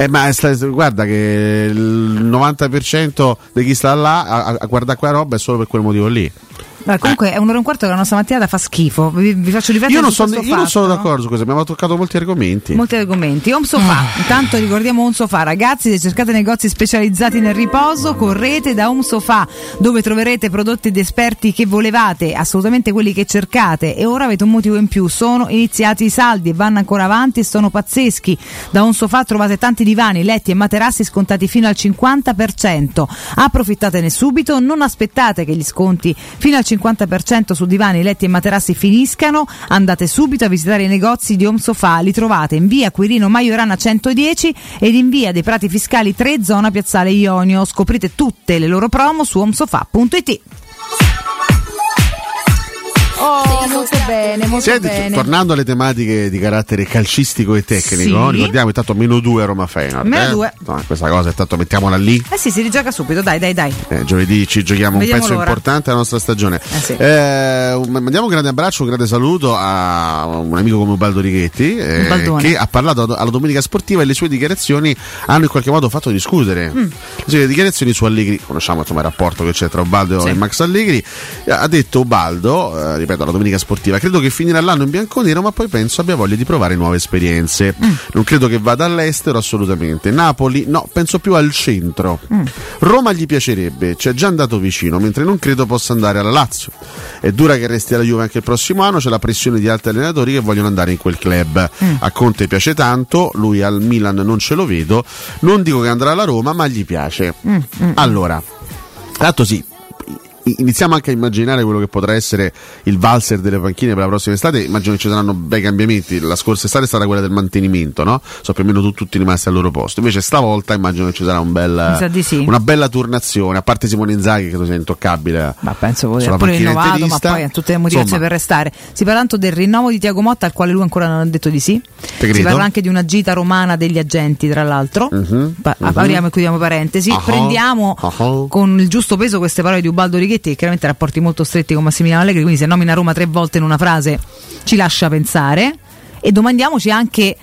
S3: Eh, ma sta- guarda che il 90% di chi sta là a, a- a guardare quella roba è solo per quel motivo lì.
S9: Eh.
S7: Allora, comunque è un'ora e un quarto che la nostra mattinata fa schifo. Vi, vi faccio riflettere
S3: Io non,
S7: su
S3: sono,
S7: questo
S3: io non sono
S7: fatto.
S3: d'accordo su questo, abbiamo toccato molti argomenti.
S7: Molti argomenti. Home Sofa. Intanto ricordiamo Home Sofa, ragazzi, se cercate negozi specializzati nel riposo, correte da Home Sofa, dove troverete prodotti ed esperti che volevate, assolutamente quelli che cercate e ora avete un motivo in più. Sono iniziati i saldi e vanno ancora avanti e sono pazzeschi. Da Home Sofa trovate tanti divani, letti e materassi scontati fino al 50%. Approfittatene subito, non aspettate che gli sconti fino al 50% su divani, letti e materassi finiscano, andate subito a visitare i negozi di Home Sofa, li trovate in via Quirino Maiorana 110 ed in via dei Prati Fiscali 3 zona Piazzale Ionio. Scoprite tutte le loro promo su homesofa.it. Oh, molto bene, molto
S3: Senti,
S7: bene.
S3: tornando alle tematiche di carattere calcistico e tecnico,
S7: Sì.
S3: ricordiamo intanto meno 2 Roma Feyenoord.
S7: Meno
S3: eh?
S7: due.
S3: No, questa cosa intanto mettiamola lì.
S7: Eh sì, si rigioca subito, dai, dai, dai.
S3: Eh, giovedì ci giochiamo
S7: Vediamo
S3: un pezzo
S7: l'ora.
S3: importante della nostra stagione. Eh, un- mandiamo un grande abbraccio, un grande saluto a un amico come Ubaldo Righetti eh,
S7: Ubaldone.
S3: che ha parlato ad- alla domenica sportiva e le sue dichiarazioni hanno in qualche modo fatto discutere.
S7: Mm.
S3: Le sue dichiarazioni su Allegri, conosciamo insomma, il rapporto che c'è tra Ubaldo
S7: Sì.
S3: e Max Allegri, eh, ha detto Ubaldo, eh, ripeto, la domenica sportiva. Credo che finirà l'anno in bianconero, ma poi penso abbia voglia di provare nuove esperienze.
S7: Mm.
S3: Non credo che vada all'estero assolutamente. Napoli, no, penso più al centro. Roma gli piacerebbe, ci è già andato vicino, mentre non credo possa andare alla Lazio. È dura che resti alla Juve anche il prossimo anno, c'è la pressione di altri allenatori che vogliono andare in quel club.
S4: Mm.
S3: A Conte piace tanto, lui al Milan non ce lo vedo. Non dico che andrà alla Roma, ma gli piace.
S4: Mm, mm.
S3: Allora, tanto sì. i- Iniziamo anche a immaginare quello che potrà essere il valzer delle panchine per la prossima estate. Immagino che ci saranno bei cambiamenti. La scorsa estate è stata quella del mantenimento, no? So più o meno tu- tutti rimasti al loro posto. Invece stavolta immagino che ci sarà un bel,
S7: Mi sa di sì.
S3: una bella turnazione. A parte Simone Inzaghi, che credo sia intoccabile.
S7: Ma penso
S3: voler
S7: pure rinnovato, ma poi ha tutte le motivazioni per restare. Si parla tanto del rinnovo di Tiago Motta, al quale lui ancora non ha detto di sì.
S3: credo.
S7: Si parla anche di una gita romana degli agenti, tra l'altro. Pa- Apriamo e chiudiamo parentesi.
S3: Mhm. Ah-ha.
S7: Prendiamo con il giusto peso queste parole di Ubaldo Righetti, che chiaramente ha rapporti molto stretti con Massimiliano Allegri, quindi se nomina Roma tre volte in una frase ci lascia pensare. E domandiamoci anche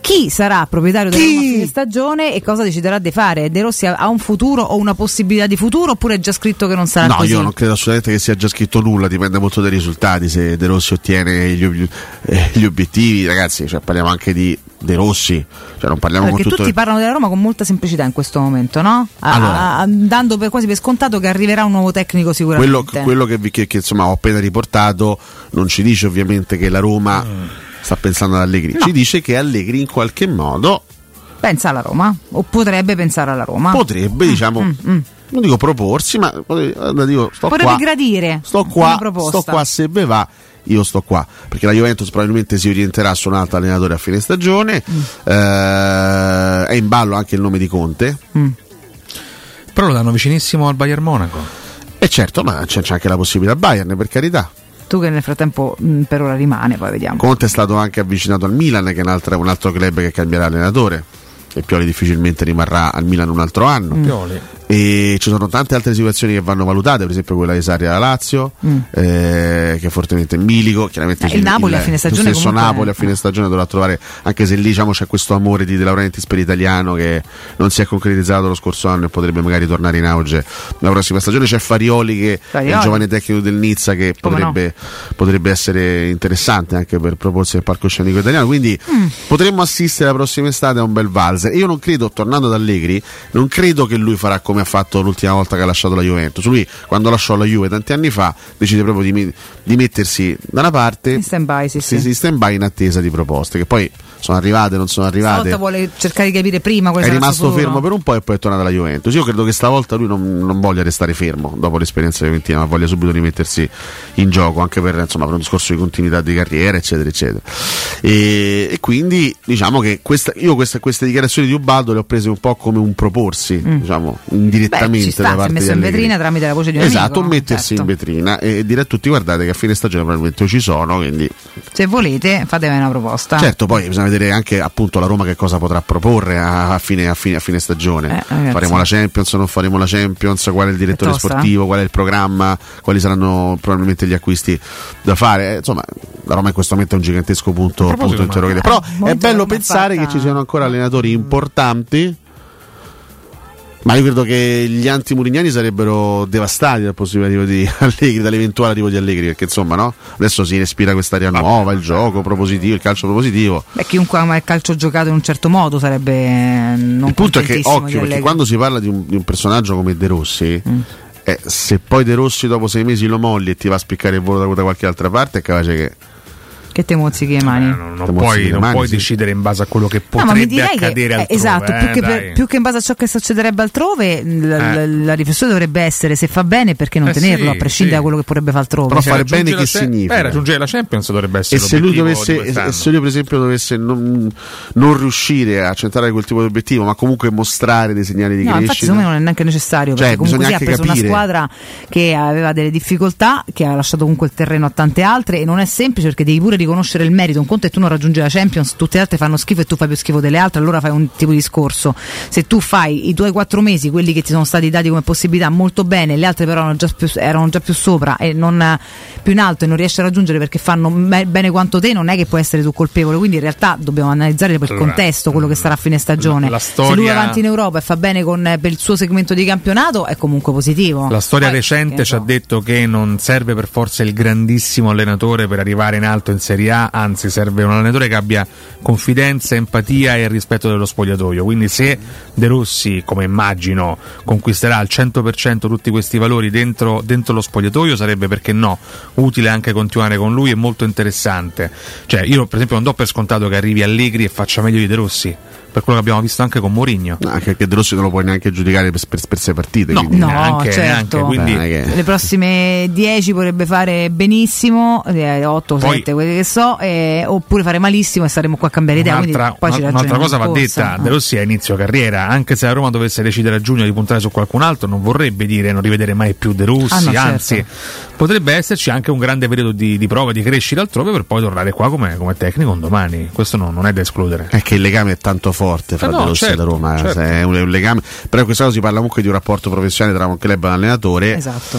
S7: chi sarà proprietario della Roma a fine stagione e cosa deciderà di fare. De Rossi ha- ha un futuro o una possibilità di futuro oppure è già scritto che non sarà
S3: No,
S7: così?
S3: io non credo assolutamente che sia già scritto nulla, dipende molto dai risultati, se De Rossi ottiene gli, ob- eh, gli obiettivi, ragazzi, cioè, parliamo anche di De Rossi, cioè, non parliamo
S7: Perché
S3: con tutto...
S7: tutti parlano della Roma con molta semplicità in questo momento, no? A-
S3: Allora.
S7: a- a- dando per quasi per scontato che arriverà un nuovo tecnico
S3: quello,
S7: sicuramente.
S3: quello che, vi- che- che, insomma, ho appena riportato non ci dice ovviamente che la Roma sta pensando ad Allegri, ci dice che Allegri in qualche modo
S7: Pensa alla Roma, o potrebbe pensare alla Roma.
S3: potrebbe,
S7: Mm,
S3: diciamo, non dico proporsi, ma potrebbe, dico, sto
S7: Potrebbe
S3: qua,
S7: gradire.
S3: sto
S7: una
S3: qua,
S7: proposta.
S3: sto qua se beve va io sto qua perché la Juventus probabilmente si orienterà su un altro allenatore a fine stagione
S7: Mm.
S3: Eh, è in ballo anche il nome di Conte
S7: Mm.
S9: però lo danno vicinissimo al Bayern Monaco
S3: e certo ma c'è, c'è anche la possibilità Bayern per carità
S7: Tu che nel frattempo mh, per ora rimane, poi vediamo.
S3: Conte è stato anche avvicinato al Milan che è un'altra- un altro club che cambierà allenatore e Pioli difficilmente rimarrà al Milan un altro anno
S9: Mm. Pioli.
S3: e ci sono tante altre situazioni che vanno valutate per esempio quella di Saria alla Lazio
S7: Mm.
S3: eh, che è fortemente in milico chiaramente
S7: Eh, il Napoli a fine stagione
S3: lo stesso
S7: comunque- eh.
S3: Napoli a fine stagione dovrà trovare anche se lì diciamo c'è questo amore di De Laurentiis per l'italiano che non si è concretizzato lo scorso anno e potrebbe magari tornare in auge la prossima stagione c'è Farioli che è
S7: Farioli.
S3: il giovane tecnico del Nizza che
S7: Come no?
S3: potrebbe, potrebbe essere interessante anche per proporsi nel palcoscenico italiano quindi
S7: Mm.
S3: potremmo assistere la prossima estate a un bel valzer io non credo tornando ad Allegri non credo che lui farà come ha fatto l'ultima volta che ha lasciato la Juventus lui quando lasciò la Juve tanti anni fa decide proprio di, mi- di mettersi da una parte in
S7: stand by, sì, sì.
S3: stand by in attesa di proposte che poi sono arrivate non sono arrivate
S7: Stavolta vuole cercare di capire prima quale
S3: è
S7: sarà il
S3: rimasto
S7: suo futuro.
S3: fermo per un po' e poi è tornato alla Juventus. Io credo che stavolta lui non, non voglia restare fermo dopo l'esperienza juventina, ma voglia subito rimettersi in gioco anche per, insomma, per un discorso di continuità di carriera, eccetera, eccetera. E, e quindi diciamo che questa- io questa- queste dichiarazioni di Ubaldo le ho prese un po' come un proporsi, diciamo,
S7: Mm. Beh, ci
S3: indirettamente
S7: sta,
S3: da
S7: si è
S3: parte di
S7: messo in
S3: Allegri.
S7: vetrina tramite la voce di un
S3: Esatto,
S7: amico.
S3: mettersi in vetrina e dire a tutti guardate che a fine stagione probabilmente io ci sono, quindi
S7: Se volete, fatemi una proposta.
S3: Certo, poi bisogna vedere anche appunto la Roma che cosa potrà proporre a, a fine, a fine- a fine stagione.
S7: Eh, ragazzi.
S3: faremo la Champions, non faremo la Champions, qual è il direttore
S7: È tosta,
S3: sportivo, qual è il programma, quali saranno probabilmente gli acquisti da fare. Eh, insomma, la Roma in questo momento è un gigantesco punto, proposito, punto interrogativo. Marco, Però eh, è molto bello come è pensare fatta- che ci siano ancora allenatori importanti. Ma io credo che gli anti-Murignani sarebbero devastati dal possibile arrivo di Allegri, dall'eventuale arrivo di Allegri, perché insomma no? Adesso si respira quest'aria nuova, il gioco propositivo, il calcio propositivo.
S7: Beh, chiunque ama il calcio giocato in un certo modo sarebbe eh, non
S3: Il punto è
S7: contentissimo
S3: che
S7: di
S3: occhio, perché
S7: Allegri.
S3: quando si parla di un, di un personaggio come De Rossi, eh, se poi De Rossi dopo sei mesi lo molli e ti va a spiccare il volo da, da qualche altra parte, è capace che
S7: Che te mozzichi le mani.
S3: Te
S9: non
S3: mozzichi
S9: puoi,
S3: le
S9: non
S3: mani,
S9: puoi
S3: sì.
S9: decidere in base a quello che
S7: No, ma mi
S9: potrebbe
S7: direi che,
S9: accadere
S7: eh,
S9: altrove
S7: esatto, più,
S9: eh,
S7: che
S9: dai.
S7: per- più che in base a ciò che succederebbe altrove, l-
S9: Eh.
S7: l- la riflessione dovrebbe essere se fa bene perché non
S9: Eh
S7: tenerlo,
S9: sì,
S7: a prescindere
S9: sì.
S7: da quello che potrebbe fare altrove.
S9: Se raggiunge la ce- Eh,
S3: significa?
S9: raggiungere la Champions dovrebbe essere
S3: E se lui
S9: l'obiettivo di
S3: dovesse, e
S9: quest'anno.
S3: se lui per esempio dovesse non, non riuscire a centrare quel tipo di obiettivo, ma comunque mostrare dei segnali di
S7: No, infatti
S3: crescita,
S7: secondo me non è neanche necessario
S3: Cioè,
S7: perché comunque sì,
S3: bisogna
S7: ha
S3: anche
S7: preso una
S3: capire.
S7: squadra che aveva delle difficoltà, che ha lasciato comunque il terreno a tante altre e non è semplice perché devi pure riconoscere il merito. Un conto è tu non raggiungi la Champions, tutte le altre fanno schifo e tu fai più schifo delle altre, allora fai un tipo di discorso. Se tu fai i tuoi quattro mesi, quelli che ti sono stati dati come possibilità, molto bene, le altre però erano già più, erano già più sopra e non più in alto e non riesci a raggiungere perché fanno me- bene quanto te, non è che puoi essere tu colpevole. Quindi in realtà dobbiamo analizzare per il
S9: Allora, mm,
S7: contesto quello che sarà a fine stagione.
S9: la
S7: Se lui
S9: storia-
S7: va avanti in Europa e fa bene con- per il suo segmento di campionato è comunque positivo.
S9: La storia recente ci ha detto che non serve per forza il grandissimo allenatore per arrivare in alto in Serie A, anzi serve un allenatore che abbia confidenza, empatia e rispetto dello spogliatoio. Quindi se De Rossi, come immagino, conquisterà al 100% tutti questi valori dentro, dentro lo spogliatoio, sarebbe perché no, utile anche continuare con lui e molto interessante. Cioè io per esempio non do per scontato che arrivi Allegri e faccia meglio di De Rossi, per quello che abbiamo visto anche con Mourinho.
S3: Anche perché De Rossi non lo puoi neanche giudicare per, per, per sei partite.
S9: No,
S3: quindi-
S7: No, certo. Le prossime 10 potrebbe fare benissimo, eh, 8,
S9: Poi-
S7: 7, quelle che so, e- oppure fare malissimo e saremo qua a cambiare idea. quindi
S9: Un'altra,
S7: poi ci
S9: una-
S7: ragioniamo
S9: un'altra cosa va
S7: in corsa.
S9: detta, De Rossi è a inizio carriera, anche se la Roma dovesse decidere a giugno di puntare su qualcun altro, non vorrebbe dire non rivedere mai più De
S7: Ah,
S9: Rossi,
S7: no, certo.
S9: anzi potrebbe esserci anche un grande periodo di, di prova, di crescita altrove per poi tornare qua come, come tecnico un domani, questo no- non è da escludere.
S3: È che il legame è tanto forte fra
S9: Eh no,
S3: De Rossi
S9: certo,
S3: e la Roma,
S9: certo.
S3: se è un, è un legame. Però in questo caso si parla comunque di un rapporto professionale tra un club e un allenatore.
S9: eh.
S7: Esatto.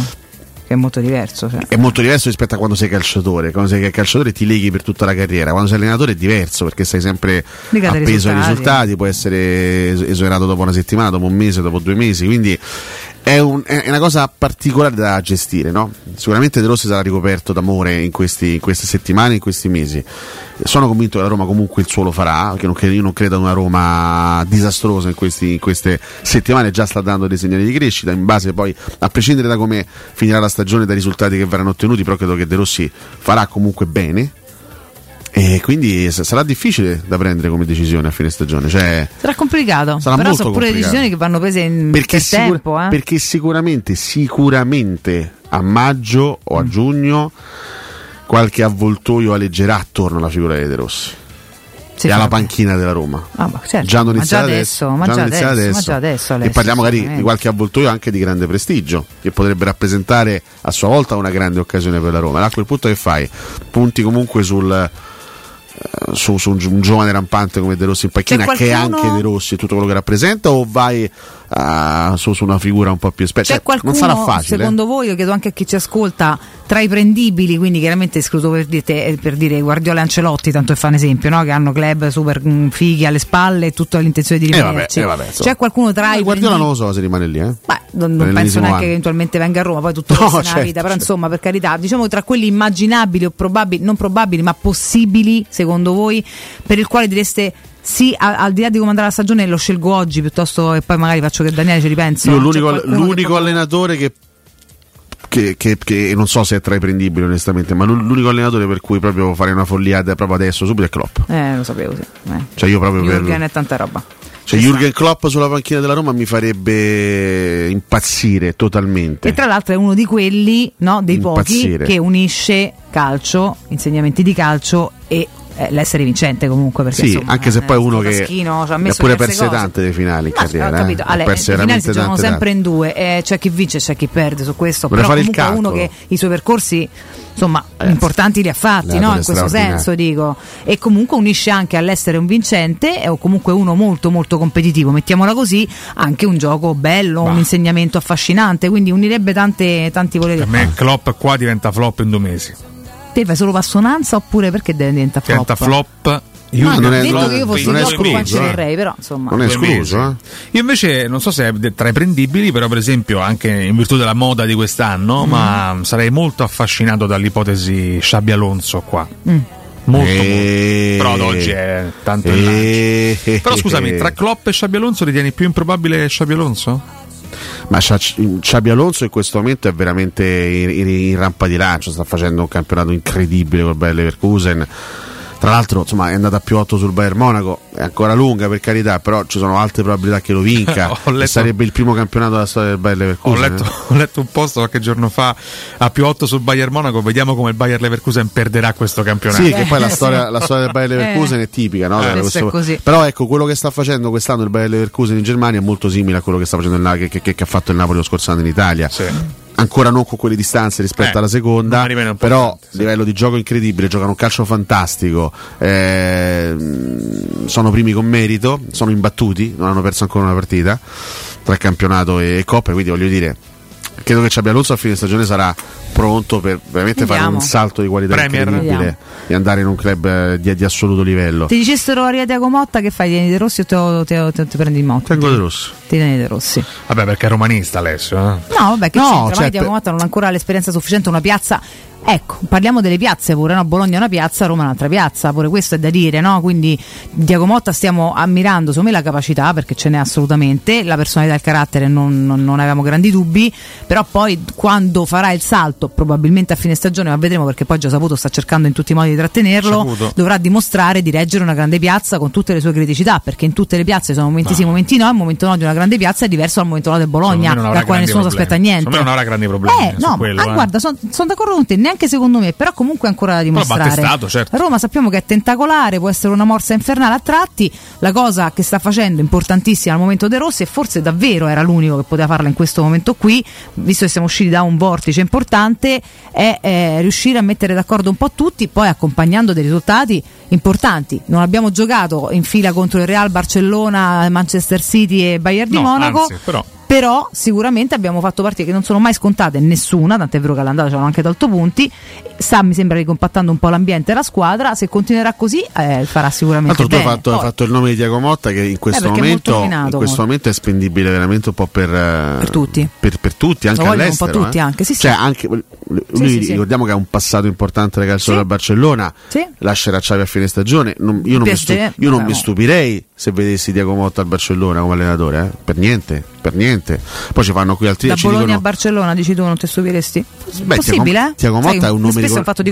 S7: Che è molto diverso. cioè.
S3: È molto diverso rispetto a quando sei calciatore. Quando sei calciatore ti leghi per tutta la carriera, quando sei allenatore è diverso perché sei sempre
S7: Legato ai
S3: appeso ai
S7: risultati.
S3: risultati, puoi essere es- esonerato dopo una settimana, dopo un mese, dopo due mesi. Quindi è, un- è una cosa particolare da gestire, no? Sicuramente De Rossi sarà ricoperto d'amore in, questi- in queste settimane, in questi mesi. Sono convinto che la Roma comunque il suo lo farà, che non cre- io non credo a una Roma disastrosa in, questi- in queste settimane, già sta dando dei segnali di crescita, in base poi, a prescindere da come finirà la stagione, dai risultati che verranno ottenuti, però credo che De Rossi farà comunque bene. E quindi s- sarà difficile da prendere come decisione a fine stagione. Cioè,
S7: Sarà complicato,
S3: Sarà
S7: però
S3: molto
S7: sono pure
S3: complicato.
S7: decisioni che vanno prese in
S3: perché,
S7: per
S3: sicur-
S7: Mm, tempo. eh.
S3: perché sicuramente, sicuramente a maggio o a
S7: Mm.
S3: giugno qualche avvoltoio alleggerà attorno alla figura di De Rossi
S7: Sì,
S3: e alla
S7: certo.
S3: panchina della Roma.
S7: Ah, ma certo,
S3: Già non
S7: ma già
S3: iniziare
S7: adesso, ma
S3: già
S7: già
S3: non iniziare
S7: adesso, ma già adesso,
S3: e
S7: Alessio,
S3: parliamo magari di
S7: sicuramente.
S3: qualche avvoltoio anche di grande prestigio che potrebbe rappresentare a sua volta una grande occasione per la Roma. Là, A quel punto che fai? Punti comunque sul eh, su, su un, gi- un giovane rampante come De Rossi in panchina
S7: C'è
S3: che è
S7: qualcuno-
S3: anche De Rossi e tutto quello che rappresenta o vai ah, su, su una figura un po' più esperta
S7: C'è
S3: Cioè, non sarà
S7: qualcuno,
S3: facile
S7: secondo voi, io chiedo anche a chi ci ascolta, tra i prendibili, quindi chiaramente escluso per, dite- eh, per dire Guardiola e Ancelotti, tanto per fare un esempio, no? che hanno club super mm, fighi alle spalle e tutta l'intenzione di
S3: Eh, vabbè,
S7: rivederci.
S3: eh, vabbè, insomma.
S7: C'è qualcuno tra
S3: Eh,
S7: i
S3: Guardiola
S7: prendibili?
S3: non lo so se rimane lì eh.
S7: Beh, non, non
S3: Per
S7: penso
S3: l'ennesimo
S7: neanche che
S3: anno.
S7: eventualmente venga a Roma, poi tutto
S3: No,
S7: resta nella
S3: certo,
S7: vita, però
S3: certo.
S7: insomma per carità, diciamo tra quelli immaginabili o probabili, non probabili ma possibili secondo voi, per il quale direste sì, a- al di là di come andrà la stagione lo scelgo oggi piuttosto che poi magari faccio che Daniele ci ripenso.
S3: Io
S7: C'è
S3: l'unico,
S7: qualcuno che
S3: l'unico allenatore che che, che- che non so se è tra i prendibili onestamente, ma l'u- l'unico allenatore per cui proprio farei una follia ad- proprio adesso subito è Klopp.
S7: Eh, lo sapevo, sì.
S3: Cioè io proprio per
S7: Jurgen è tanta roba.
S3: cioè Jurgen Klopp sulla panchina della Roma mi farebbe impazzire totalmente.
S7: E tra l'altro è uno di quelli, no, dei pochi
S3: Impazzire.
S7: che unisce calcio, insegnamenti di calcio e eh, l'essere vincente comunque perché
S3: Sì,
S7: insomma,
S3: anche se
S7: eh, cioè,
S3: poi è uno che
S7: Franceschino ci ha
S3: ha
S7: messo
S3: pure
S7: diverse
S3: perse
S7: cose.
S3: tante le finali in
S7: Ma,
S3: carriera,
S7: ho
S3: eh.
S7: capito,
S3: Ha
S7: Ale,
S3: perse
S7: le finali si
S3: veramente
S7: giocano
S3: tante,
S7: sempre
S3: tante.
S7: in due, eh, c'è chi vince e c'è chi perde su questo,
S3: Vorrei
S7: però
S3: fare il
S7: comunque è uno che
S3: calcolo. Eh,
S7: i suoi percorsi insomma importanti li ha fatti, no?
S3: allenatore
S7: in questo
S3: straordinario.
S7: senso dico, e comunque unisce anche all'essere un vincente eh, o comunque uno molto molto competitivo, mettiamola così, anche un gioco bello, un insegnamento affascinante, quindi unirebbe tante, tanti voleri.
S9: Per me Klopp qua diventa flop in due mesi.
S7: Te fai solo passonanza oppure perché de- diventa flop?
S9: Diventa flop.
S7: Ma
S9: Jurgen
S7: non è- eh.
S9: Klopp
S7: detto che io fossi
S9: in due
S7: flop
S9: mesi.
S7: quanto vorrei, però insomma.
S3: Non è escluso,
S7: eh.
S9: Io invece non so se è de- tra i prendibili, però per esempio anche in virtù della moda di quest'anno, ma mm, sarei molto affascinato dall'ipotesi Sciabi Alonso qua.
S7: Mm.
S9: Molto,
S3: Eh.
S9: molto. Però ad oggi è tanto in
S7: Eh.
S9: lancio. Però scusami, tra Klopp e Sciabi Alonso ritieni più improbabile Sciabi Alonso?
S3: Ma Sci- Xabi Alonso in questo momento è veramente in, in- in rampa di lancio, sta facendo un campionato incredibile col Bayer Leverkusen. Tra l'altro, insomma, è andata a più 8 sul Bayern Monaco, è ancora lunga per carità, però ci sono altre probabilità che lo vinca.
S9: Ho letto-
S3: E Sarebbe il primo campionato della storia del Bayer Leverkusen.
S9: Ho
S3: eh.
S9: letto, ho letto un post qualche giorno fa a più 8 sul Bayern Monaco, vediamo come il Bayern Leverkusen perderà questo campionato.
S3: Sì, che
S7: Eh.
S3: poi la storia, la storia del Bayer Leverkusen è tipica, no? Cioè,
S9: Eh,
S3: Della-
S9: questo è così.
S3: Però ecco, quello che sta facendo quest'anno il Bayer Leverkusen in Germania è molto simile a quello che sta facendo il Na- che, che- che ha fatto il Napoli lo scorso anno in Italia. ancora non con quelle distanze rispetto
S9: Eh,
S3: alla seconda,
S9: ma rimane un po'
S3: però livello di gioco incredibile, giocano un calcio fantastico, ehm, sono primi con merito, sono imbattuti, non hanno perso ancora una partita tra campionato e, e coppa, quindi voglio dire, credo che ci abbia Alonso a fine stagione sarà pronto per veramente fare
S7: Vediamo.
S3: un salto di qualità
S9: Premier.
S3: incredibile
S7: Vediamo.
S3: e andare in un club eh, di, di assoluto livello.
S7: Ti dicessero Aria Tiago Motta che fai? Tieni De Rossi o te- te- te- ti prendi il Motta?
S3: Tengo De Rossi.
S7: Ti tieni De Rossi.
S9: Vabbè, perché è romanista Alessio. eh.
S7: No, vabbè, che
S9: No,
S7: c'entra?
S9: cioè,
S7: Maria Tiago
S9: per-
S7: Motta non ha ancora l'esperienza sufficiente, una piazza. Ecco, parliamo delle piazze pure, no? Bologna è una piazza, Roma è un'altra piazza, pure questo è da dire, no? Quindi Diago Motta stiamo ammirando, secondo me, la capacità, perché ce n'è assolutamente, la personalità e il carattere non, non- non avevamo grandi dubbi, però poi quando farà il salto, probabilmente a fine stagione, ma vedremo perché poi già saputo sta cercando in tutti i modi di trattenerlo,
S19: Saputo.
S7: dovrà dimostrare di reggere una grande piazza con tutte le sue criticità, perché in tutte le piazze sono momenti sì,
S9: Ma-
S7: momenti no, il momento no di una grande piazza è diverso dal momento no del Bologna. Bologna,
S9: Secondo me non avrà
S7: da quale
S9: grandi
S7: nessuno si
S9: problemi.
S7: aspetta niente.
S9: Secondo me non avrà grandi problemi
S7: Eh,
S9: su
S7: no,
S9: quello,
S7: ah,
S9: eh.
S7: guarda, sono d'accordo con te, neanche secondo me, però comunque ancora da
S9: va
S7: dimostrare.
S9: testato, certo.
S7: Roma sappiamo che è tentacolare, può essere una morsa infernale a tratti. La cosa che sta facendo importantissima al momento De Rossi e forse davvero era l'unico che poteva farla in questo momento qui, visto che siamo usciti da un vortice importante, è eh, riuscire a mettere d'accordo un po' tutti, poi accompagnando dei risultati importanti. Non abbiamo giocato in fila contro il Real, Barcellona, Manchester City e Bayern di
S9: No,
S7: Monaco.
S9: anzi, però.
S7: Però sicuramente abbiamo fatto partite che non sono mai scontate, nessuna, tant'è vero che all'andata c'erano anche tolto punti. Sta, mi sembra, ricompattando un po' l'ambiente e la squadra. Se continuerà così, eh, farà sicuramente
S3: Tanto tu hai
S7: bene.
S3: fatto, hai
S7: Poi,
S3: fatto il nome di Diago Motta che in questo,
S7: perché è molto
S3: momento,
S7: nominato,
S3: in questo
S7: Motta.
S3: momento è spendibile veramente un po' per, eh,
S7: tutti.
S3: Per, per tutti, anche
S7: Lo vogliono un po'
S3: all'estero.
S7: tutti
S3: eh.
S7: anche, sì, sì.
S3: Cioè, anche- lui
S7: sì, sì.
S3: ricordiamo che ha un passato importante nel calcio della Barcellona,
S7: Sì.
S3: lascerà Xavi a fine stagione. Non- io non, mi,
S7: PSG,
S3: stu- io non
S7: no.
S3: mi stupirei se vedessi Diago Motta al Barcellona come allenatore, eh. per niente, per niente. Poi ci fanno qui altri
S7: da
S3: e ci
S7: Bologna a
S3: dicono...
S7: Barcellona, dici tu, non ti stupiresti?
S3: Beh,
S7: Possibile?
S3: Thiago-
S7: eh?
S3: Thiago
S7: Sai,
S3: Motta è un nome
S7: spesso
S3: ricon-
S7: hanno fatto di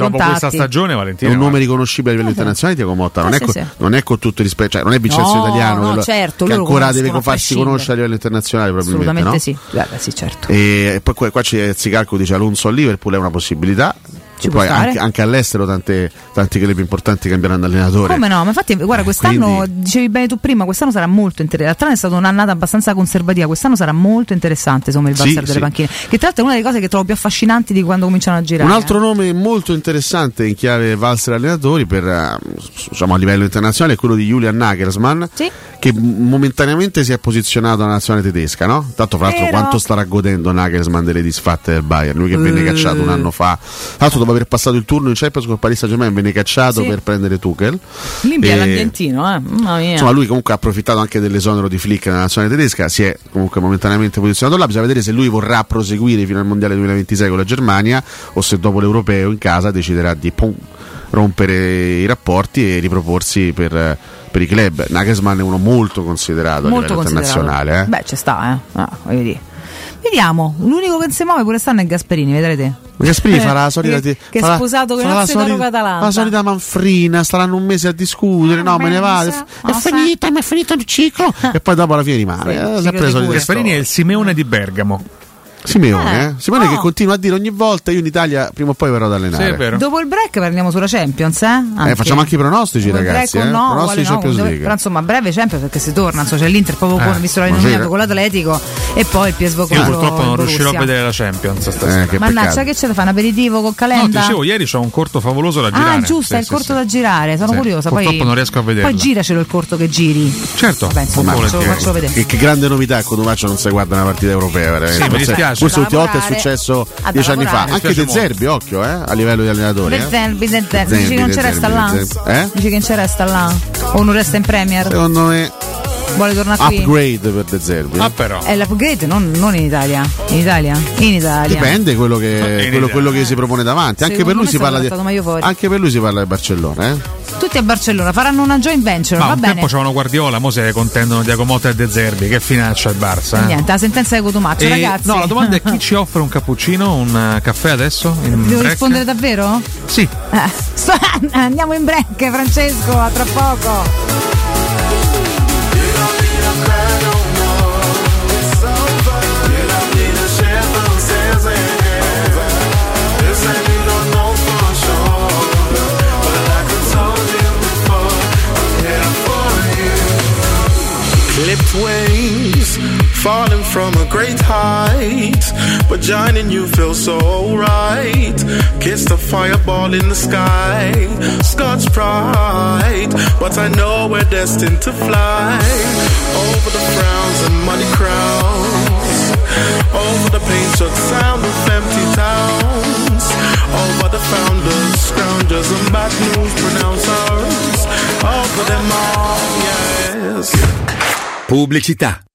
S7: contatti.
S3: È un nome riconoscibile a livello internazionale, Thiago Motta. Non,
S7: Eh, Sì,
S3: è
S7: sì,
S3: co-
S7: sì.
S3: non è con tutto il rispetto, cioè, non è Vincenzo
S7: No,
S3: Italiano
S7: no,
S3: che, lo-
S7: certo,
S3: che
S7: loro
S3: ancora
S7: conoscono
S3: deve
S7: a
S3: farsi
S7: prescindere.
S3: conoscere a livello internazionale, probabilmente.
S7: Assolutamente
S3: no?
S7: sì. Guarda, sì, certo.
S3: E, e poi qua, qua c'è Zicalco dice Alonso a Liverpool è una possibilità.
S7: Ci
S3: E
S7: può
S3: poi
S7: stare.
S3: anche, anche all'estero tante, tanti club importanti cambieranno allenatore.
S7: Come no? Ma infatti, guarda, quest'anno dicevi bene tu prima, quest'anno sarà molto interessante. L'altro anno è stata un'annata abbastanza conservativa, quest'anno sarà molto interessante, insomma, il
S3: Sì,
S7: valzer delle
S3: sì.
S7: panchine. Che tra l'altro è una delle cose che trovo più affascinanti di quando cominciano a girare. eh.
S3: Un altro nome molto interessante in chiave valser allenatori per, eh, s- diciamo, a livello internazionale è quello di Julian Nagelsmann che m- momentaneamente si è posizionato alla nazionale tedesca no? tanto fra l'altro
S40: Vero.
S3: quanto starà godendo Nagelsmann delle disfatte del Bayern lui che venne
S7: Mm.
S40: Eh.
S3: cacciato un anno fa tra l'altro dopo aver passato il turno in Champions con il Paris Saint Germain venne cacciato
S7: Sì.
S3: per prendere Tuchel
S7: L'Imbia è
S3: E-
S7: l'ambientino, eh. Mamma mia.
S3: Insomma, lui comunque ha approfittato anche dell'esonero di Flick nella nazionale tedesca, si è comunque momentaneamente posizionato là. Bisogna vedere se lui vorrà proseguire fino al mondiale 2026 con la Germania o se dopo l'europeo in casa deciderà di pum, rompere i rapporti e riproporsi per, per i club. Nagelsmann è uno molto considerato a
S7: molto
S3: livello
S7: considerato.
S3: internazionale. eh.
S7: Beh, ci sta, eh. Ah, voglio dire. Vediamo, l'unico che si muove pure stanno è Gasperini, vedrete.
S3: Ma Gasperini farà la solita
S7: Eh, Che- che è
S3: farà-
S7: sposato con
S3: farà la
S7: Orsena
S3: solita-
S7: Catalanta.
S3: la solita manfrina staranno un mese a
S7: Eh,
S3: discutere no me ne vado è finita mi è finito il ciclo
S7: Ah.
S3: e poi dopo alla fine rimane eh, sempre le solite
S9: Gasparini è il Simeone di Bergamo.
S3: Simeone,
S9: Eh,
S3: eh? Simeone
S7: no.
S3: che continua a dire ogni volta io in Italia prima o poi verrò ad allenare.
S7: Dopo il break parliamo sulla Champions, eh?
S3: Eh, facciamo anche i pronostici,
S7: Dopo il
S3: ragazzi.
S7: break
S3: eh?
S7: o no,
S3: pronostici
S7: quale no,
S3: Champions
S7: dove-
S3: League.
S7: però insomma, a breve Champions perché si torna, insomma, c'è l'Inter proprio
S9: Eh,
S7: con- visto l'avete
S9: ma
S7: nominato
S9: sì.
S7: con l'Atletico e poi il PSV
S9: Io
S7: contro
S9: purtroppo non
S7: il
S9: riuscirò a
S7: Borussia.
S9: vedere la
S3: Eh,
S9: Champions stasera.
S7: Mannaggia, che ce la fa un aperitivo con
S9: No, ti
S7: Calenda?
S9: dicevo, ieri c'ho un corto favoloso da girare.
S7: ah, giusto,
S9: Sì,
S7: è il
S9: sì,
S7: corto
S9: sì.
S7: da girare, sono
S9: Sì.
S7: curiosa.
S9: Purtroppo
S7: poi,
S9: non riesco a vederla.
S7: Poi giracelo il corto che giri.
S9: Certo,
S7: Vabbè, insomma,
S3: Ma-
S7: ce lo faccio vedere.
S3: E che grande novità, Cotumaccio non si guarda una partita europea. veramente.
S9: Sì, mi
S3: Forse-
S9: dispiace.
S3: Forse
S7: Da
S3: l'ultima volta è
S7: lavorare.
S3: successo
S7: Ah, da
S3: dieci anni fa.
S7: lavorare.
S3: Anche
S7: Mi
S3: De
S7: dispiace
S3: Zerbi, occhio, eh, a livello di allenatore.
S7: De
S3: eh.
S7: Zerbi, De Zerbi.
S3: Zerbi,
S7: dici che non
S3: De
S7: ci
S3: Zerbi,
S7: resta
S3: De
S7: là?
S3: Zerbi. Eh?
S7: Dici che non ci resta là? O non resta in Premier?
S3: Secondo me
S7: vuole tornare qui?
S3: Upgrade per De Zerbi. eh.
S9: Ah, però.
S7: È l'upgrade non, non in Italia. In Italia? In Italia.
S3: Dipende quello che, quello, quello che si propone davanti. Anche per,
S7: Secondo
S3: lui
S7: me
S3: si
S7: sono
S3: parla di,
S7: stato meglio fuori.
S3: anche per lui si parla di Barcellona. Eh?
S7: Tutti a Barcellona faranno una joint venture,
S9: Ma
S7: va
S9: un
S7: bene.
S9: tempo c'erano Guardiola, mo se contendono Diago Motta e De Zerbi. Che finaccia il Barça. eh.
S7: Niente, la sentenza di Cotumaccio,
S9: E-
S7: Ah, ragazzi.
S9: No, la domanda è chi ci offre un cappuccino, un eh, caffè adesso? in
S7: Devo
S9: break?
S7: rispondere davvero?
S9: Sì.
S7: Eh, sto- Andiamo in break, Francesco, a tra poco.
S12: Clipped wings falling from a great height, but vagining, you feel so right. Kiss the fireball in the sky, Scotch pride. But I know we're destined to fly over the frowns and muddy crowns, over the paint shook sound of empty towns, over the founders, scoundrels, and bad news pronouncers, over them all, yes.
S29: Pubblicità.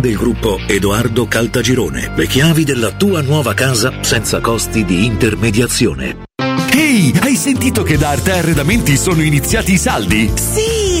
S29: del gruppo Edoardo Caltagirone. Le chiavi della tua nuova casa senza costi di intermediazione.
S41: Ehi, hai sentito che da Arte Arredamenti sono iniziati i saldi?
S42: Sì,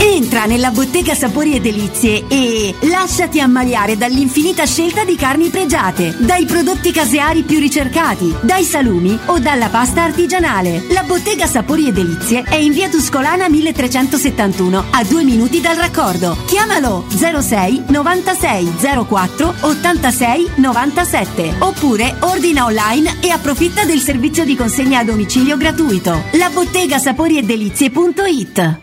S43: Entra nella bottega Sapori e Delizie e lasciati ammaliare dall'infinita scelta di carni pregiate, dai prodotti caseari più ricercati, dai salumi o dalla pasta artigianale. La bottega Sapori e Delizie è in via Tuscolana 1371, a due minuti dal raccordo. Chiamalo 06 96 04 86 97 oppure ordina online e approfitta del servizio di consegna a domicilio gratuito. La bottega Sapori e Delizie.it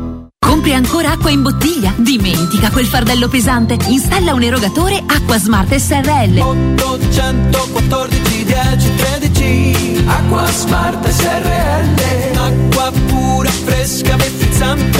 S15: Compri ancora acqua in bottiglia? Dimentica quel fardello pesante. Installa un erogatore Acqua Smart SRL.
S4: 814 10 13 Acqua Smart SRL Acqua pura, fresca, frizzante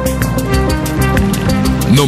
S29: Non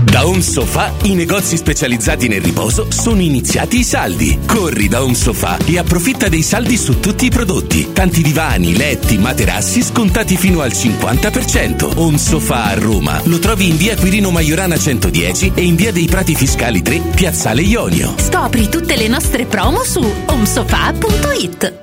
S31: Da Home Sofa i negozi specializzati nel riposo sono iniziati i saldi. Corri da Home Sofa e approfitta dei saldi su tutti i prodotti. Tanti divani, letti, materassi scontati fino al 50%. Home Sofa a Roma lo trovi in via Quirino Maiorana 110 e in via dei Prati Fiscali 3, Piazzale Ionio.
S15: Scopri tutte le nostre promo su homesofa.it.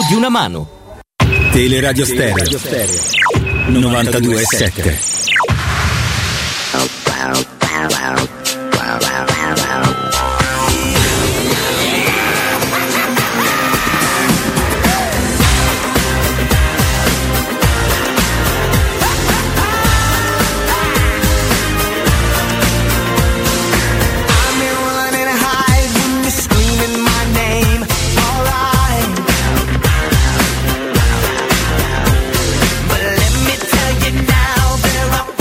S1: di una mano.
S6: Teleradio Stereo
S1: e
S6: 92.7
S4: I've been running high when you're screaming my name. Alright. But let me tell you now,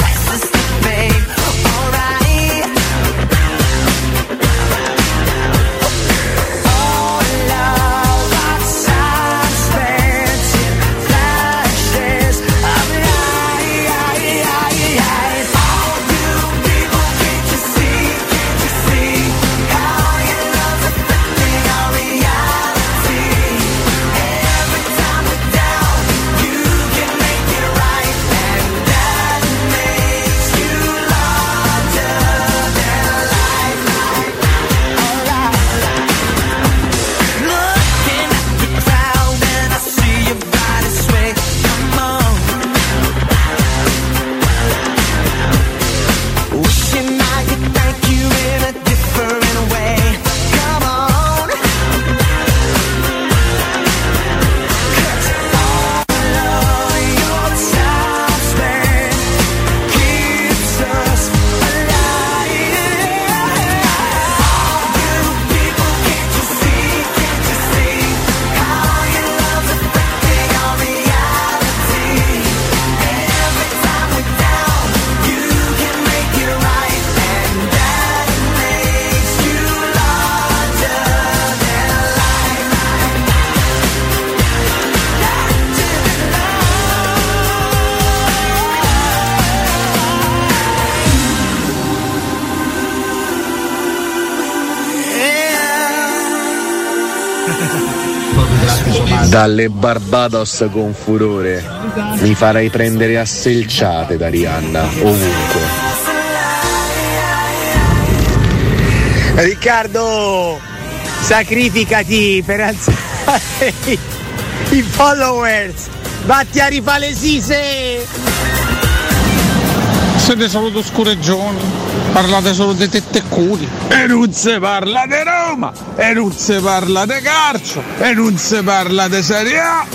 S44: Dalle Barbados con furore mi farai prendere a selciate da Rihanna ovunque.
S39: Riccardo, sacrificati per alzare i, i followers. Batti a rifalesise!
S45: Siete solo due scureggioni, parlate solo di tette e culi. E non si parla di Roma, e non si parla di calcio, e non si parla di Serie A.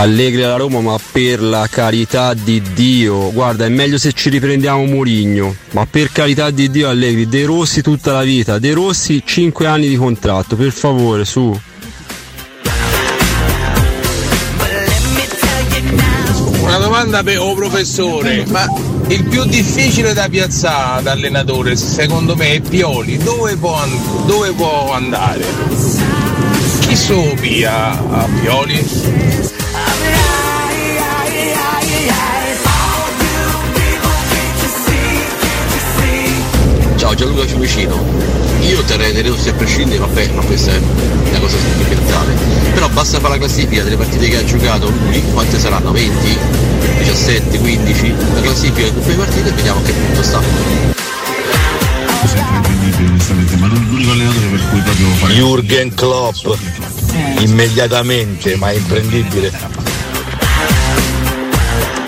S25: Allegri alla Roma, ma per la carità di Dio, guarda, è meglio se ci riprendiamo Murigno. Ma per carità di Dio, Allegri, De Rossi tutta la vita, De Rossi 5 anni di contratto, per favore, su.
S46: Una domanda per o professore, ma il più difficile da piazzare da allenatore, secondo me, è Pioli. Dove può, an- dove può andare? Chi sopia a Pioli?
S10: Ciao Gianluca Fiumicino, io terrei De Rossi a prescindere, vabbè, ma questa è una cosa sentimentale. Però basta fare la classifica delle partite che ha giocato lui, quante saranno? 20, 17, 15? La classifica di tutte le partite e vediamo a che punto sta.
S47: ma l'unico allenatore per cui proprio fare Jürgen Klopp immediatamente ma imprendibile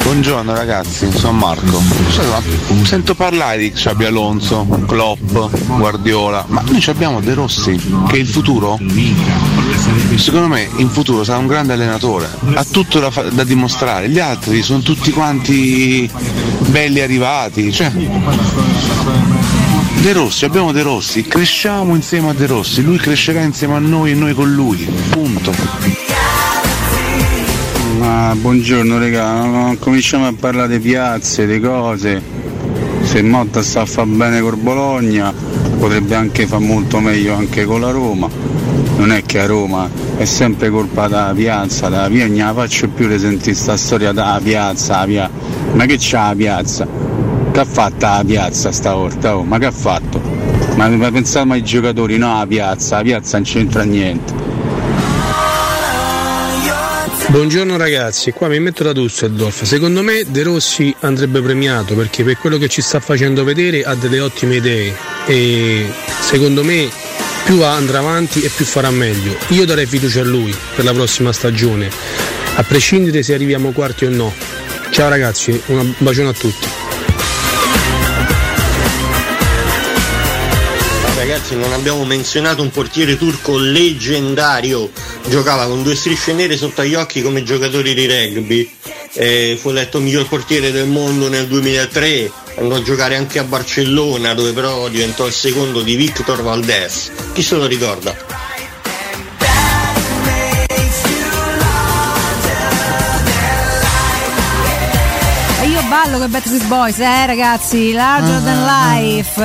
S48: Buongiorno ragazzi, sono Marco. Sai, Sento parlare di Xabi Alonso, Klopp, Guardiola, ma noi ci abbiamo De Rossi, che è il futuro? Secondo me in futuro sarà un grande allenatore, ha tutto da, fa- da dimostrare, gli altri sono tutti quanti belli arrivati, cioè De Rossi, abbiamo De Rossi, cresciamo insieme a De Rossi, lui crescerà insieme a noi e noi con lui, punto.
S6: Ma buongiorno raga, non cominciamo a parlare di piazze, di cose. Se Motta sta a far bene col Bologna, potrebbe anche far molto meglio anche con la Roma. Non è che a Roma è sempre colpa della piazza, della via, non la faccio più risentire sta storia da piazza, la via. Ma che c'ha la piazza? Che ha fatto la piazza stavolta? Oh? Ma che ha fatto? Ma, ma pensate ai giocatori, no la piazza, la piazza non c'entra niente.
S49: Buongiorno ragazzi, qua mi metto da Dusseldorf. Secondo me De Rossi andrebbe premiato perché per quello che ci sta facendo vedere ha delle ottime idee e secondo me più andrà avanti e più farà meglio. Io darei fiducia a lui per la prossima stagione, a prescindere se arriviamo quarti o no. Ciao ragazzi, un bacione a tutti.
S11: Ragazzi, non abbiamo menzionato un portiere turco leggendario. Giocava con due strisce nere sotto agli occhi come giocatore di rugby. Eh, fu eletto miglior portiere del mondo nel 2003. Andò a giocare anche a Barcellona, dove però diventò il secondo di Victor Valdés. Chi se lo ricorda?
S7: E io ballo con Backstreet Boys, eh ragazzi, Larger
S3: Ah,
S7: Than Life,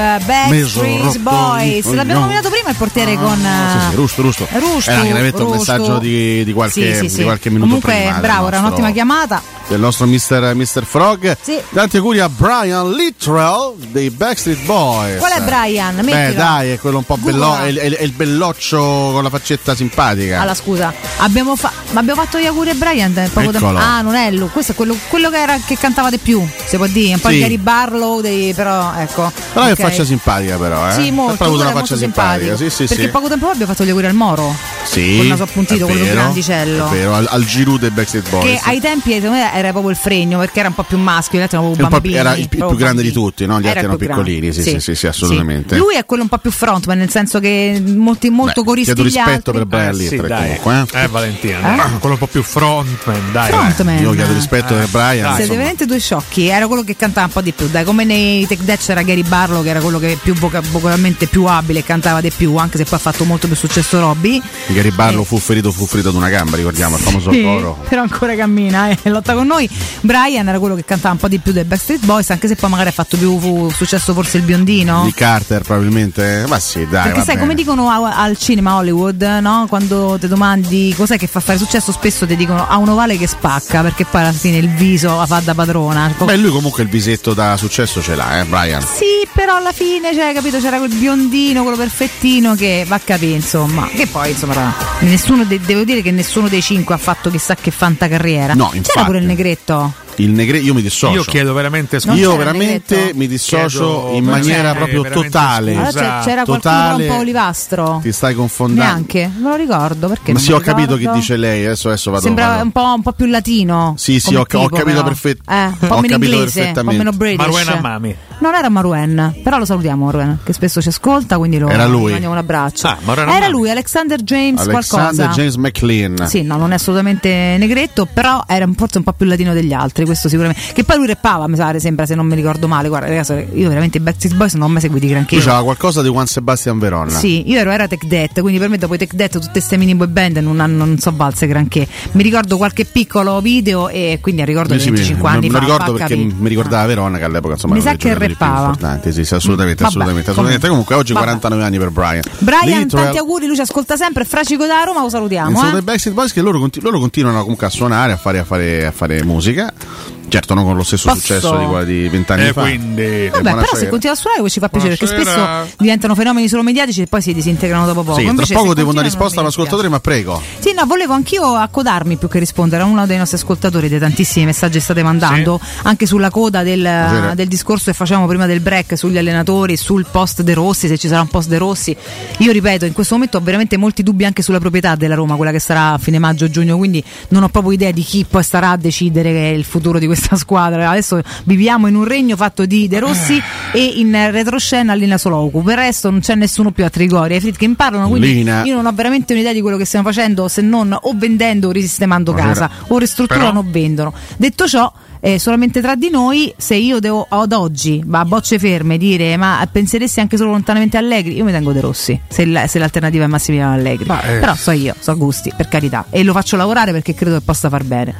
S3: Meso,
S7: Backstreet Boys.
S3: rotto,
S7: L'abbiamo
S3: no.
S7: nominato prima il
S3: Ah,
S7: portiere con eh,
S3: Rusto, Rusto.
S7: Rusto,
S3: Era chiaramente un
S7: Rusto.
S3: messaggio di, di qualche,
S7: Sì, sì,
S3: di
S7: sì.
S3: qualche minuto
S7: Comunque,
S3: prima. del
S7: bravo, era
S3: nostro-
S7: un'ottima chiamata.
S3: Del nostro Mr. Mr. Frog.
S7: Sì.
S3: Tanti auguri a Brian Littrell dei Backstreet Boys.
S7: Qual è Brian?
S3: Beh,
S7: Mettilo.
S3: dai, è quello un po' bello, è, è- è il belloccio con la faccetta simpatica.
S7: Allora scusa, abbiamo, fa- ma abbiamo fatto gli auguri a Brian eh, poco tempo-
S3: Eccolo.
S7: Ah, non è lui, questo è quello, quello che, era, che cantava di più, se può dire, un po'
S3: Sì.
S7: il Gary Barlow, dei- però ecco.
S3: Però
S7: ok.
S3: è faccia simpatica, però, eh.
S7: Sì, molto,
S3: Sempre avuto
S7: quello
S3: una
S7: era
S3: faccia
S7: molto
S3: simpatica.
S7: simpatico,
S3: Sì, sì,
S7: Perché
S3: sì.
S7: poco tempo fa abbiamo fatto gli auguri al Moro.
S3: Sì,
S7: col naso appuntito,
S3: è
S7: quello
S3: vero,
S7: grandicello.
S3: È vero, al, al girù dei Backstreet Boys.
S7: Che ai tempi secondo me era proprio il fregno perché era un po' più maschio, gli altri erano proprio
S3: Era un po' pi-
S7: bambini.
S3: era il pi- il più
S7: proprio
S3: grande di
S7: bambini.
S3: tutti, no? Gli
S7: Era
S3: altri erano
S7: il più grande.
S3: piccolini, sì, sì, sì, sì, assolutamente.
S7: Lui è quello un po' più frontman, nel senso che molti, molto
S3: Beh,
S7: coristi
S3: chiedo
S7: gli
S3: rispetto
S7: altri.
S3: per Brian Littrell comunque. Eh, Valentina,
S9: Eh?
S3: quello un po' più frontman, dai.
S7: Frontman.
S3: Io chiedo rispetto per Brian.
S7: Siete
S3: eh, insomma.
S7: veramente due sciocchi. Era quello che cantava un po' di più, dai. Come nei Tech Dead c'era Gary Barlow, che era quello che più voca- vocalmente più abile e cantava di più, anche se poi ha fatto molto più successo Robby.
S3: Perché Garibaldo fu ferito, fu ferito ad una gamba, ricordiamo, il famoso
S7: Eh. Sì,
S3: coro.
S7: però ancora cammina e lotta con noi. Brian era quello che cantava un po' di più dei Backstreet Boys, anche se poi magari ha fatto più fu- successo forse il biondino.
S3: Di Carter probabilmente. Ma sì, dai.
S7: Perché
S3: va
S7: sai,
S3: bene.
S7: come dicono a- al cinema Hollywood, no? quando ti domandi cos'è che fa fare successo, spesso ti dicono ha un ovale che spacca, perché poi alla fine il viso la fa da padrona. Ecco.
S3: Beh, lui comunque il visetto da successo ce l'ha, eh, Brian.
S7: Sì, però alla fine, cioè, capito, c'era quel biondino, quello perfettino che va a capire, insomma. Che poi, insomma, era- nessuno de- devo dire che nessuno dei cinque ha fatto chissà che fantacarriera.
S3: No,
S7: C'era
S3: infatti.
S7: pure il negretto.
S3: Il negre- io mi dissocio.
S9: Io chiedo veramente
S7: scusa.
S3: Io
S7: Non c'era
S3: veramente
S7: Negretto?
S3: mi dissocio
S9: Chiedo
S3: in maniera
S9: veramente-
S3: proprio
S9: veramente
S3: totale.
S7: Allora c'è- c'era qualcuno
S3: totale.
S7: un po' olivastro.
S3: Ti stai confondendo.
S7: Neanche, non lo ricordo perché.
S3: Ma
S7: non
S3: sì,
S7: me
S3: ho
S7: lo
S3: capito che
S7: ricordo.
S3: dice lei. Adesso, adesso vado.
S7: Sembrava
S3: vado.
S7: un po', un po' più latino.
S3: Sì, sì,
S7: come
S3: ho, ho
S7: tipo,
S3: capito
S7: però.
S3: perfettamente.
S7: Eh, un po'
S3: ho
S7: meno
S3: capito
S7: inglese, un po'
S3: perfettamente.
S7: meno british. Non era Maruen, però lo salutiamo Maruen, che spesso ci ascolta, quindi lo
S3: Era lui.
S7: gli mandiamo un abbraccio.
S3: Ah, Maruen
S7: era
S3: Ammami.
S7: lui, Alexander James
S3: Alexander
S7: qualcosa.
S3: James McLean.
S7: Sì, no, non è assolutamente negretto, però era un- forse un po' più latino degli altri, questo sicuramente. Che poi lui reppava, mi sa, sembra, se non mi ricordo male. Guarda, ragazzi, io veramente i Backstreet Boys non mi seguiti granché.
S3: Lui c'aveva qualcosa di Juan Sebastian Verona.
S7: Sì, io ero era Tech Debt, quindi per me dopo i Tech Debt tutte queste mini boy band non, hanno, non so valse granché. Mi ricordo qualche piccolo video e quindi ricordo
S3: Io sì,
S7: di
S3: mi-
S7: 25 anni
S3: me lo
S7: fa.
S3: ricordo
S7: fa
S3: perché
S7: capì.
S3: mi ricordava Verona che all'epoca insomma
S7: Mi
S3: era
S7: sa che
S3: uno dei giocatori più
S7: rappava.
S3: importanti, sì, sì, assolutamente,
S7: Vabbè,
S3: assolutamente, assolutamente. Comunque oggi
S7: Vabbè.
S3: 49 anni per Brian.
S7: Brian,
S3: Little-
S7: tanti auguri, lui ci ascolta sempre, Fracico da Roma, lo salutiamo.
S3: Sono dei
S7: Eh?
S3: Backstreet Boys che loro, conti- loro continuano comunque a suonare, a fare, a fare- a fare musica. Certo, non con lo stesso
S7: Posso?
S3: successo di qua di vent'anni
S9: Eh,
S3: fa.
S9: quindi-
S3: Eh,
S7: Vabbè, però
S3: buonasera.
S7: se continua a suonare questo ci fa piacere
S3: Buonasera.
S7: perché spesso diventano fenomeni solo mediatici e poi si disintegrano dopo poco.
S3: Sì, tra
S7: Invece,
S3: poco
S7: se
S3: devo una
S7: continuano,
S3: risposta
S7: non mi
S3: all'ascoltatore, ma prego.
S7: Sì, no, volevo anch'io accodarmi più che rispondere a uno dei nostri ascoltatori dei tantissimi messaggi che state mandando, anche sulla coda del,
S50: Piacere.
S7: del discorso che facevamo prima del break sugli allenatori, sul post De Rossi, se ci sarà un post De Rossi. Io ripeto, in questo momento ho veramente molti dubbi anche sulla proprietà della Roma, quella che sarà a fine maggio o giugno, quindi non ho proprio idea di chi poi starà a decidere il futuro di questa squadra. Adesso viviamo in un regno fatto di De Rossi e in retroscena Lina Soloku. Per il resto non c'è nessuno più a Trigoria, i Fritkin parlano, quindi
S3: Lina.
S7: io non ho veramente un'idea di quello che stiamo facendo se non o vendendo o risistemando
S3: Buonasera.
S7: casa o ristrutturano o vendono. Detto ciò, eh, solamente tra di noi, se io devo ad oggi va a bocce ferme dire ma penseresti anche solo lontanamente a Allegri, io mi tengo De Rossi se, l- se l'alternativa è Massimiliano Allegri.
S50: eh.
S7: Però so io, so gusti, per carità, e lo faccio lavorare perché credo che possa far bene.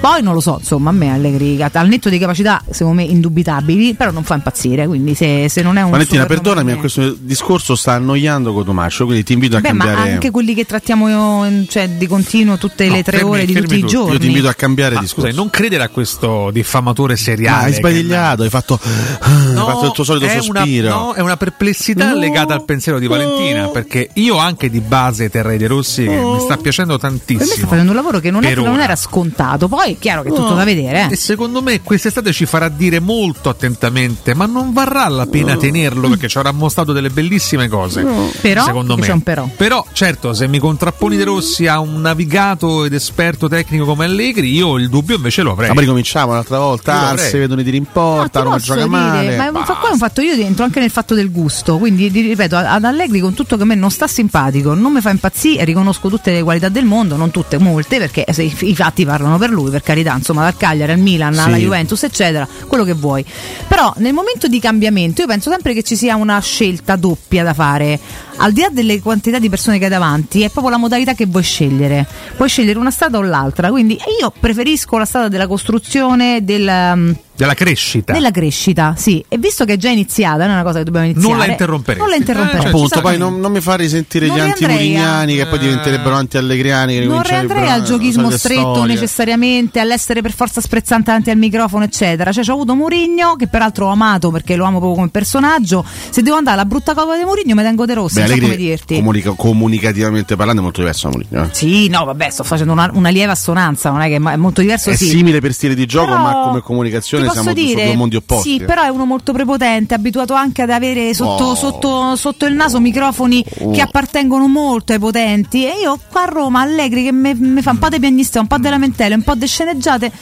S7: Poi non lo so, insomma, a me Allegri al netto di capacità, secondo me indubitabili, però non fa impazzire, quindi se, se non è un
S3: Valentina,
S7: super
S3: perdonami,
S7: nome-
S3: ma questo discorso sta annoiando Cotumaccio, quindi ti invito a
S7: Beh,
S3: cambiare.
S7: ma anche quelli che trattiamo io, cioè, di continuo tutte le tre ore di tutti i giorni.
S3: Io ti invito a cambiare
S9: Ma
S3: discorso.
S9: Ah, scusa, non credere a questo diffamatore seriale.
S3: Ma hai
S9: che-
S3: sbagliato, hai fatto, hai fatto il tuo solito
S9: è una-
S3: sospiro.
S9: no, è una perplessità legata al pensiero di Valentina, perché io anche di base Terrei De Rossi che mi sta piacendo
S7: Per me sta
S9: tantissimo.
S7: facendo un lavoro che non, è-
S9: Per
S7: non
S9: ora.
S7: era scontato. Poi è chiaro che è tutto
S9: No.
S7: da vedere. eh.
S9: E secondo me quest'estate ci farà dire molto attentamente, ma non varrà la pena tenerlo perché ci avrà mostrato delle bellissime cose.
S7: Però,
S9: secondo
S7: che
S9: me.
S7: c'è un però.
S9: certo, se mi contrapponi De Rossi a un navigato ed esperto tecnico come Allegri, io il dubbio invece lo avrei.
S3: Ma ricominciamo un'altra volta, Arse, vedono i tiri in porta, Roma
S7: Posso
S3: gioca
S7: dire,
S3: male.
S7: ma fa- qua è un fatto io dentro anche nel fatto del gusto. Quindi ti ripeto, a- ad Allegri con tutto che a me non sta simpatico, non mi fa impazzire, riconosco tutte le qualità del mondo, non tutte, molte, perché se i, i fatti parlano per lui, per carità, insomma, dal Cagliari al Milan, alla
S50: Sì.
S7: Juventus, eccetera, quello che vuoi. Però nel momento di cambiamento io penso sempre che ci sia una scelta doppia da fare. Al di là delle quantità di persone che hai davanti, è proprio la modalità che vuoi scegliere. Puoi scegliere una strada o l'altra, quindi io preferisco la strada della costruzione, del... ehm,
S9: Della crescita.
S7: della crescita, sì. E visto che è già iniziata, non è una cosa che dobbiamo iniziare.
S3: Non la interromperesti.
S7: Non la interromperesti.
S3: Appunto, poi
S7: esattamente.
S3: non, non mi fa risentire
S7: Non
S3: gli
S7: riandrei
S3: anti-murignani che poi diventerebbero anti-allegriani. che
S7: Eh. Non
S3: ricominciano
S7: riandrei
S3: le-
S7: al
S3: le
S7: giochismo
S3: solite
S7: stretto
S3: storie.
S7: necessariamente, all'essere per forza sprezzante davanti al microfono, eccetera. Cioè, c'ho avuto Mourinho, che peraltro ho amato perché lo amo proprio come personaggio. Se devo andare alla brutta cova di Mourinho, mi tengo De Rossi,
S3: Beh,
S7: non so come
S3: Allegri,
S7: dirti.
S3: comunica- comunicativamente parlando, è molto diverso da Mourinho. eh.
S7: sì, no, vabbè, sto facendo una, una lieve assonanza, non è che ma- è molto diverso,
S3: È
S7: sì.
S3: simile per stile di gioco,
S7: Però
S3: ma come
S7: Ti
S3: comunicazione
S7: posso
S3: siamo su
S7: dire,
S3: due mondi opposti.
S7: sì, però è uno molto prepotente, abituato anche ad avere sotto,
S3: Oh.
S7: sotto- sotto il naso microfoni
S3: Uh.
S7: che appartengono molto ai potenti. E io qua a Roma, Allegri, che mi mi fa un po'
S3: Mm.
S7: di piagnista, un po' di lamentele, un po' di sceneggiate.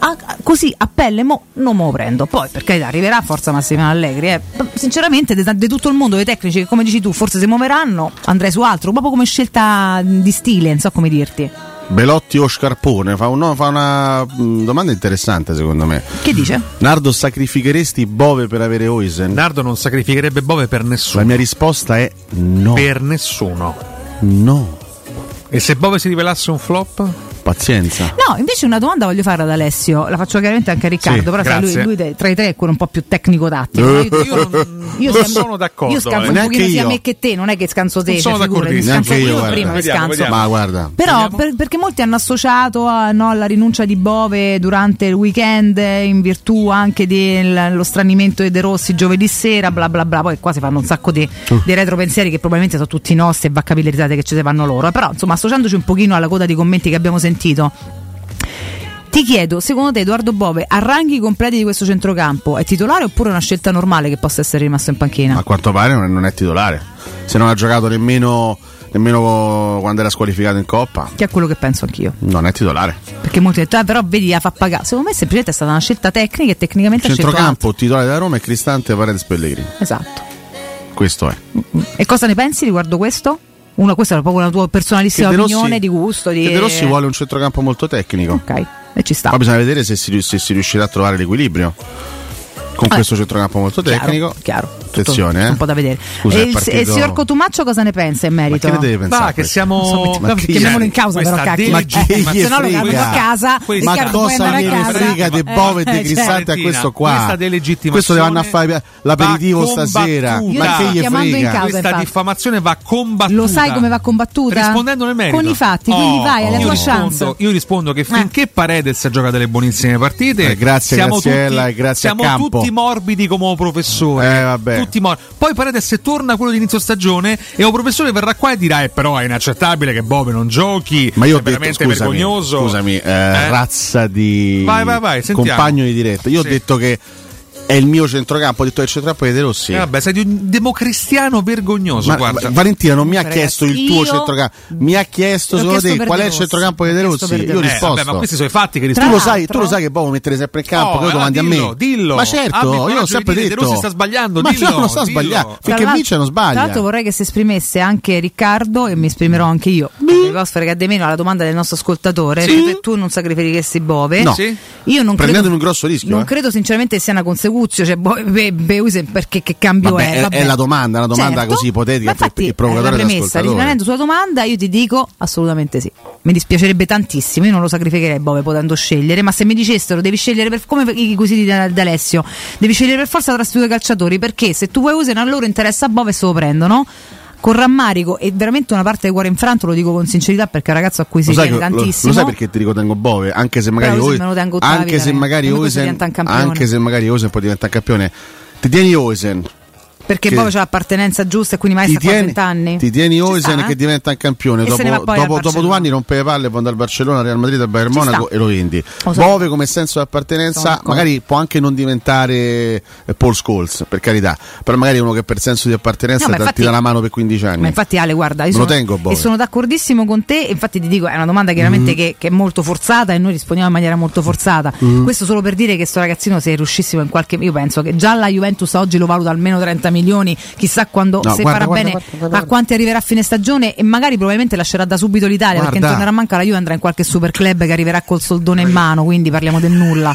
S7: a- a- così a pelle mo, non me lo prendo poi per carità arriverà forza Massimiliano Allegri eh. P- sinceramente di di tutto il mondo dei tecnici che come dici tu forse si muoveranno andrei su altro proprio come scelta di stile non so come dirti
S3: Belotti o Scarpone? Fa, un- no, fa una mh, domanda interessante, secondo me.
S7: che dice?
S3: Nardo, sacrificheresti Bove per avere Oisen?
S9: Nardo non sacrificherebbe Bove per nessuno.
S3: La mia risposta è no.
S9: Per nessuno.
S3: No.
S9: E se Bove si rivelasse un flop?
S3: Pazienza.
S7: No, invece una domanda voglio fare ad Alessio, la faccio chiaramente anche a Riccardo,
S9: Sì,
S7: però sai, lui,
S9: grazie.
S7: lui de- tra i tre è quello un po' più tecnico-tattico. Cioè, Io, non- io
S3: Eh. Non
S7: scanso-
S3: sono d'accordo,
S7: Io scanso
S3: Ale.
S7: un
S3: Neanche
S7: pochino sia
S3: io.
S7: me che te, non è che scanso te,
S3: Non sono
S7: cioè, figurati,
S3: d'accordissimo.
S7: scanso
S3: Neanche
S7: pure
S3: io,
S7: prima, mi
S3: guarda.
S7: scanso.
S3: Vediamo, vediamo. Ma guarda.
S7: Però per- perché molti hanno associato a- no, alla rinuncia di Bove durante il weekend eh, in virtù anche dello stranimento di De Rossi giovedì sera, bla bla bla, poi qua si fanno un sacco di, di retropensieri che probabilmente sono tutti nostri e va a capire le risate che ci si fanno loro, però insomma associandoci un pochino alla coda di commenti che abbiamo sentito. Ti chiedo, secondo te Edoardo Bove a ranghi completi di questo centrocampo è titolare oppure è una scelta normale che possa essere rimasto in panchina?
S3: A quanto pare non è, non è titolare. Se non ha giocato nemmeno, nemmeno quando era squalificato in Coppa.
S7: Che è quello che penso anch'io.
S3: Non è titolare.
S7: Perché molti hanno detto, "Ah, però vedi la fa pagare. Secondo me semplicemente è stata una scelta tecnica e tecnicamente ha scelto altro.
S3: Centrocampo, titolare della Roma è Cristante e Paredes Pellegrini.
S7: Esatto.
S3: Questo è.
S7: E cosa ne pensi riguardo questo? Una, questa è proprio una tua personalissima
S3: Che De Rossi-
S7: opinione di gusto. Di...
S3: Che De Rossi vuole un centrocampo molto tecnico.
S7: Ok, e ci sta.
S3: Poi bisogna vedere se si, se si riuscirà a trovare l'equilibrio con
S7: Eh.
S3: questo centrocampo molto
S7: Chiaro,
S3: tecnico.
S7: Chiaro.
S3: Attenzione, eh.
S7: un po' da vedere.
S3: Scusa,
S7: e,
S3: è
S7: il,
S3: partito-
S7: e il signor Cotumaccio cosa ne pensa in merito?
S3: che ne deve pensare
S9: Bah, che questo? siamo-
S7: Non so, metti-
S3: Ma
S7: no,
S3: chi-
S7: chiamiamolo in causa,
S3: questa
S7: però cacchio.
S3: DG
S7: Eh,
S3: frega.
S7: se no lo chiamano a casa.
S3: Questa-
S7: Riccardo,
S3: ma
S7: puoi
S3: cosa
S7: andare a
S3: gliene
S7: casa.
S3: frega de Bove e
S7: Eh,
S3: de
S7: cioè.
S3: Cristante a questo qua?
S9: Questa delegittimazione
S3: Questo le vanno a fare l'aperitivo
S9: va
S3: stasera.
S9: combattuta.
S3: Ma che gli
S7: Chiamando in
S3: frega?
S7: causa,
S9: Questa
S7: infatti.
S9: diffamazione va combattuta.
S7: Lo sai come va combattuta?
S9: Rispondendo nel merito.
S7: Con i fatti,
S9: Oh,
S7: quindi vai, alla
S9: io
S7: tua
S9: rispondo-
S7: chance. Eh.
S9: Io rispondo che finché Paredes ha giocato delle buonissime partite,
S3: Eh, grazie
S9: siamo
S3: Graziella
S9: tutti,
S3: e grazie a
S9: siamo
S3: Campo. Eh,
S9: tutti morbidi come un professore. Tutti mor- Poi Paredes se torna quello di inizio stagione e un professore verrà qua e dirà: "Eh, però è inaccettabile che Bob non giochi.
S3: Ma io ho
S9: è
S3: detto,
S9: veramente
S3: scusami,
S9: vergognoso.
S3: scusami, eh,
S9: Eh?
S3: razza di
S9: Vai, vai, vai, sentiamo.
S3: compagno di diretta. Io
S9: Sì.
S3: ho detto che è il mio centrocampo, ho detto che il centrocampo è De Rossi.
S9: Eh, vabbè, sei di un democristiano vergognoso.
S3: Ma-
S9: guarda.
S3: Va- Valentina non mi ha
S9: Ragazzi,
S3: chiesto il tuo
S9: io-
S3: centrocampo, mi ha chiesto
S9: L'ho
S3: secondo
S9: chiesto
S3: te
S9: per
S3: qual
S9: De
S3: è il
S9: Rossi,
S3: centrocampo di De
S9: l'ho chiesto
S3: Rossi?
S9: per De
S3: Io ho
S9: Rossi. Eh,
S3: risposto.
S9: vabbè, ma questi sono i fatti che
S3: tu lo
S9: rispondo.
S3: sai, tu lo sai che Bobo mettere sempre in campo,
S9: Oh,
S3: poi domandi
S9: allora
S3: a
S9: dillo,
S3: me.
S9: dillo.
S3: ma certo,
S9: Abbi coraggio
S3: io l'ho
S9: di
S3: sempre
S9: dire, De
S3: detto.
S9: Rossi sta sbagliando,
S3: ma
S9: dillo,
S3: no, non sta
S9: dillo.
S3: sbagliando,
S9: Tra
S3: perché
S7: l'altro-
S3: vince non
S7: Tra
S3: sbaglia.
S7: l'altro vorrei che si esprimesse anche Riccardo e mi esprimerò anche io. Mi posso fregare di meno alla domanda del nostro ascoltatore.
S3: Sì.
S7: cioè, tu non sacrificheresti Bove.
S3: No. Sì.
S7: Io non
S3: Prendendo
S7: credo,
S3: un grosso rischio,
S7: Non
S3: eh.
S7: credo sinceramente che sia una consecuzio, cioè Bove- Be- Beuse perché che cambio
S3: Vabbè,
S7: è?
S3: è, è
S7: eh, Vabbè.
S3: la domanda, una domanda
S7: Certo,
S3: così ipotetica per- per il
S7: La
S3: provocatore
S7: premessa,
S3: dell'ascoltatore.
S7: rispondendo sulla domanda, io ti dico assolutamente sì. Mi dispiacerebbe tantissimo, io non lo sacrificherei Bove potendo scegliere, ma se mi dicessero devi scegliere per, come i quesiti di Alessio, devi scegliere per forza tra questi due calciatori, perché se tu vuoi usare a loro interessa a Bove e se lo prendono. Con rammarico e veramente una parte di cuore infranto, lo dico con sincerità perché è un ragazzo a cui si
S3: Lo sai,
S7: tiene
S3: che- lo- lo
S7: tantissimo.
S3: sai perché ti ricotengo Bove? eh? Anche se magari
S7: Però Oisen
S3: Oisen-
S7: me lo tengo tutta la
S3: anche
S7: vita,
S3: se
S7: eh.
S3: magari
S7: Per me questo
S3: Oisen-
S7: diventa un campione.
S3: anche se magari Oisen può diventare campione, ti tieni Oisen,
S7: perché
S3: che-
S7: Bove c'ha l'appartenenza giusta e quindi mai
S3: Ti
S7: sta a
S3: tieni-
S7: 40 anni.
S3: ti tieni
S7: Ci
S3: Oisen
S7: sta, eh?
S3: che diventa un campione.
S7: E se ne va
S3: Dopo,
S7: poi al
S3: dopo- dopo due
S7: Barcellona.
S3: anni rompe le palle, va dal Barcellona, al Real Madrid, al Bayern
S7: Ci
S3: Monaco
S7: sta.
S3: e lo vendi.
S7: Lo so.
S3: Bove come senso di appartenenza magari può anche non diventare eh, Paul Scholes, per carità, però magari è uno che per senso di appartenenza
S7: No, ma
S3: ti-
S7: infatti-
S3: ti dà la mano per 15 anni.
S7: Ma infatti Ale guarda, io
S3: Me
S7: sono,
S3: lo tengo, Bove.
S7: e sono d'accordissimo con te, e infatti ti dico è una domanda chiaramente
S3: Mm.
S7: che, che è molto forzata e noi rispondiamo in maniera molto forzata.
S3: Mm.
S7: Questo solo per dire che sto ragazzino se riuscissimo in qualche io penso che già la Juventus oggi lo valuta almeno 30 milioni, chissà quando
S3: No,
S7: se
S3: guarda,
S7: farà
S3: guarda,
S7: bene
S3: guarda, guarda,
S7: a quanti arriverà a fine stagione e magari probabilmente lascerà da subito l'Italia perché
S3: Guarda.
S7: tornerà a manca la Juve andrà in qualche super club che arriverà col soldone in mano, quindi parliamo del nulla.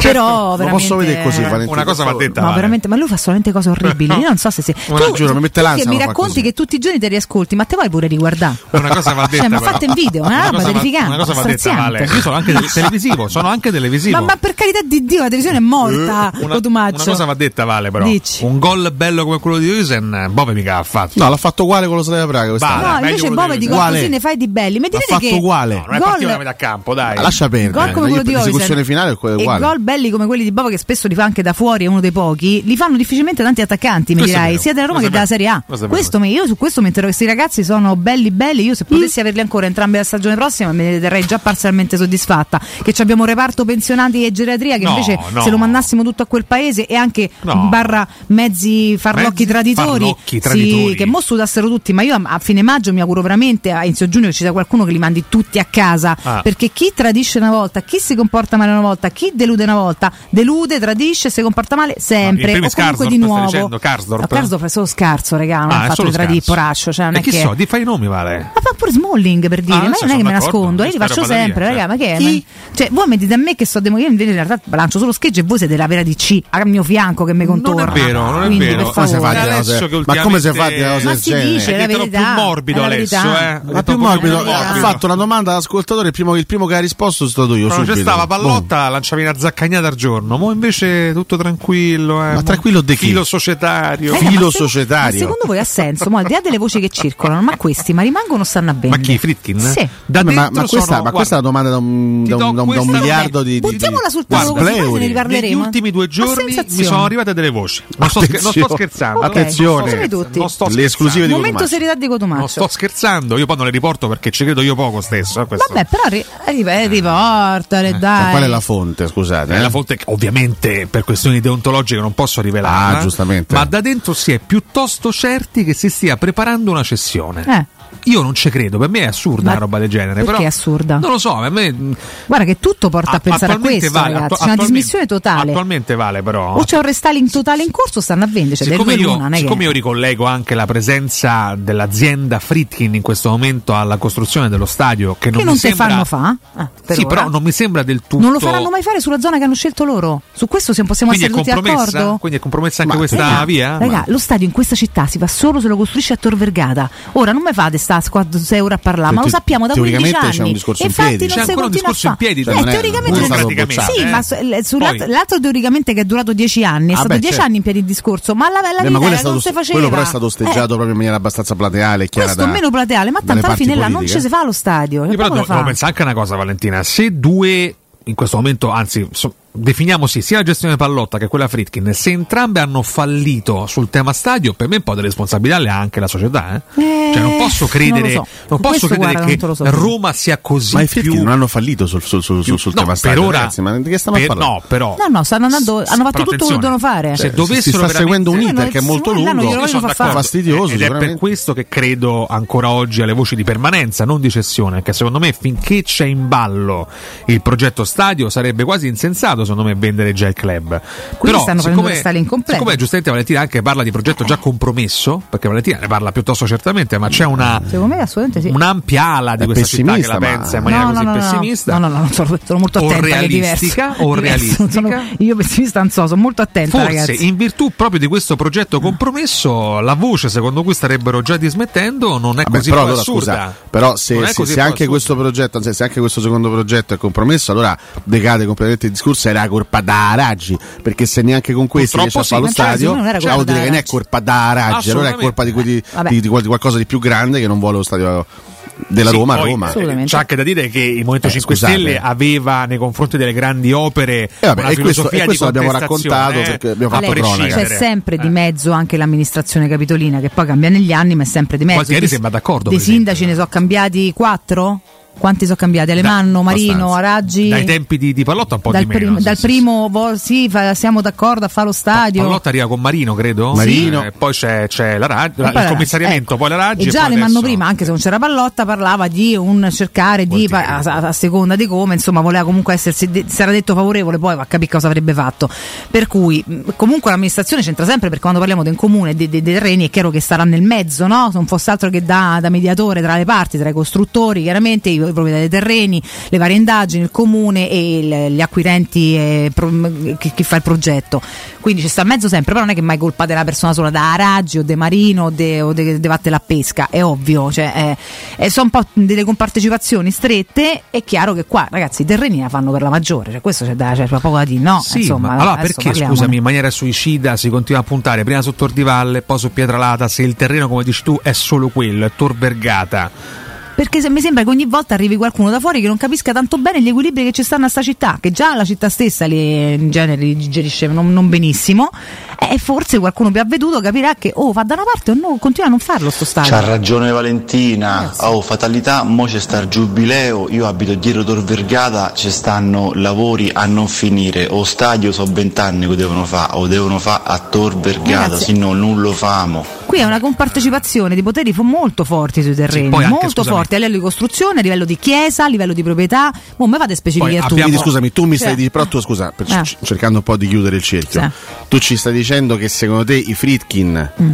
S7: Però
S3: Certo. lo
S7: veramente-
S3: posso vedere così, Valentina,
S9: Una
S3: per
S9: cosa va
S3: favore.
S9: detta.
S7: No,
S9: Ale.
S7: veramente, ma lui fa solamente cose orribili. Io non so se si.
S3: Ma giuro, mi mette
S7: tu
S3: l'ansia
S7: che mi
S3: quando fa
S7: racconti
S3: così.
S7: che tutti i giorni ti riascolti, ma te vuoi pure riguardare?
S9: Una cosa va detta.
S7: Cioè, ma
S9: però.
S7: fate in video, una roba
S9: cosa va-
S7: terrificante,
S9: Una cosa va detta,
S7: straziante.
S9: Vale. Io sono anche tele- televisivo, sono anche televisivo.
S7: Ma, ma per carità di Dio, la televisione è morta.
S9: una,
S7: Cotumaccio.
S9: una cosa va detta, Vale, però.
S7: Dici.
S9: Un gol bello come quello di Usen, Bove mica ha fatto.
S3: No, l'ha fatto uguale con lo Slavia Praga
S9: quest'anno.
S7: No, invece Bove di gol così ne fai di belli. Mi
S9: L'ha
S7: direte
S9: fatto
S7: che
S3: uguale.
S9: No, non è partita da metà campo, dai.
S3: Ma Ah, lascia perdere.
S7: Gol come
S3: Io
S7: quello
S3: per
S7: di
S3: l'esecuzione
S7: Oisen
S3: finale è que-
S7: e
S3: uguale.
S7: gol belli come quelli di Bova che spesso li fa anche da fuori, è uno dei pochi, li fanno difficilmente tanti attaccanti, mi
S3: Questo è
S7: dirai,
S3: vero.
S7: sia della Roma che
S3: Questo
S7: della
S3: è
S7: Serie
S3: vero.
S7: A.
S3: Questo è vero.
S7: Questo mi- io su questo mi interrogo, questi ragazzi sono belli belli, io se potessi averli ancora entrambi la stagione prossima me ne terrei già parzialmente soddisfatta, che ci abbiamo un reparto pensionati e geriatria che
S9: No,
S7: invece
S9: no.
S7: se lo mandassimo tutto a quel paese e anche
S9: No.
S7: barra mezzi farlocchi
S9: Mezzi
S7: traditori,
S9: farlocchi
S7: sì,
S9: traditori.
S7: che mo sudassero tutti, ma io a, a fine maggio mi auguro veramente a inizio giugno che ci sia qualcuno che li mandi tutti a casa,
S9: Ah.
S7: perché perché chi tradisce una volta, chi si comporta male una volta, chi delude una volta, delude, tradisce, si comporta male sempre,
S9: primo
S7: o
S9: è
S7: comunque
S9: Skarsgård,
S7: di
S9: stai
S7: nuovo.
S9: dicendo? Karsdorp?
S7: No, Karsdorp è solo scarso, regà, non
S9: Ah,
S7: ha
S9: è
S7: fatto
S9: solo
S7: di tradire,
S9: scarso.
S7: poraccio, cioè non
S9: E
S7: è
S9: chi
S7: che
S9: so, di fai i nomi,
S3: Eh,
S9: vale.
S7: ma fa pure Smalling per dire,
S9: Ah,
S7: ma io non è che
S9: sì, sono
S7: me
S9: d'accordo,
S7: nascondo, io li
S9: questa
S7: faccio
S9: roba lì,
S7: sempre,
S9: eh,
S7: raga, ma che è?
S9: certo.
S7: Ma- Cioè, voi mi dite a me che so demo- io invece in realtà lancio solo schegge e voi siete la vera DC a mio fianco che mi contorna.
S9: Non è vero, non è
S7: Quindi,
S9: vero.
S7: per favore.
S3: fate delle cose- ma come si fa delle cose
S7: Ma
S3: del
S7: si
S3: genere?
S7: dice, è la
S9: È diventato
S7: verità.
S9: più morbido
S7: è la
S9: Alessio,
S7: verità.
S9: eh.
S3: Ma più morbido,
S7: Ah.
S3: ha fatto una domanda all'ascoltatore. Il primo, il primo che ha risposto sono stato io.
S9: Quando
S3: subito. Boh.
S9: c'è stava
S3: Boom.
S9: pallotta, lanciavi una zaccagnata al giorno. Mo invece tutto tranquillo, eh.
S3: Ma tranquillo di chi?
S9: Filo societario.
S7: Raga, Cioè, Eh, ma se- ma secondo voi ha senso? Mo, al di là delle voci che circolano, ma questi, ma rimangono o stanno a bene?
S3: Ma chi, Fritkin?
S7: Sì.
S3: Da Ma- ma- dentro ma questa-
S9: sono-
S3: ma questa è una domanda da un, da un- da un- da un
S9: Questa-
S3: miliardo di, di, di
S7: Buttiamola sul tavolo così poi se ne riparleremo.
S9: Negli ultimi due giorni mi
S7: sensazione.
S9: sono arrivate delle voci. Non sto, scher- non sto
S3: Attenzione.
S9: scherzando.
S3: Attenzione.
S9: Non sto scherzando. Non sto
S3: Le esclusive
S9: scherzando.
S7: Momento serietà di Cotumaccio.
S9: Non sto scherzando, io poi non le riporto perché ci credo io poco stesso. eh, questo.
S7: Vabbè, però ri- ri-
S9: Eh,
S7: riportale,
S3: Ma
S7: dai.
S3: qual è la fonte? Scusate,
S9: È
S3: eh?
S9: la fonte che ovviamente per questioni deontologiche non posso rivelare.
S3: Ah, giustamente.
S9: Ma da dentro si è piuttosto certi che si stia preparando una cessione.
S7: Eh.
S9: Io non ci credo, per me è assurda
S7: Ma
S9: una roba del genere.
S7: Perché
S9: però
S7: è assurda?
S9: Non lo so, a me mm,
S7: Guarda che tutto porta a pensare a
S9: attualmente
S7: questo,
S9: vale,
S7: ragazzi.
S9: attu-
S7: C'è una
S9: attualmente-
S7: dismissione totale.
S9: attualmente vale però.
S7: O c'è un restyling totale in corso, o stanno a vendere. Cioè,
S9: Siccome,
S7: delle due
S9: io,
S7: l'una, non è che-
S9: siccome io ricollego anche la presenza dell'azienda Fritkin in questo momento alla costruzione dello stadio, che non
S7: che
S9: mi
S7: non te fanno
S9: sembra
S7: fa? Ah, per
S9: sì,
S7: ora.
S9: però non mi sembra del tutto.
S7: Non lo faranno mai fare sulla zona che hanno scelto loro. Su questo se- possiamo
S9: Quindi è
S7: essere tutti
S9: compromessa?
S7: d'accordo?
S9: Quindi è compromessa anche
S7: Ma-
S9: questa
S7: raga,
S9: via?
S7: Eh, raga, lo stadio in questa città si fa solo se lo costruisce a Tor Vergata. Ora non mi fate sta 6 euro a parlare, ma lo
S3: Te-
S7: sappiamo da 15
S3: teoricamente
S7: anni.
S3: c'è un discorso
S7: E
S3: in
S7: infatti
S3: piedi.
S7: non
S3: C'è
S7: si
S3: ancora un
S7: continua a
S3: discorso in
S7: fare.
S3: piedi,
S7: Eh,
S3: cioè, non è-
S7: teoricamente
S3: non è
S7: c'è-
S3: stato bocciato,
S7: Sì,
S3: eh.
S7: ma su- l- sull'altro
S3: Poi-
S7: l'altro teoricamente che è durato 10 anni, è
S3: Ah,
S7: stato
S3: beh,
S7: 10
S3: certo.
S7: anni in piedi il discorso, ma la, la
S3: Beh, ma
S7: vita
S3: quello,
S7: era
S3: è
S7: che non
S3: stato,
S7: si faceva.
S3: quello però è stato
S7: Eh,
S3: osteggiato proprio in maniera abbastanza plateale e chiara.
S7: questo
S3: da-
S7: meno plateale, ma
S3: dalle
S7: tanto alla
S3: parti
S7: fine là non
S3: politiche.
S7: ci si fa lo stadio. Che
S9: Io però
S7: poco
S9: devo,
S7: fa?
S9: devo pensare anche a una cosa, Valentina. Se due, in questo momento, anzi, so- definiamo sì, sia la gestione Pallotta che quella Fritkin, se entrambe hanno fallito sul tema stadio, per me un po' di responsabilità le ha anche la società. eh.
S3: Eh,
S9: cioè, non posso credere,
S3: non lo so.
S9: non posso
S3: Questo,
S9: credere
S3: guarda, non te
S9: che
S3: lo so.
S9: Roma sia così
S3: Ma i
S9: più.
S3: Fritkin non hanno fallito sul, sul, sul, sul, sul
S9: No,
S3: tema
S9: per
S3: stadio,
S9: ora-
S3: ragazzi, ma di che stiamo a
S9: per-
S3: parlare?
S9: no, però.
S7: No, no, stanno andando, hanno fatto
S9: però
S7: tutto quello che
S9: attenzione,
S7: devono fare. Eh,
S9: se
S3: Cioè, si- si
S9: dovessero
S3: sta
S9: veramente-
S3: seguendo un
S9: Sì,
S3: iter
S9: no,
S3: che è molto
S9: no,
S3: lungo,
S9: io sono
S3: sono
S9: d'accordo.
S3: fastidioso
S9: ed è per
S3: sicuramente.
S9: questo che credo ancora oggi alle voci di permanenza, non di cessione, che secondo me finché c'è in ballo il progetto stadio sarebbe quasi insensato secondo me vendere già il club. Però
S7: stanno prendendo
S9: siccome,
S7: le stalle incomplete.
S9: siccome giustamente Valentina anche parla di progetto già compromesso, perché Valentina ne parla piuttosto certamente, ma c'è una
S7: Secondo me assolutamente sì.
S9: un'ampia ala di
S3: È
S9: questa città che la
S3: pessimista, ma-
S9: pensa in maniera
S7: no,
S9: così
S7: no, no, no.
S9: pessimista.
S7: No, no, no, non sono, sono molto
S9: O
S7: attenta che è
S9: realistica,
S7: diverso.
S9: o
S7: Diverso, sono- io pessimista non so, sono molto attenta,
S9: Forse
S7: ragazzi.
S9: in virtù proprio di questo progetto compromesso, la voce secondo cui starebbero già dismettendo non è
S3: Vabbè,
S9: così
S3: però,
S9: poi
S3: allora,
S9: assurda.
S3: scusa, però se,
S9: Non è
S3: se-
S9: così
S3: se
S9: poi
S3: anche questo progetto, anzi, se anche questo secondo progetto è compromesso, allora decade completamente il discorso. Era colpa da Raggi, perché se neanche con questi
S9: Purtroppo
S3: riesce a fare
S9: sì.
S3: lo
S9: Ma infatti,
S3: stadio,
S9: non era
S3: cioè,
S9: colpa
S3: vuol dire
S9: da
S3: che non è
S9: Raggi.
S3: colpa da Raggi, allora è
S9: Assolutamente.
S3: colpa di, quelli-
S9: Vabbè.
S3: di- di qual- di qualcosa di più grande che non vuole lo stadio della
S9: Sì,
S3: Roma. a
S9: poi,
S3: Roma. Eh,
S9: eh, C'è anche da dire che il Movimento 5
S3: scusate.
S9: Stelle aveva nei confronti delle grandi opere
S3: Eh, vabbè,
S9: una
S3: e questo-
S9: filosofia
S3: e questo
S9: di
S3: l'abbiamo
S9: contestazione, eh.
S3: raccontato perché abbiamo
S9: a
S3: fatto
S7: Ale,
S9: prescindere.
S7: c'è sempre di mezzo anche l'amministrazione capitolina che poi cambia negli anni, ma è sempre di mezzo.
S9: Gualtieri
S7: Dei-
S9: sembra d'accordo,
S7: Dei
S9: per esempio.
S7: sindaci ne sono cambiati quattro? Quanti sono cambiati? Alemanno, Marino, Araggi?
S9: Dai tempi di, di Pallotta un po'
S7: Dal
S9: di meno.
S7: prim- dal primo, vo- sì, fa- siamo d'accordo a fare lo stadio.
S9: Pallotta arriva con Marino, credo.
S3: Marino.
S9: Sì, e poi c'è, c'è la Raggi, la-
S7: Poi
S9: Ah, il
S7: la-
S9: commissariamento,
S7: ecco.
S9: poi la Raggi.
S7: E già
S9: poi
S7: l'anno
S9: adesso-
S7: prima, anche se non c'era pallotta, parlava di un cercare di pa- a, a seconda di come, insomma, voleva comunque essersi de- si era detto favorevole, poi va a capire cosa avrebbe fatto. Per cui mh, comunque l'amministrazione c'entra sempre perché quando parliamo di un comune e dei, dei- dei terreni è chiaro che starà nel mezzo, no? Non fosse altro che da, da mediatore tra le parti, tra i costruttori, chiaramente i proprietari dei terreni, le varie indagini, il comune e il- gli acquirenti eh, pro- mh, chi, chi fa il progetto. Quindi ci sta a mezzo sempre, però non è che mai colpa della persona sola da Raggi o De Marino o De, o de, de Vatte la Pesca, è ovvio, cioè, eh, eh, sono un po' delle compartecipazioni strette, è chiaro che qua ragazzi i terreni la fanno per la maggiore, cioè, questo c'è, da, c'è poco da dire, no?
S9: Sì,
S7: Insomma,
S9: ma allora
S7: adesso
S9: perché
S7: parliamone.
S9: scusami in maniera suicida si continua a puntare prima su Tor di Valle, poi su Pietralata, se il terreno come dici tu è solo quello, è Tor Vergata.
S7: Perché se- mi sembra che ogni volta arrivi qualcuno da fuori che non capisca tanto bene gli equilibri che ci stanno a sta città, che già la città stessa li, in genere li digerisce non, non benissimo, e forse qualcuno più avveduto capirà che o va da una parte o no, continua a non farlo sto stadio.
S6: C'ha ragione Valentina, oh fatalità, mo c'è sta il giubileo, io abito dietro Tor Vergata, ci stanno lavori a non finire, o stadio so vent'anni che devono fare, o devono fare a Tor Vergata,
S7: Ragazzi-
S6: se no non lo famo.
S7: Qui è una compartecipazione di poteri fo- molto forti sui terreni,
S9: poi anche,
S7: molto
S9: scusami.
S7: forti a livello di costruzione, a livello di chiesa, a livello di proprietà. Mo me fate specifiche
S3: Poi
S7: a
S3: abbiamo-
S7: tutti.
S3: Quindi, scusami, tu mi stai
S7: Cioè,
S3: dicendo, però tu scusa, per-
S7: Eh.
S3: c- cercando un po' di chiudere il cerchio,
S7: Sì.
S3: tu ci stai dicendo che secondo te i Fritkin
S7: Mm.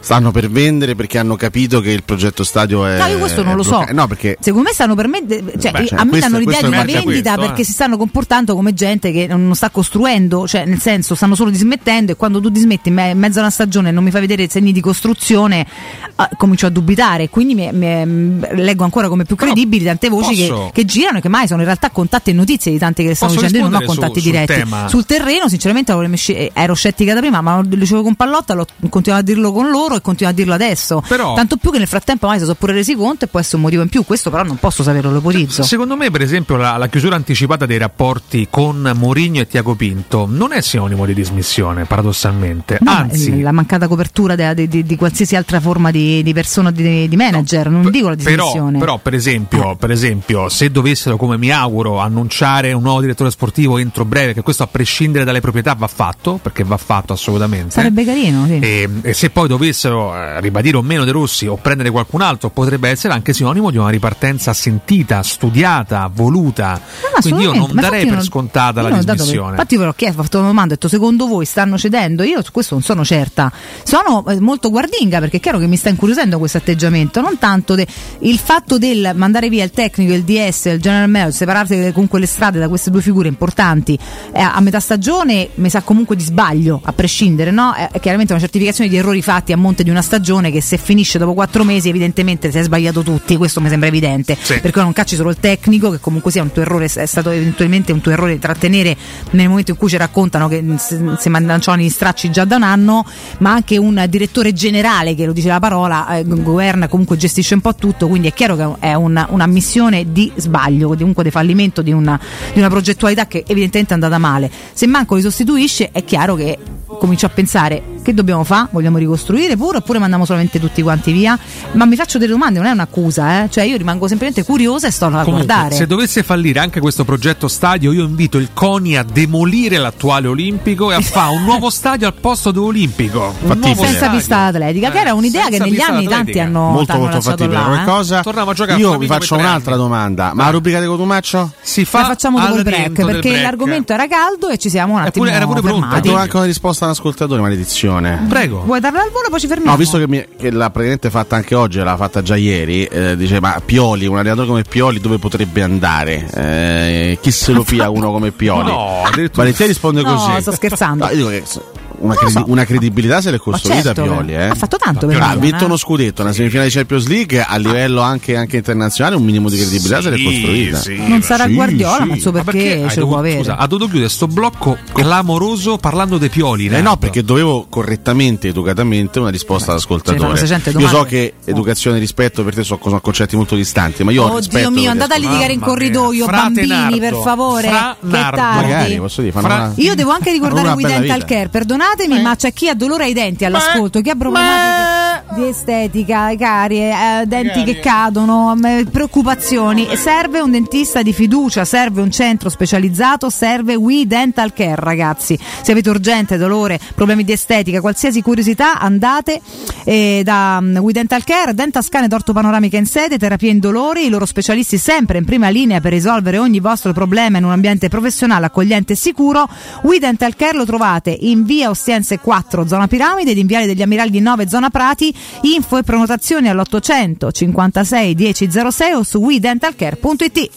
S3: stanno per vendere perché hanno capito che il progetto stadio è...
S7: No, Cioè, io questo non lo so.
S3: blocca- eh, No, perché...
S7: Secondo me stanno per me, cioè,
S3: Beh, cioè,
S7: a me
S3: questo-
S7: danno l'idea
S3: questo
S7: di una
S3: manca
S7: vendita
S3: questo, eh.
S7: perché si stanno comportando come gente che non non sta costruendo, cioè nel senso stanno solo dismettendo e quando tu dismetti in me- in mezzo a una stagione e non mi fai vedere segni di costruzione ah, comincio a dubitare, quindi mi- mi- leggo ancora come più credibili tante voci che,
S9: posso-
S7: che girano e che mai sono in realtà contatti e notizie di tanti che le stanno
S9: Posso
S7: dicendo, io non ho
S9: rispondere
S7: contatti
S9: su- sul
S7: diretti.
S9: tema?
S7: Sul terreno sinceramente ero scettica- ero scettica da prima, ma lo dicevo con Pallotta, lo continuo a dirlo con loro e continuo a dirlo adesso.
S9: Però-
S7: Tanto più che nel frattempo mai si sono pure resi conto e può essere un motivo in più, questo però non posso saperlo, lo ipotizzo.
S9: Secondo me, per esempio, la, la chiusura anticipata dei rapporti con Mourinho e Tiago Pinto non è sinonimo di dismissione, paradossalmente.
S7: No, ma,
S9: Anzi,
S7: eh, la mancata copertura della- di, di- di qualsiasi altra forma di, di persona, di, di manager, non dico la
S9: Però,
S7: dismissione. Eh.
S9: però, per, esempio, per esempio, se dovessero, come mi auguro, annunciare un nuovo direttore sportivo entro breve, che questo a prescindere dalle proprietà va fatto, perché va fatto assolutamente.
S7: Sarebbe carino, sì.
S9: E, e se poi dovessero eh, ribadire o meno De Rossi o prendere qualcun altro, potrebbe essere anche sinonimo di una ripartenza sentita, studiata, voluta.
S7: Ah,
S9: Quindi io
S7: assolutamente,
S9: non
S7: ma
S9: darei
S7: infatti
S9: per
S7: non-
S9: scontata
S7: io
S9: la
S7: non ho dato per-
S9: dismissione.
S7: infatti, ve l'ho chiesto, ho fatto una domanda, ho detto secondo voi stanno cedendo? Io su questo non sono certa. Sono eh, molto guardinga perché è chiaro che mi sta incuriosendo questo atteggiamento. Non tanto de- il fatto del mandare via il tecnico, il DS, il general manager, separarsi comunque le strade da queste due figure importanti eh, a metà stagione mi sa comunque di sbaglio, a prescindere, no? È è chiaramente una certificazione di errori fatti a monte di una stagione che se finisce dopo quattro mesi, evidentemente si è sbagliato tutti. Questo mi sembra evidente.
S15: Sì.
S7: Per cui non cacci solo il tecnico, che comunque sia un tuo errore, è stato eventualmente un tuo errore trattenere nel momento in cui ci raccontano che mh, se- si lanciavano gli stracci già da un anno, ma anche un direttore generale che lo dice la parola, eh, governa, comunque gestisce un po' tutto. Quindi è chiaro che è un- un'ammissione di sbaglio, di- comunque di fallimento di una, di una progettualità che evidentemente è andata male. Se Manco li sostituisce, è chiaro che comincio a pensare che dobbiamo fare? Vogliamo ricostruire pure oppure mandiamo solamente tutti quanti via? Ma mi faccio delle domande, non è un'accusa, eh? cioè io rimango semplicemente curiosa e sto a
S9: Comunque,
S7: guardare.
S9: se dovesse fallire anche questo progetto stadio, io invito il CONI a demolire l'attuale olimpico e a fare un nuovo stadio al posto dell'olimpico. Un nuovo
S7: senza
S9: stadio.
S7: pista atletica, che era un'idea che
S9: senza
S7: negli
S9: pista
S7: anni tanti
S9: atletica.
S7: hanno,
S3: molto
S7: hanno
S3: molto
S7: lanciato
S3: fattibile
S7: là,
S3: come
S7: eh.
S3: cosa io vi faccio un'altra domanda ma la rubrica di Cotumaccio
S9: si
S7: La facciamo dopo il break perché l'argomento era caldo e ci siamo un attimo fermati.
S3: Devo anche una risposta all'ascoltatore maledizione
S7: Vuoi darla al volo poi ci fermiamo?
S3: No, visto che, mi- che l'ha praticamente fatta anche oggi, l'ha fatta già ieri, eh, dice ma Pioli, un allenatore come Pioli dove potrebbe andare? Eh, chi se lo pia uno come Pioli?
S9: No,
S3: addirittura- Valentieri risponde
S7: No,
S3: così.
S7: sto scherzando.
S3: No, io dico che s- una, credi- una credibilità se l'è costruita
S7: certo,
S3: Pioli. eh.
S7: ha fatto tanto per
S3: Ah,
S7: il
S3: Ha
S7: Milan,
S3: vinto
S7: eh.
S3: uno scudetto, una semifinale di Champions League a livello anche, anche internazionale, un minimo di credibilità se l'è
S9: Sì,
S3: costruita.
S9: sì,
S7: eh. Non sarà
S3: Sì,
S7: Guardiola, ma
S3: sì.
S7: il suo perché,
S9: Hai
S7: Eh, ce lo
S9: dovuto-
S7: può avere.
S9: Scusa, ha dovuto chiudere sto blocco clamoroso parlando dei Pioli.
S3: Eh no, perché dovevo correttamente, educatamente, una risposta
S9: fanno
S3: all'ascoltatore.
S9: 600
S3: Io so
S9: domande.
S3: che educazione e rispetto per te sono, sono concetti molto distanti, ma io ho rispetto
S7: Oddio mio,
S3: per gli
S7: andate a litigare in
S3: ascoltatori.
S7: corridoio, bambini,
S3: Nardo.
S7: per favore.
S3: Fra
S7: che è
S3: Nardo.
S7: tardi.
S3: Magari, posso dire, fanno Fra- Eh. una-
S7: Io devo anche ricordare
S3: fanno
S7: We
S3: una bella
S7: Dental
S3: vita.
S7: Care, perdonatemi, ma c'è chi ha dolore ai denti
S3: Eh.
S7: all'ascolto, chi ha problematiche di estetica, carie, eh, denti che cadono, m- preoccupazioni. Serve un dentista di fiducia, serve un centro specializzato, serve We Dental Care, ragazzi. Se avete urgente, dolore, problemi di estetica, qualsiasi curiosità, andate eh, da mm, We Dental Care, Dentascan ed ortopanoramica in sede, terapia in dolore, i loro specialisti sempre in prima linea per risolvere ogni vostro problema in un ambiente professionale, accogliente e sicuro. We Dental Care lo trovate in via Ostiense 4, zona Piramide, ed in viale degli Ammiragli 9, zona Prati. Info e prenotazioni all'800 56 1006 o su WeDentalCare.it.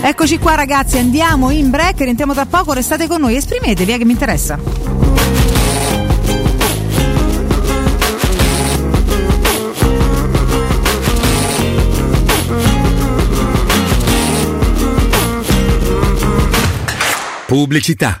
S7: Eccoci qua ragazzi, andiamo in break, rientriamo tra poco, restate con noi, esprimetevi, eh, che mi interessa.
S13: Pubblicità.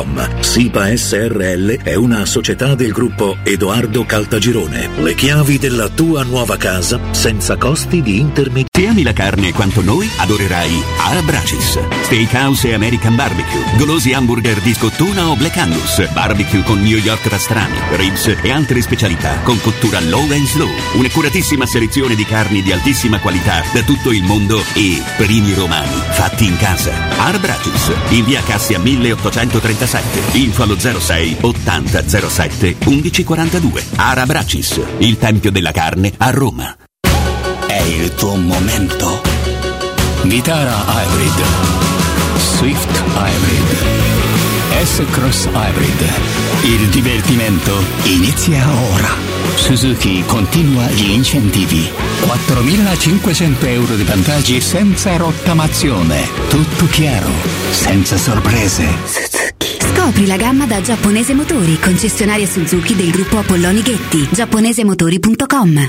S13: Telecom. SIPA SRL è una società del gruppo Edoardo Caltagirone. Le chiavi della tua nuova casa senza costi di intermediazione.
S51: Se ami la carne quanto noi, adorerai Arabracis. Steakhouse e American Barbecue. Golosi hamburger di scottuna o Black Angus. Barbecue con New York pastrami, ribs e altre specialità con cottura low and slow. Un'accuratissima selezione di carni di altissima qualità da tutto il mondo e primi romani fatti in casa. Arabracis. In via Cassia 1837. Info allo 06 80 07 1142. Arabracis. Il tempio della carne a Roma.
S6: È il tuo momento. Vitara Hybrid. Swift Hybrid. S-Cross Hybrid. Il divertimento inizia ora. Suzuki continua gli incentivi. 4.500 euro di vantaggi senza rottamazione. Tutto chiaro, senza sorprese.
S50: Scopri la gamma da Giapponese Motori, concessionaria Suzuki del gruppo Apolloni Ghetti, giapponesemotori.com.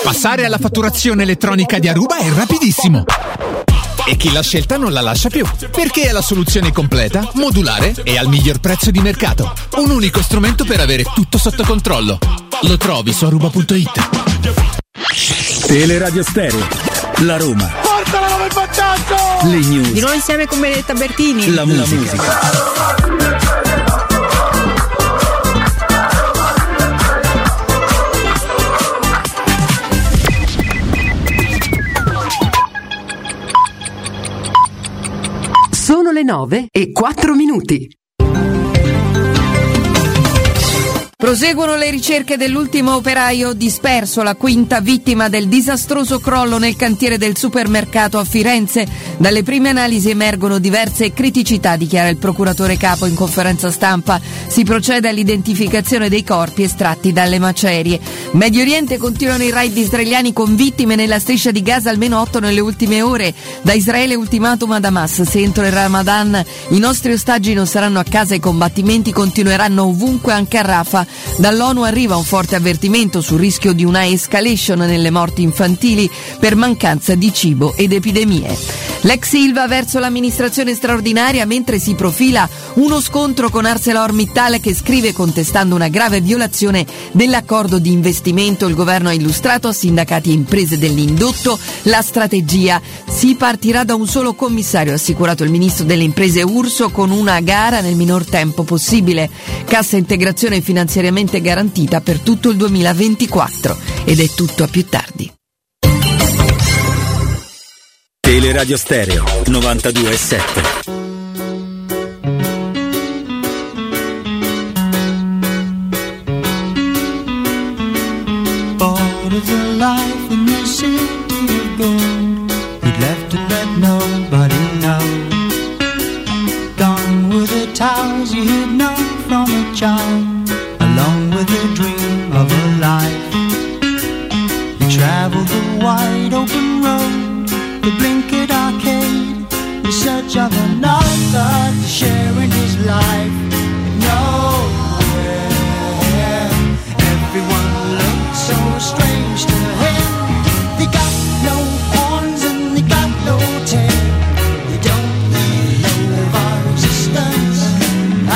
S9: Passare alla fatturazione elettronica di Aruba è rapidissimo. E chi l'ha scelta non la lascia più, perché è la soluzione completa, modulare e al miglior prezzo di mercato. Un unico strumento per avere tutto sotto controllo. Lo trovi su aruba.it.
S52: Teleradio Stereo. La Roma.
S42: Portala come vantaggio!
S52: Le news.
S42: Di nuovo insieme con Benedetta Bertini.
S52: La musica.
S29: Sono le 9 e 4 minuti.
S33: Proseguono le ricerche dell'ultimo operaio disperso, la quinta vittima del disastroso crollo nel cantiere del supermercato a Firenze. Dalle prime analisi emergono diverse criticità, dichiara il procuratore capo in conferenza stampa. Si procede all'identificazione dei corpi estratti dalle macerie. Medio Oriente continuano i raid israeliani con vittime nella striscia di Gaza almeno 8 nelle ultime ore. Da Israele ultimatum ad Hamas, se entro il Ramadan i nostri ostaggi non saranno a casa e i combattimenti continueranno ovunque anche a Rafa. Dall'ONU arriva un forte avvertimento sul rischio di una escalation nelle morti infantili per mancanza di cibo ed epidemie. L'ex Silva verso l'amministrazione straordinaria mentre si profila uno scontro con ArcelorMittal che scrive contestando una grave violazione dell'accordo di investimento. Il governo ha illustrato a sindacati e imprese dell'indotto la strategia. Si partirà da un solo commissario, ha assicurato il ministro delle imprese Urso, con una gara nel minor tempo possibile. Cassa integrazione finanziariamente garantita per tutto il 2024. Ed è tutto a più tardi.
S29: Teleradio Stereo 92.7
S19: bored of the life in the city of gold. We'd left to let nobody know. Gone were the towers you had known from a child, along with the dream of a life. You traveled the wide open road, the blinkered arcade, in search of another to share in his life. Nowhere. Everyone looked so strange to him. They got no horns and they got no tail. They don't know of our existence.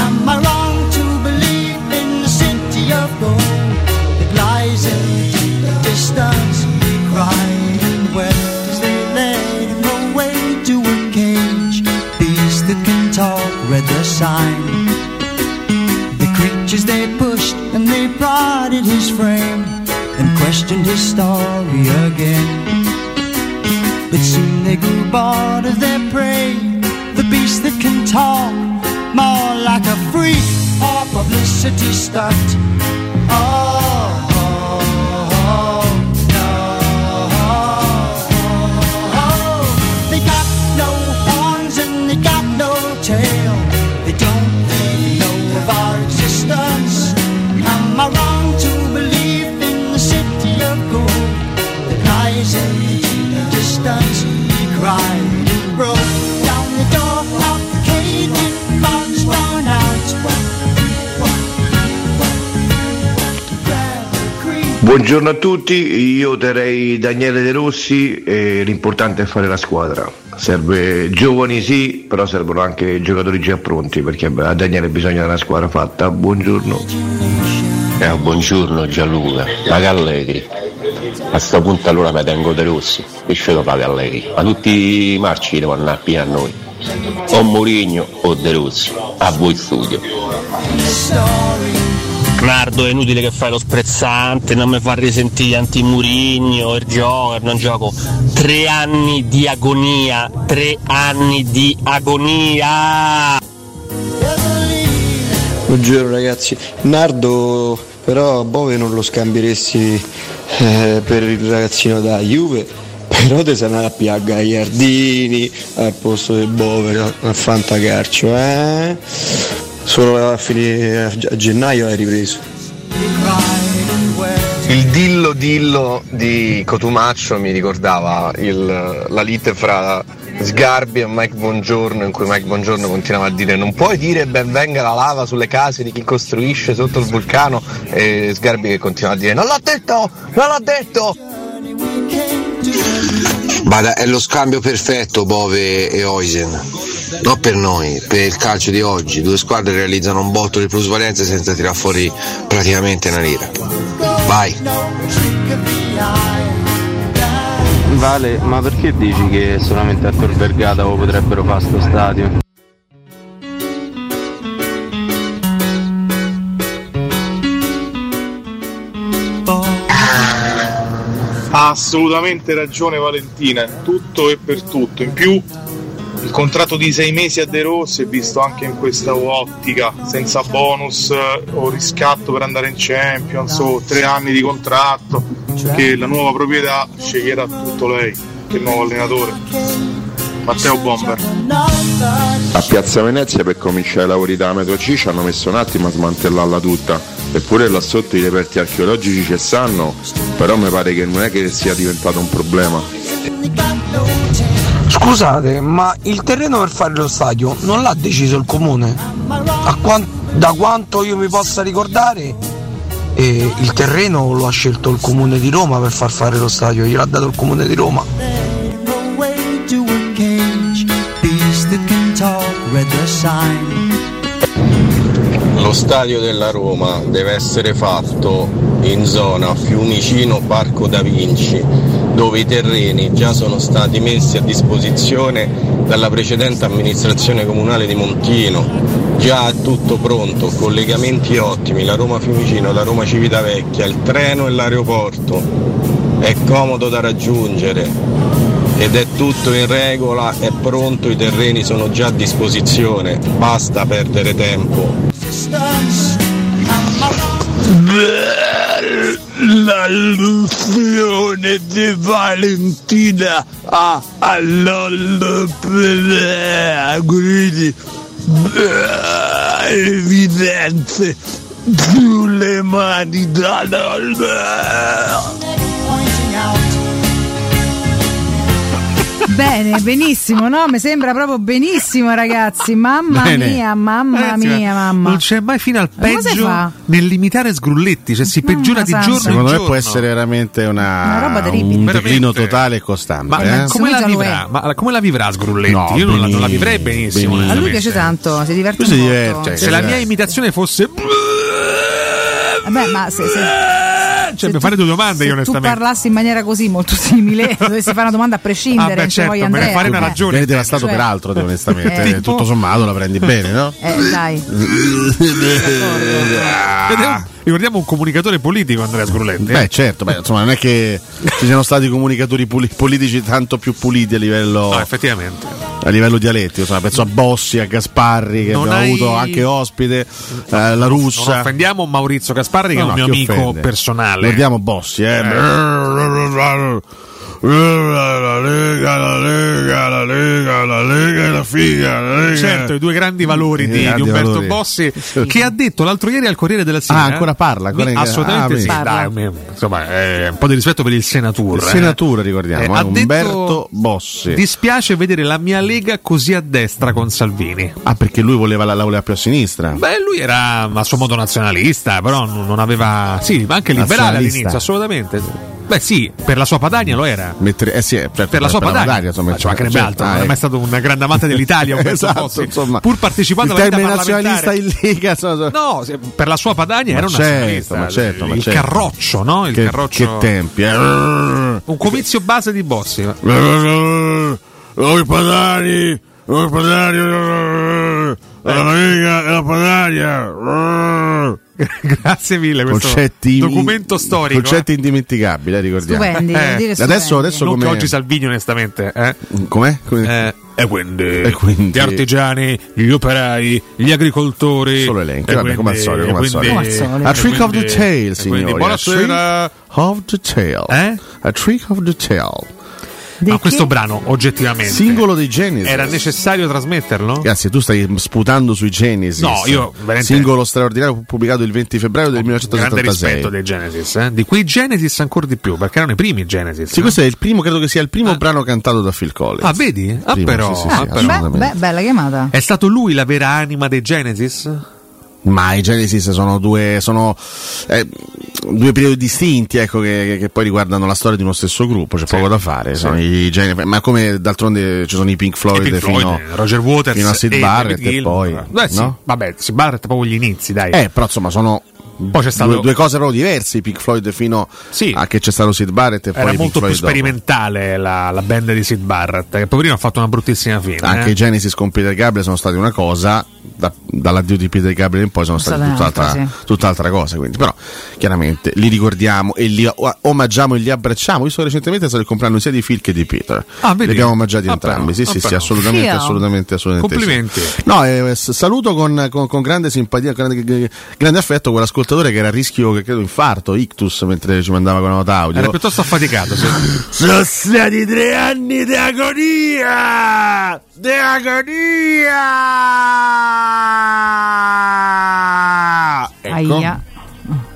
S19: Am I wrong to believe in the city of gold? It lies in the distance. He cried and wept as they led him away to a cage. Beasts that can talk read the sign. The creatures they pushed and they prodded his frame and questioned his story again. But soon they grew bored of their prey, the beast that can talk more like a freak or publicity stunt. Oh, no. oh, They got no horns and they got no tail. They don't know of our existence. Am I wrong to believe in the city of gold that lies in the distance? He cried and broke down the door of the cage and bounced on out.
S53: Buongiorno a tutti, io terrei Daniele De Rossi e l'importante è fare la squadra. Serve giovani sì, però servono anche giocatori già pronti perché a Daniele bisogna una squadra fatta. Buongiorno.
S54: Eh, buongiorno Gianluca, la Gallegri. A sto punto allora mi tengo De Rossi, che scelgo la Gallegri. Ma tutti i marci devono andare a a noi. O Mourinho o De Rossi, a voi il studio.
S55: Nardo è inutile che fai lo sprezzante, non mi fa risentire anti-Murigno, il gioco, non gioco. Tre anni di agonia, tre anni di agonia!
S11: Buongiorno ragazzi, Nardo però Bove non lo scambieresti eh, per il ragazzino da Juve, però te se ne andrà a Gagliardini al posto del Bove a- a Fantacarcio, eh? Solo a, fine, a gennaio hai ripreso.
S10: Il dillo dillo di Cotumaccio mi ricordava il- la lite fra Sgarbi e Mike Bongiorno in cui Mike Bongiorno continuava a dire non puoi dire benvenga la lava sulle case di chi costruisce sotto il vulcano e Sgarbi che continuava a dire non l'ho detto, non l'ho detto
S56: Guarda, è lo scambio perfetto Bove e Oisen. Non per noi, per il calcio di oggi. Due squadre realizzano un botto di plusvalenza senza tirar fuori praticamente una lira. Vai!
S25: Vale, ma perché dici che solamente a Tor Vergata lo potrebbero fare sto stadio?
S9: Ha assolutamente ragione Valentina, tutto e per tutto. In più il contratto di sei mesi a De Rossi è visto anche in questa ottica, senza bonus eh, o riscatto per andare in Champions o tre anni di contratto, che la nuova proprietà sceglierà tutto lei, che è il nuovo allenatore. Matteo Bomber.
S3: A Piazza Venezia per cominciare i lavori da Metro C ci hanno messo un attimo a smantellarla tutta, eppure là sotto i reperti archeologici ci stanno, però mi pare che non è che sia diventato un problema.
S6: Scusate, ma il terreno per fare lo stadio non l'ha deciso il comune? A quan- da quanto io mi possa ricordare, eh, il terreno lo ha scelto il comune di Roma per far fare lo stadio, gliel'ha dato il comune di Roma.
S19: away to a cage. Beast that can talk read the sign.
S57: Lo
S10: stadio della Roma deve essere fatto in zona Fiumicino Parco da Vinci, dove i terreni già sono stati messi a disposizione dalla precedente amministrazione comunale di Montino. Già è tutto pronto, collegamenti ottimi, la Roma Fiumicino, la Roma Civitavecchia, il treno e l'aeroporto. È comodo da raggiungere, ed è tutto in regola, è pronto, i terreni sono già a disposizione, basta perdere tempo.
S6: L'allusione di Valentina a, a Lollapalooza, quindi beh, evidenze eh, sulle mani da Lollapalooza.
S7: Bene, benissimo, no? Mi sembra proprio benissimo, ragazzi. Mamma
S9: Bene.
S7: mia, mamma
S9: Ragazzi, Eh, ma
S7: mia, mamma.
S9: Non c'è mai fino al
S7: Ma cosa
S9: peggio
S7: fa?
S9: nel limitare sgrulletti, cioè
S7: Mm,
S9: si peggiora di
S7: santa.
S9: giorno in
S3: Secondo me
S9: giorno.
S3: può essere veramente
S9: Una
S3: una,
S9: roba terribile.
S3: un
S9: Veramente.
S3: declino totale e costante.
S9: Ma
S3: eh?
S9: come Ah,
S7: Sì,
S9: la
S7: già lo
S9: vivrà?
S7: è.
S9: Ma come la vivrà sgrulletti?
S3: No,
S9: Io non la, non la
S3: benissimo,
S9: vivrei benissimo.
S7: A lui
S9: onestamente.
S7: piace tanto, si diverte
S9: Lui si
S7: molto.
S9: diverte, cioè, se la mia imitazione fosse.
S7: Vabbè, Eh ma se, se-
S9: Cioè, mi fare due domande
S7: se
S9: io,
S7: tu
S9: onestamente.
S7: parlassi in maniera così molto simile, dovessi fare una domanda a prescindere,
S9: Ah, beh,
S7: cioè,
S9: certo,
S7: poi
S9: me ne
S7: Andrea,
S9: fare una
S7: eh.
S9: ragione.
S3: Viene devastato
S7: Cioè-
S3: per altro, te, onestamente.
S7: Eh.
S3: Tutto sommato la prendi bene, no?
S7: Eh, dai.
S9: Vediamo- Ricordiamo un comunicatore politico, Andrea Sgrulletti.
S3: Ah.
S9: eh.
S3: Beh, certo, beh, insomma, non è che ci siano stati comunicatori puli- politici tanto più puliti a livello.
S9: No, effettivamente.
S3: A livello dialettico, insomma, penso a Bossi, a Gasparri, che
S9: Non
S3: abbiamo
S9: hai-
S3: avuto anche ospite, eh, la
S9: Non
S3: russa.
S9: offendiamo Maurizio Gasparri, che
S3: No,
S9: è un
S3: no,
S9: mio
S3: chi
S9: amico
S3: offende?
S9: personale.
S3: Guardiamo Bossi, eh. La Lega, la Lega, la Lega, la Lega è la figa. La Lega.
S9: Certo, i due grandi valori di,
S3: I grandi
S9: di Umberto
S3: valori.
S9: Bossi, che ha detto l'altro ieri al Corriere della Sera.
S3: Ah, ancora parla, ancora-
S9: Mi- assolutamente
S3: ah,
S9: sì.
S3: parla.
S9: Dai, mi- insomma, eh, un po' di rispetto per il senatore. eh.
S3: Il senatore, ricordiamo, eh,
S9: ha detto-
S3: Umberto Bossi.
S9: Dispiace vedere la mia Lega così a destra con Salvini.
S3: Ah, perché lui voleva la, la voleva più a sinistra.
S9: Beh, lui era a suo modo nazionalista, però non non aveva. Sì, ma anche liberale
S3: Nazionalista.
S9: all'inizio, assolutamente. Beh, sì, per la sua padania lo era.
S3: Mettere, eh sì, eh, certo,
S9: Per la sua padania, cioè,
S3: insomma,
S9: ma ci mancherebbe
S3: certo,
S9: altro,
S3: ah,
S9: non è
S3: ecco.
S9: mai stato un grande amante dell'Italia, Umberto
S3: Esatto,
S9: Bossi.
S3: insomma.
S9: pur partecipando
S3: Il
S9: alla vita
S3: termine
S9: parlamentare.
S3: nazionalista in Lega.
S9: No, se- per la sua padania
S3: Ma
S9: era un
S3: certo,
S9: nazionalista.
S3: ma certo, ma
S9: il
S3: certo.
S9: carroccio, no? Il
S3: Che-
S9: carroccio.
S3: che tempi, eh.
S9: Un comizio base di Bossi.
S3: Oi padani, oi padani, la Lega e la padania.
S9: Grazie mille, questo
S3: ecco, concetti
S9: documento storico,
S3: Concetti indimenticabili, eh, ricordiamo.
S9: Stupendi, devo dire
S3: adesso,
S9: stupendi.
S3: adesso
S9: Non
S3: come... Mm,
S9: che oggi Salvini, onestamente, eh?
S3: Com'è?
S9: e quindi,
S3: E quindi-
S9: gli artigiani, gli operai, gli agricoltori.
S3: Solo elenchi, Eh, vabbè, come al solito, come al solito.
S9: quindi-
S3: A trick of the
S9: quindi-
S3: tail,
S9: e quindi
S3: signori.
S9: Buonasera. Eh?
S3: A trick of the tail. A trick of the tail.
S9: Ma questo brano, oggettivamente,
S3: Singolo dei Genesis.
S9: era necessario trasmetterlo?
S3: Ragazzi, tu stai sputando sui Genesis.
S9: No, io veramente-
S3: Singolo straordinario pubblicato il 20 febbraio del
S9: Grande
S3: 1976.
S9: rispetto dei Genesis, eh? di quei Genesis ancora di più, perché erano i primi Genesis.
S3: Sì, questo è il primo, credo che sia il primo brano cantato da Phil Collins.
S9: Ah, vedi? Ah,
S3: Primo,
S9: però,
S3: sì, sì, sì,
S7: Ah, beh,
S3: assolutamente.
S7: beh, bella chiamata.
S9: È stato lui la vera anima dei Genesis?
S3: Ma i Genesis sono due, sono, eh, due periodi distinti, ecco, che, che poi riguardano la storia di uno stesso gruppo, c'è poco da fare. sono i Genesis- ma come d'altronde ci sono i Pink Floyd,
S9: I Pink Floyd,
S3: fino,
S9: Roger Waters
S3: fino a Sid
S9: e
S3: Barrett
S9: David
S3: e poi.
S9: Gilmour. Beh, sì,
S3: no?
S9: Vabbè, si Barrett proprio gli inizi, dai.
S3: Eh, però insomma sono.
S9: Poi c'è stato-
S3: due, due cose proprio diverse, i Pink Floyd fino a che c'è stato Sid Barrett e poi i
S9: Era
S3: Pink
S9: molto più
S3: Floyd dopo.
S9: sperimentale la, la band di Sid Barrett, che poverino ha fatto una bruttissima fine.
S3: Anche
S9: eh.
S3: i Genesis con Peter Gabriel sono stati una cosa, da- dall'addio di Peter Gabriel in poi sono
S9: Sono
S3: stati
S9: state
S3: tutt'altra,
S9: un'altra,
S3: tutt'altra cosa. Quindi. Però chiaramente li ricordiamo e li o- omaggiamo e li abbracciamo. Io so che recentemente è stato il compleanno sia di Phil che di Peter.
S9: Ah, vedi?
S3: li abbiamo omaggiati
S9: Ah,
S3: entrambi.
S9: però,
S3: Sì,
S9: ah,
S3: sì, sì,
S9: però.
S3: assolutamente,
S9: Fia.
S3: assolutamente, assolutamente.
S9: Complimenti.
S3: sì. No, eh, s- saluto con, con- con grande simpatia, con grande, grande affetto quell'ascoltatore che era a rischio, che credo, infarto, ictus, mentre ci mandava con la nota audio.
S9: Era piuttosto affaticato. sì.
S3: Sono stati tre anni di
S58: agonia! Di agonia!
S3: Ecco.
S7: Aia.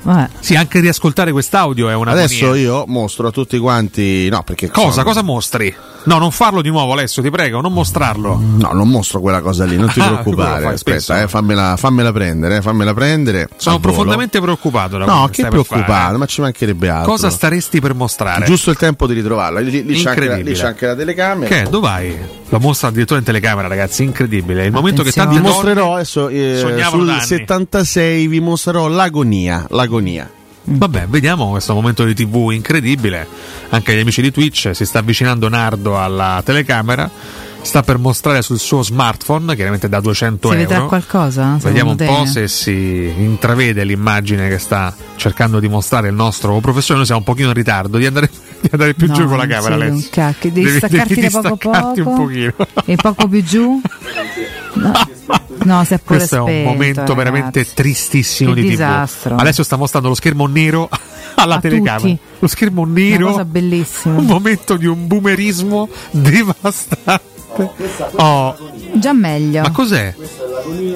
S7: Vabbè.
S9: Sì, anche riascoltare quest'audio è una
S3: Adesso
S9: agonia.
S3: io mostro a tutti quanti. No, perché.
S9: Cosa?
S3: sono-
S9: Cosa mostri? No, non farlo di nuovo, Alessio, ti prego, non mostrarlo.
S3: No, non mostro quella cosa lì, non ti
S9: Ah, quello
S3: preoccupare.
S9: fai
S3: Aspetta, eh, fammela, fammela prendere, eh, fammela prendere.
S9: Sono
S3: al volo.
S9: profondamente preoccupato. Da quello
S3: No, che
S9: stai per fare.
S3: preoccupato, ma ci mancherebbe altro.
S9: Cosa staresti per mostrare?
S3: Giusto il tempo di ritrovarla. Lì, lì c'è, anche la, lì
S9: Incredibile.
S3: c'è anche la telecamera.
S9: Che? Dov'hai? Lo mostra addirittura in telecamera, ragazzi, incredibile. Il momento che tanti
S3: vi mostrerò adesso eh,
S9: sognavano da
S3: sul
S9: anni.
S3: 76 vi mostrerò l'agonia, l'agonia.
S9: Mm. Vabbè, vediamo questo momento di TV incredibile. Anche agli amici di Twitch si sta avvicinando Nardo alla telecamera. Sta per mostrare sul suo smartphone, chiaramente da 200
S7: Si
S9: euro.
S7: vedrà qualcosa?
S9: Vediamo un
S7: secondo
S9: po'
S7: te?
S9: se si intravede l'immagine che sta cercando di mostrare il nostro professore. Noi siamo un pochino in ritardo di andare, di andare più
S7: No,
S9: giù con la
S7: non
S9: camera,
S7: sei
S9: Alessio.
S7: un cacchio, devi staccarti da poco a
S9: distaccarti
S7: poco.
S9: un pochino.
S7: E poco più giù? No, no si è pure
S9: Questo è un
S7: spento,
S9: momento
S7: ragazzi.
S9: veramente tristissimo
S7: Che
S9: di
S7: disastro.
S9: TV. Adesso sta mostrando lo schermo nero alla
S7: A
S9: telecamera.
S7: tutti.
S9: Lo schermo
S7: Una
S9: nero,
S7: cosa bellissima.
S9: un momento di un boomerismo devastante. Oh,
S7: Già meglio.
S9: ma cos'è?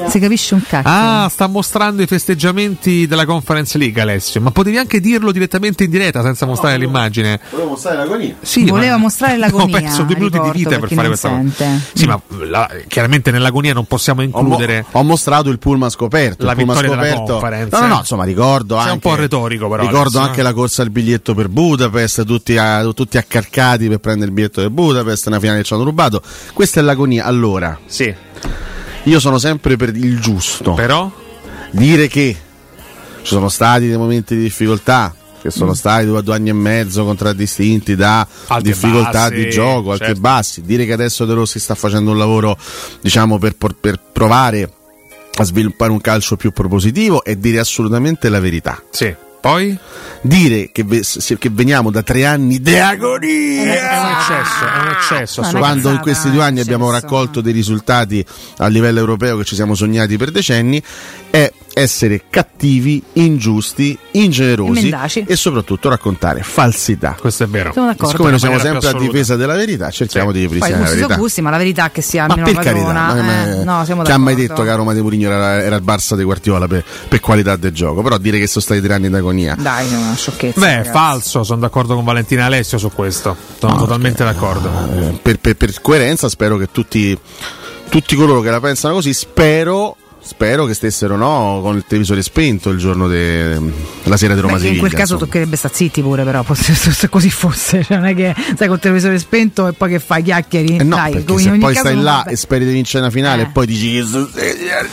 S7: Si capisce un cacchio.
S9: Ah, sta mostrando i festeggiamenti della Conference League, Alessio. Ma potevi anche dirlo direttamente in diretta senza mostrare l'immagine.
S3: Volevo mostrare l'agonia.
S9: Sì,
S7: Voleva
S9: ma-
S7: mostrare l'agonia.
S9: Ho perso due minuti di
S7: ricordo,
S9: vita per
S7: perché
S9: fare
S7: non
S9: questa cosa.
S7: sente.
S9: Sì, ma la- chiaramente nell'agonia non possiamo includere.
S3: Ho mostrato il pullman scoperto.
S9: La
S3: il pullman
S9: vittoria della
S3: scoperto.
S9: Conference.
S3: No, no, no, insomma, ricordo
S9: Sei un
S3: anche.
S9: po' retorico, però,
S3: Ricordo
S9: adesso,
S3: anche
S9: eh.
S3: la corsa al biglietto per Budapest, tutti, a- tutti accarcati per prendere il biglietto per Budapest, una finale che ci hanno rubato. Questa è l'agonia. Allora,
S9: sì.
S3: io sono sempre per il giusto.
S9: Però?
S3: Dire che ci sono stati dei momenti di difficoltà. Che
S9: Mm.
S3: sono stati due, due anni e mezzo contraddistinti da
S6: Alti e
S3: difficoltà
S6: bassi,
S3: di gioco, alti e
S6: certo.
S3: bassi. Dire che adesso De Rossi sta facendo un lavoro, diciamo, per, por- per provare a sviluppare un calcio più propositivo è dire assolutamente la verità.
S9: Sì. Poi?
S3: Dire che, ve- se- che veniamo da tre anni di agonia!
S9: È un eccesso, è un eccesso. assolutamente.
S3: Quando in questi due anni abbiamo raccolto dei risultati a livello europeo che ci siamo sognati per decenni, è essere cattivi, ingiusti,
S7: E
S3: ingenerosi
S7: mendaci.
S3: e soprattutto raccontare falsità.
S9: Questo è vero.
S7: Sono d'accordo.
S3: Siccome noi siamo
S7: In maniera
S3: sempre a
S7: più assoluta.
S3: difesa della verità, cerchiamo di
S7: Poi
S3: ripristinare la
S7: gusti sono
S3: verità.
S7: gusti, ma la verità è che sia
S3: Ma
S7: almeno
S3: per
S7: una
S3: carità,
S7: padrona.
S3: ma che
S7: eh.
S3: me-
S7: No, siamo
S3: chi ha mai
S7: d'accordo.
S3: detto che a Roma di Mourinho era, era il Barça di Guardiola per, per qualità del gioco? Però dire che sono stati tre anni d'agonia.
S7: Dai, è una sciocchezza.
S9: Beh, è
S7: ragazzi.
S9: falso, sono d'accordo con Valentina Alessio su questo.
S7: Ah,
S9: Sono totalmente d'accordo.
S3: Eh, Per, per- per coerenza, spero che tutti, tutti coloro che la pensano così, spero. spero che stessero no, con il televisore spento il giorno de- della sera di Roma
S7: Beh, che in
S3: Siviglia.
S7: quel caso
S3: insomma.
S7: toccherebbe sta zitti pure, però se, se- se così fosse, cioè, non è che stai col televisore spento e poi che fai chiacchieri.
S3: Eh no,
S7: Dai,
S3: perché
S7: come in
S3: se
S7: ogni
S3: poi
S7: caso
S3: stai
S7: non
S3: là
S7: va bene.
S3: e speri di vincere una finale
S7: Eh.
S3: e poi dici che eh, sono stati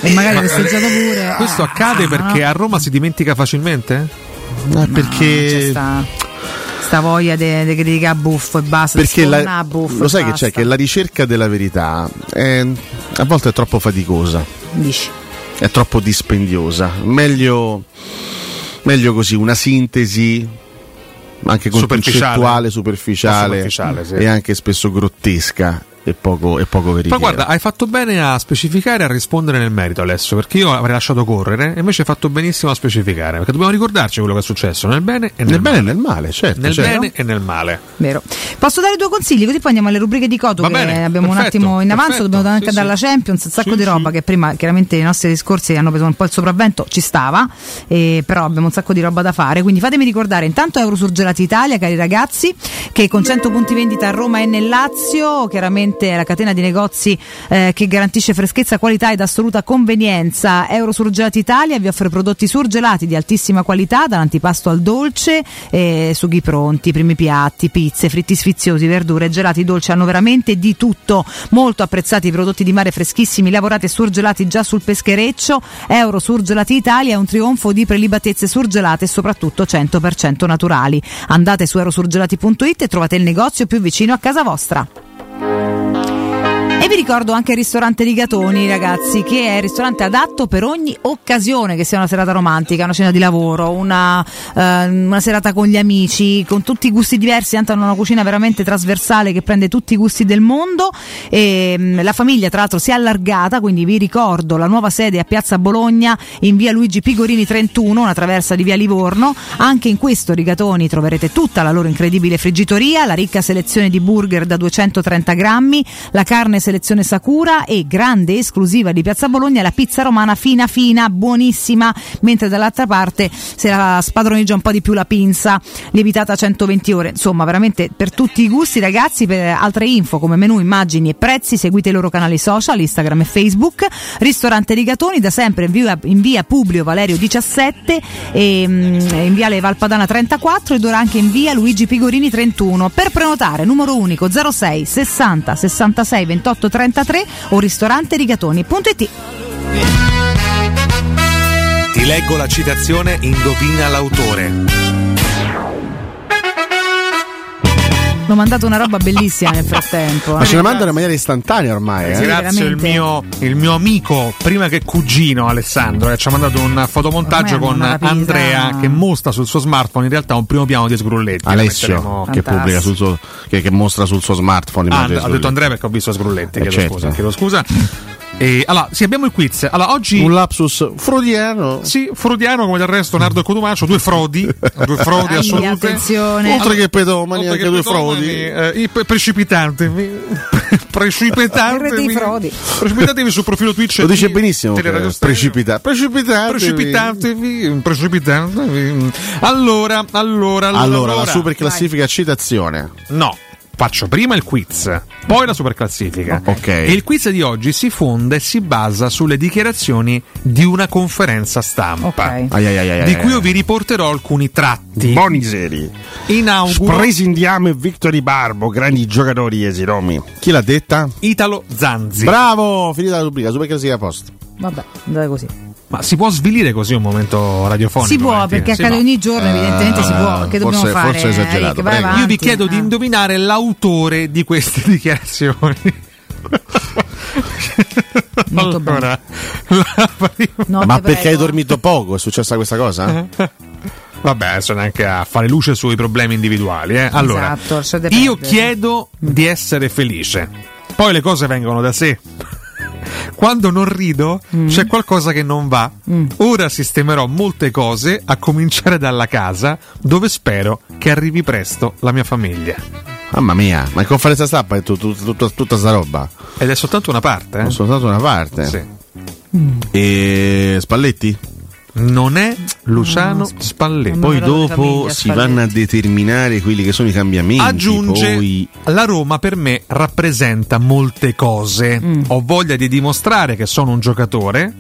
S7: E magari festeggiato pure.
S9: eh,
S7: ah.
S9: Questo accade perché a Roma si dimentica facilmente?
S7: C'è sta, sta voglia di criticare buffo e basta.
S3: Perché
S7: di
S3: la-
S7: sfornare a buffo
S3: lo
S7: e
S3: sai che
S7: basta.
S3: c'è? Che la ricerca della verità è- a volte è troppo faticosa.
S7: Dici.
S3: È troppo dispendiosa. Meglio, meglio così, una sintesi anche con-
S9: Superficiale.
S3: concettuale, superficiale,
S9: Superficiale, sì.
S3: e anche spesso grottesca e poco, e poco
S9: Ma
S3: veritiera.
S9: guarda, hai fatto bene a specificare e a rispondere nel merito adesso, perché io avrei lasciato correre e invece hai fatto benissimo a specificare, perché dobbiamo ricordarci quello che è successo nel bene e nel,
S3: Nel bene
S9: male.
S3: e nel male, certo,
S9: Nel
S3: certo.
S9: bene e nel male.
S7: Vero. Posso dare due consigli? Così poi andiamo alle rubriche di Coto
S9: Va
S7: che
S9: bene,
S7: abbiamo un
S9: perfetto,
S7: attimo in avanzo,
S9: perfetto,
S7: dobbiamo anche
S9: sì,
S7: andare alla
S9: sì.
S7: Champions, un sacco di roba che prima chiaramente i nostri discorsi hanno preso un po' il sopravvento, ci stava, eh, però abbiamo un sacco di roba da fare, quindi fatemi ricordare intanto Eurosurgelati Italia, cari ragazzi, che con 100 punti vendita a Roma e nel Lazio, chiaramente è la catena di negozi eh, che garantisce freschezza, qualità ed assoluta convenienza. Eurosurgelati Italia vi offre prodotti surgelati di altissima qualità, dall'antipasto al dolce, eh, sughi pronti, primi piatti, pizze, fritti sfiziosi, verdure, gelati dolci, hanno veramente di tutto. Molto apprezzati i prodotti di mare freschissimi, lavorati e surgelati già sul peschereccio. Euro Surgelati Italia è un trionfo di prelibatezze surgelate e soprattutto 100% naturali. Andate su eurosurgelati.it e trovate il negozio più vicino a casa vostra. E vi ricordo anche il ristorante Rigatoni, ragazzi, che è il ristorante adatto per ogni occasione, che sia una serata romantica, una cena di lavoro, una, eh, una serata con gli amici, con tutti i gusti diversi, tanto hanno una cucina veramente trasversale che prende tutti i gusti del mondo. E, mh, la famiglia, tra l'altro, si è allargata, quindi vi ricordo la nuova sede a Piazza Bologna in via Luigi Pigorini 31, una traversa di via Livorno. Anche in questo Rigatoni troverete tutta la loro incredibile friggitoria, la ricca selezione di burger da 230 grammi, la carne selezionata selezione Sakura e grande esclusiva di Piazza Bologna è la pizza romana fina fina, buonissima, mentre dall'altra parte se la spadroneggia un po' di più la pinza lievitata a 120 ore. Insomma, veramente per tutti i gusti, ragazzi, per altre info come menu, immagini e prezzi, seguite i loro canali social, Instagram e Facebook. Ristorante Rigatoni da sempre in via, in via Publio Valerio 17 e mm, in viale Valpadana 34 ed ora anche in via Luigi Pigorini 31. Per prenotare numero unico 06 60 66 28 33 o ristoranterigatoni.it.
S9: Ti leggo la citazione, indovina l'autore.
S7: L'ho mandato una roba bellissima nel frattempo.
S3: Ma
S7: eh.
S3: ce la mandano in maniera istantanea ormai. Eh?
S9: Ringrazio il mio, il mio amico, prima che cugino Alessandro, che ci ha mandato un fotomontaggio
S7: Ormai
S9: con
S7: hanno una rapidità.
S9: Andrea che mostra sul suo smartphone in realtà un primo piano di sgrulletti. Lo metteremo-
S3: Alessio che pubblica sul suo, che, che mostra sul suo smartphone.
S9: Ah,
S3: immagini
S9: ho
S3: sulle-
S9: detto Andrea perché ho visto Sgrulletti,
S3: Eh,
S9: chiedo
S3: certo.
S9: scusa, chiedo scusa. E, allora, sì, abbiamo il quiz. Allora, oggi
S3: Un lapsus frodiano.
S9: Sì, frodiano come del resto Nardo e Cotumaccio, due frodi, due frodi
S7: Ahia,
S9: assolute.
S7: attenzione.
S3: Oltre che pedomani,
S9: Oltre
S3: anche
S9: che
S3: due
S9: pedomani,
S3: frodi.
S9: eh, i pre- precipitanti. mi- Precipitanti. frodi. Precipitatevi sul profilo Twitch.
S3: Lo dice
S9: di
S3: benissimo.
S9: Teleradio
S3: che-
S9: Stereo.
S3: Precipita. Precipitatevi.
S9: Precipitatevi, Mm, precipitatevi. Allora, allora, allora.
S3: Allora, la super classifica citazione.
S9: No, faccio prima il quiz, poi la superclassifica.
S3: Ok.
S9: E il quiz di oggi si fonda e si basa sulle dichiarazioni di una conferenza stampa.
S3: Ai, ai, ai, ai,
S9: Di
S3: ai,
S9: cui
S3: ai.
S9: io vi riporterò alcuni tratti.
S3: Boniseri.
S9: eh. Inauguro
S3: Presindiamo e Victory Barbo, grandi giocatori esiromi. Chi l'ha detta?
S9: Italo Zanzi.
S3: Bravo, finita la rubrica, super classifica a posto.
S7: Vabbè, andate così.
S9: Ma si può svilire così un momento radiofonico?
S7: Si può,
S9: Valentina?
S7: perché
S9: Sì,
S7: accade
S9: ma-
S7: ogni giorno, evidentemente
S3: Eh,
S7: si può. Che dobbiamo fare? Eric? Vai avanti. eh.
S9: Io vi chiedo di indovinare l'autore di queste dichiarazioni. allora, la prima-
S3: Ma perché hai dormito poco? È successa questa cosa?
S9: Vabbè, adesso neanche a fare luce sui problemi individuali. eh. Allora,
S7: Esatto, lasciate
S9: io
S7: perdere.
S9: chiedo di essere felice. Poi le cose vengono da sé. Quando non rido c'è qualcosa che non va. Ora sistemerò molte cose, a cominciare dalla casa, dove spero che arrivi presto la mia famiglia.
S3: Mamma mia, ma in conferenza stampa è tut- tut- tut- tutta sta roba.
S9: Ed è soltanto una parte.
S3: Ho
S9: Eh?
S3: soltanto una parte. Mm. E Spalletti?
S9: Non è Luciano
S7: Mm.
S9: Spalletti.
S3: Poi dopo si vanno a determinare quelli che sono i cambiamenti.
S9: Aggiunge,
S3: poi-
S9: la Roma per me rappresenta molte cose. Ho voglia di dimostrare che sono un giocatore.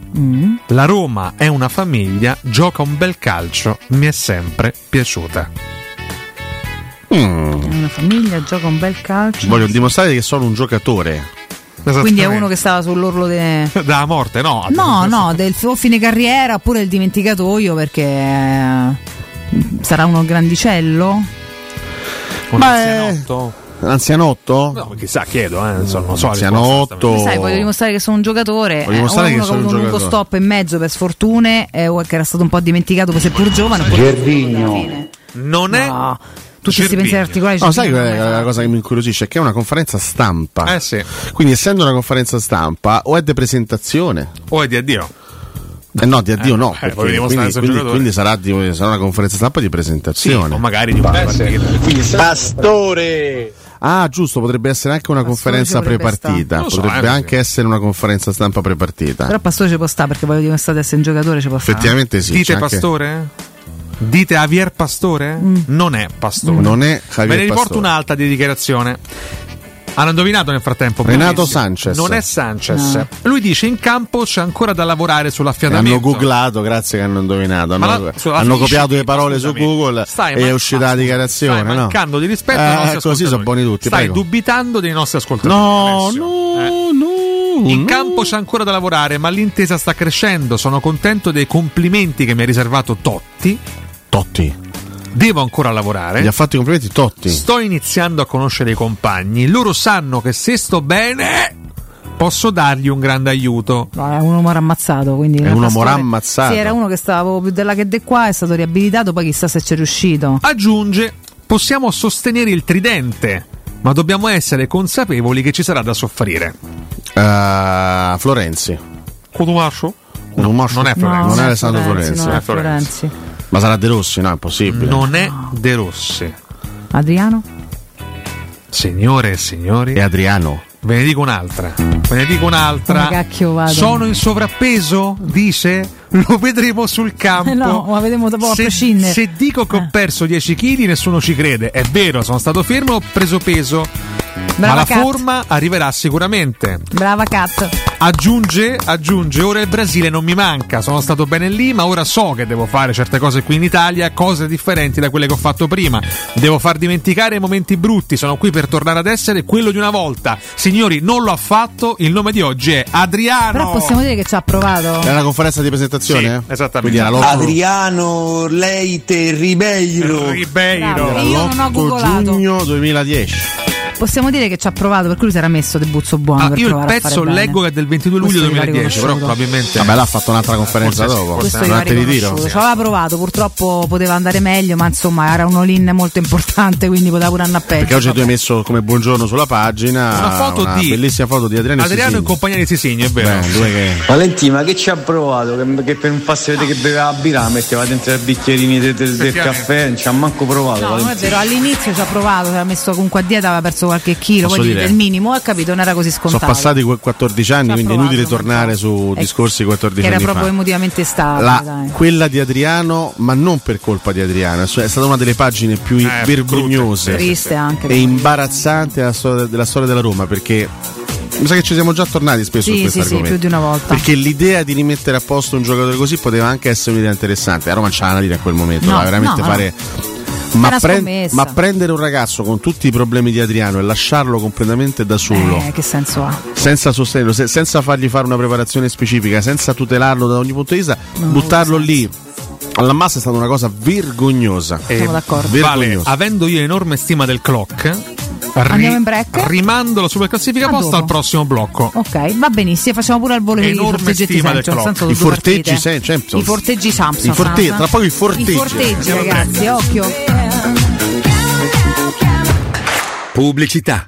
S9: La Roma è una famiglia, gioca un bel calcio, mi è sempre piaciuta.
S3: Mm,
S7: È una famiglia, gioca un bel calcio.
S3: Voglio dimostrare che sono un giocatore.
S7: Quindi è uno che stava sull'orlo de...
S9: Dalla morte, no?
S3: Ah,
S7: No, no, del o fine carriera oppure il dimenticatoio perché eh, sarà uno grandicello.
S9: Un
S7: Ma
S9: anzianotto?
S3: Anzianotto?
S9: No, chissà, chiedo, eh. insomma, non so la
S3: Anzianotto.
S9: risposta,
S7: Sai, voglio dimostrare che sono un giocatore.
S3: Oh.
S7: Eh,
S3: Voglio dimostrare
S7: uno
S3: che
S7: che ha
S3: sono
S7: avuto un
S3: un
S7: lungo
S3: giocatore.
S7: stop e mezzo per sfortune, eh, o che era stato un po' dimenticato, seppur giovane. oppure-
S9: Non è.
S7: Tutti questi pensieri articolati.
S3: No, sai qual è la cosa che mi incuriosisce? È Che è una conferenza stampa.
S9: Eh sì.
S3: Quindi, essendo una conferenza stampa, o è di presentazione?
S9: O Oh, è di addio.
S3: Eh no, di addio no. perché
S9: voglio dimostrare
S3: quindi,
S9: se è un
S3: quindi-
S9: giocatore.
S3: quindi sarà, di- sarà una conferenza stampa di presentazione.
S9: o magari di un
S3: Pastore! Ah, giusto, potrebbe essere anche una conferenza
S7: potrebbe stare.
S3: prepartita.
S7: Non lo so,
S3: potrebbe
S7: eh,
S3: anche essere una conferenza stampa prepartita.
S7: Però Pastore ci può stare perché voglio dimostrare di essere un giocatore, ci può stare.
S3: Effettivamente sì.
S9: Dite
S3: c'è anche-
S9: Pastore? Dite Javier Pastore?
S7: Mm.
S9: Non è Pastore.
S3: Non è Javier
S9: Me ne riporto
S3: Pastore.
S9: un'altra di dichiarazione. Hanno indovinato nel frattempo.
S3: Renato
S9: pochissimo.
S3: Sanchez.
S9: Non è Sanchez.
S3: No.
S9: Lui dice in campo c'è ancora da lavorare sull'affiatamento.
S3: Hanno googlato, grazie che hanno indovinato.
S9: Ma
S3: Hanno,
S9: la- sulla
S3: hanno
S9: fiche-
S3: copiato le parole su
S9: scusami, Eh,
S3: Google
S9: stai
S3: e
S9: man-
S3: è uscita la dichiarazione.
S9: Stai
S3: no?
S9: mancando di rispetto
S3: Eh,
S9: ai nostri
S3: così sono
S9: ascoltatori.
S3: buoni tutti.
S9: Stai
S3: prego.
S9: dubitando dei nostri ascoltatori.
S3: No,
S9: no,
S3: no.
S9: In campo c'è ancora da lavorare, ma l'intesa sta crescendo. Sono contento dei complimenti che mi ha riservato Totti.
S3: Totti.
S9: Devo ancora lavorare.
S3: Gli ha fatto i complimenti Totti.
S9: Sto iniziando a conoscere i compagni. Loro sanno che se sto bene posso dargli un grande aiuto.
S7: No, era un uomo rammazzato, quindi
S9: È un uomo
S7: Pastore-
S9: rammazzato.
S7: Sì, era uno che stava più della che de qua, è stato riabilitato, poi chissà se c'è riuscito.
S9: Aggiunge, possiamo sostenere il tridente, ma dobbiamo essere consapevoli che ci sarà da soffrire.
S3: Eh, Florenzi.
S9: Codumascio?
S3: Non,
S9: non è
S3: Eh,
S9: Florenzi.
S3: Non è Alessandro Florenzi.
S7: Ah,
S3: eh.
S7: non è Florenzi.
S3: Ma sarà De Rossi? No, è impossibile.
S9: Non è De Rossi.
S7: Adriano?
S9: Signore e signori.
S3: È Adriano.
S9: Ve ne dico un'altra. Ve ne dico
S7: Come
S9: un'altra.
S7: cacchio vado?
S9: Sono in sovrappeso? Dice. Lo vedremo sul campo.
S7: Eh no, ma vedremo dopo a
S9: se,
S7: prescindere.
S9: se dico che ho perso 10 kg, nessuno ci crede. È vero, sono stato fermo, ho preso peso. ma
S7: Brava
S9: la
S7: Kat.
S9: forma arriverà sicuramente.
S7: Brava Cat.
S9: Aggiunge, aggiunge, ora il Brasile non mi manca, sono stato bene lì, ma ora so che devo fare certe cose qui in Italia, cose differenti da quelle che ho fatto prima. Devo far dimenticare i momenti brutti, sono qui per tornare ad essere quello di una volta. Signori, non l'ho fatto, il nome di oggi è Adriano.
S7: Però possiamo dire che ci ha provato.
S3: Era la conferenza di presentazione?
S9: Sì, esattamente.
S3: eh. Quindi era l'otto-
S59: Adriano Leite Ribeiro.
S9: Ribeiro.
S7: Bravo, io non ho
S3: l'otto
S7: googolato.
S3: giugno 2010.
S7: Possiamo dire che ci ha provato, per cui lui sarà messo debuzzo buono. per
S9: Ah, Io il
S7: provare a fare
S9: pezzo
S7: bene.
S9: leggo che è del 22 luglio
S7: Questo mi va
S9: 2010, però
S7: riconosciuto.
S9: probabilmente...
S3: Vabbè, l'ha fatto un'altra conferenza
S9: Forse-
S3: dopo.
S7: Questo cioè, gli va
S3: Durante il
S7: riconosciuto.
S3: ritiro.
S7: Ci aveva provato, purtroppo poteva andare meglio, ma insomma era un all-in molto importante, quindi poteva pure andare a peggio.
S3: Perché oggi tu hai messo come buongiorno sulla pagina
S7: Una
S9: foto di-
S3: bellissima foto di Adriano,
S9: Adriano in compagnia di Sisigno, è vero.
S6: Valentì, ma che ci ha provato? Che, che per non far vedere che beveva la birra la metteva dentro i bicchierini de- de- del
S9: Effettivamente.
S6: caffè, non ci ha manco provato.
S7: No, non è
S6: Valentì.
S7: vero, all'inizio ci ha provato, si era messo comunque a dieta, aveva perso qualche chilo,
S3: Posso
S7: poi
S3: dire?
S7: il minimo, ha capito, non era così
S3: Sono
S7: scontato.
S3: passati que- 14 anni, quindi è inutile tornare su
S7: Eh,
S3: discorsi 14
S7: che era
S3: anni
S7: proprio
S3: fa.
S7: emotivamente stabile,
S3: La-
S7: Ah, dai.
S3: quella di Adriano, ma non per colpa di Adriano, cioè è stata una delle pagine più vergognose
S7: brutte, sì, Triste sì, sì. anche,
S3: e imbarazzante della storia, della storia della Roma perché mi sa che ci siamo già tornati spesso su
S7: Sì,
S3: questo
S7: sì, sì,
S3: argomento.
S7: più di una volta.
S3: Perché l'idea di rimettere a posto un giocatore così poteva anche essere un'idea interessante. La Roma c'ha la dire a quel momento,
S7: No,
S3: dai, veramente
S7: no,
S3: fare.
S7: no.
S3: Ma,
S7: Era
S3: pren-
S7: scommessa.
S3: ma prendere un ragazzo con tutti i problemi di Adriano e lasciarlo completamente da solo,
S7: Eh, che senso ha?
S3: senza sostenerlo, se- senza fargli fare una preparazione specifica, senza tutelarlo da ogni punto di vista, buttarlo lì alla massa è stata una cosa vergognosa. Eh,
S9: Vale,
S3: Vergognosa.
S9: avendo io enorme stima del clock, ri-
S7: Andiamo in break?
S9: rimando la super classifica
S7: A
S9: posta
S7: dopo.
S9: al prossimo blocco.
S7: Ok, va benissimo, facciamo pure al volo i
S9: Enorme
S7: forteggetti
S9: stima del
S7: Samson,
S9: clock.
S7: nel senso
S9: I
S7: due
S9: forteggi
S7: partite.
S9: Sam- Samson.
S7: I forteggi Samson.
S9: I forte-
S7: Samson.
S9: tra poco i
S7: I
S9: forteggi.
S7: forteggi,
S9: Siamo
S7: ragazzi, occhio.
S13: Pubblicità.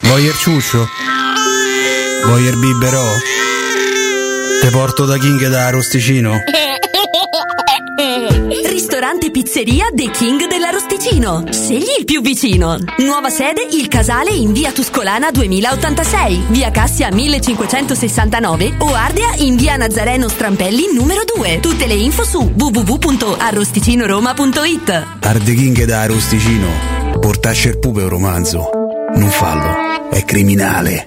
S29: Voyer ciuscio? Voyer biberò? Te porto da King e da Rosticino?
S30: Ristorante Pizzeria The King dell'Arosticino. Scegli il più vicino. Nuova sede Il Casale in via Tuscolana 2086, via Cassia 1569 o Ardea in via Nazareno Strampelli numero 2. Tutte le info su www.arrosticinoroma.it.
S29: Arde King e da Rosticino? Portasce il pupe un romanzo. Non fallo, è criminale.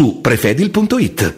S54: prefedil.it.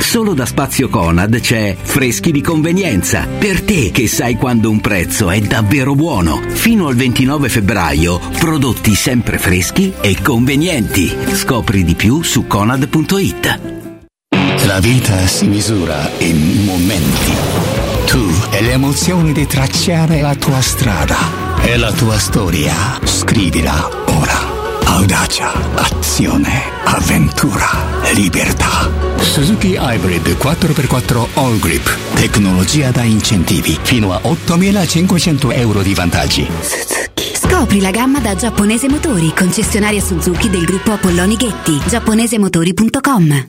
S60: Solo da Spazio Conad c'è Freschi di convenienza, per te che sai quando un prezzo è davvero buono. Fino al 29 febbraio, prodotti sempre freschi e convenienti. Scopri di più su conad.it.
S31: La vita si misura in momenti. Tu e le emozioni di tracciare la tua strada e la tua storia. Scrivila ora. Audacia, azione, avventura, libertà. Suzuki Hybrid 4x4 All Grip. Tecnologia da incentivi. Fino a 8.500 euro di vantaggi.
S50: Scopri la gamma da Giapponese Motori, concessionaria Suzuki del gruppo Apolloni Ghetti, giapponesemotori.com.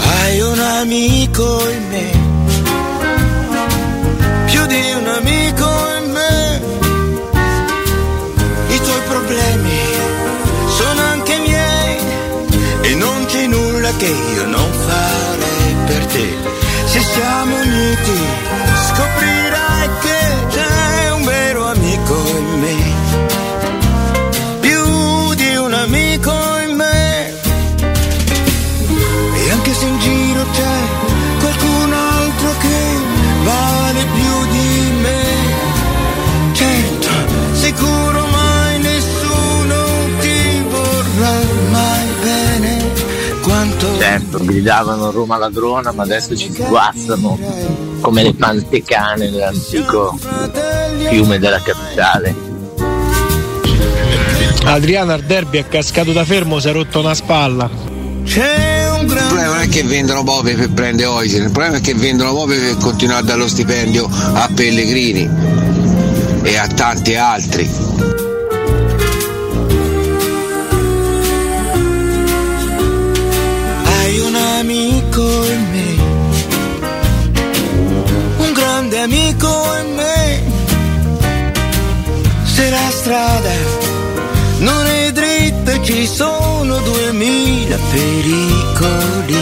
S61: Hai un amico in me, più di un amico in me. I tuoi problemi sono anche miei e non c'è nulla che io non farei per te. Se siamo uniti scoprirai che c'è un vero amico in me, più di un amico in me. E anche se in giro c'è qualcun altro che vale più di me, certo, sicuro mai nessuno ti vorrà mai bene quanto
S6: Certo, gridavano Roma ladrona, ma adesso ci sguazzano come le pantecane nell'antico fiume della capitale.
S13: Adriano al derby è cascato da fermo, si è rotto una spalla.
S9: Il problema non è che vendono Bove per prendere Oisen, il problema è che vendono Bove per continuare a dare lo stipendio a Pellegrini e a tanti altri.
S61: Hai un amico in me, un grande amico in me. Se la strada non è dritta ci sono duemila pericoli.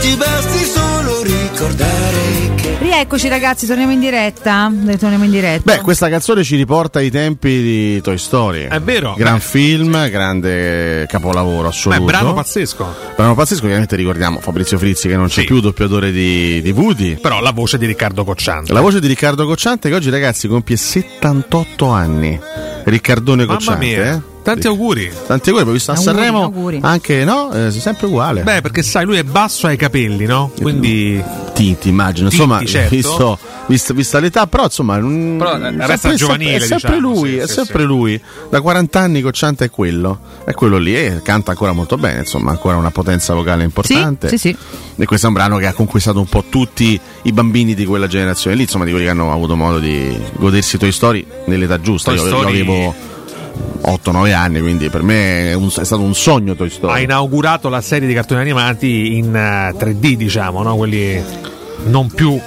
S61: Ti basti solo ricordare che...
S7: Eccoci ragazzi, torniamo in diretta. Eh, Torniamo in diretta.
S3: Beh, questa canzone ci riporta ai tempi di Toy Story. È
S9: vero.
S3: Gran film, grande capolavoro
S9: Ma è
S3: assoluto.
S9: un brano pazzesco.
S3: Brano pazzesco, chiaramente ricordiamo Fabrizio Frizzi che non c'è più doppiatore di, di Woody.
S9: Però la voce di Riccardo Cocciante.
S3: La voce di Riccardo Cocciante che oggi ragazzi compie 78 anni. Riccardone
S9: Mamma
S3: Cocciante.
S9: mia.
S3: eh?
S9: Tanti auguri.
S3: Tanti auguri, poi visto a
S9: Auguri,
S3: Sanremo
S9: auguri.
S3: anche no, eh, sempre uguale.
S9: Beh, perché sai, lui è basso ai capelli, no? Quindi.
S3: Tinti, immagino,
S9: Tinti,
S3: insomma,
S9: certo.
S3: visto, vista, vista l'età, però insomma, un-
S9: Però, eh, resta
S3: sempre-
S9: giovanile,
S3: è sempre
S9: diciamo,
S3: lui,
S9: sì,
S3: è
S9: sì,
S3: sempre
S9: sì.
S3: lui. Da 40 anni Cocciante è quello, è quello lì e canta ancora molto bene, insomma, ancora una potenza vocale importante.
S7: Sì, sì,
S3: E questo è un brano che ha conquistato un po' tutti i bambini di quella generazione lì, insomma, di quelli che hanno avuto modo di godersi Toy Story nell'età giusta.
S9: Toy
S3: Io, io
S9: Story-
S3: avevo 8-9 anni, quindi per me è, un- è stato un sogno Toy Story.
S9: Ha inaugurato la serie di cartoni animati in eh, 3D, diciamo, no? Quelli non più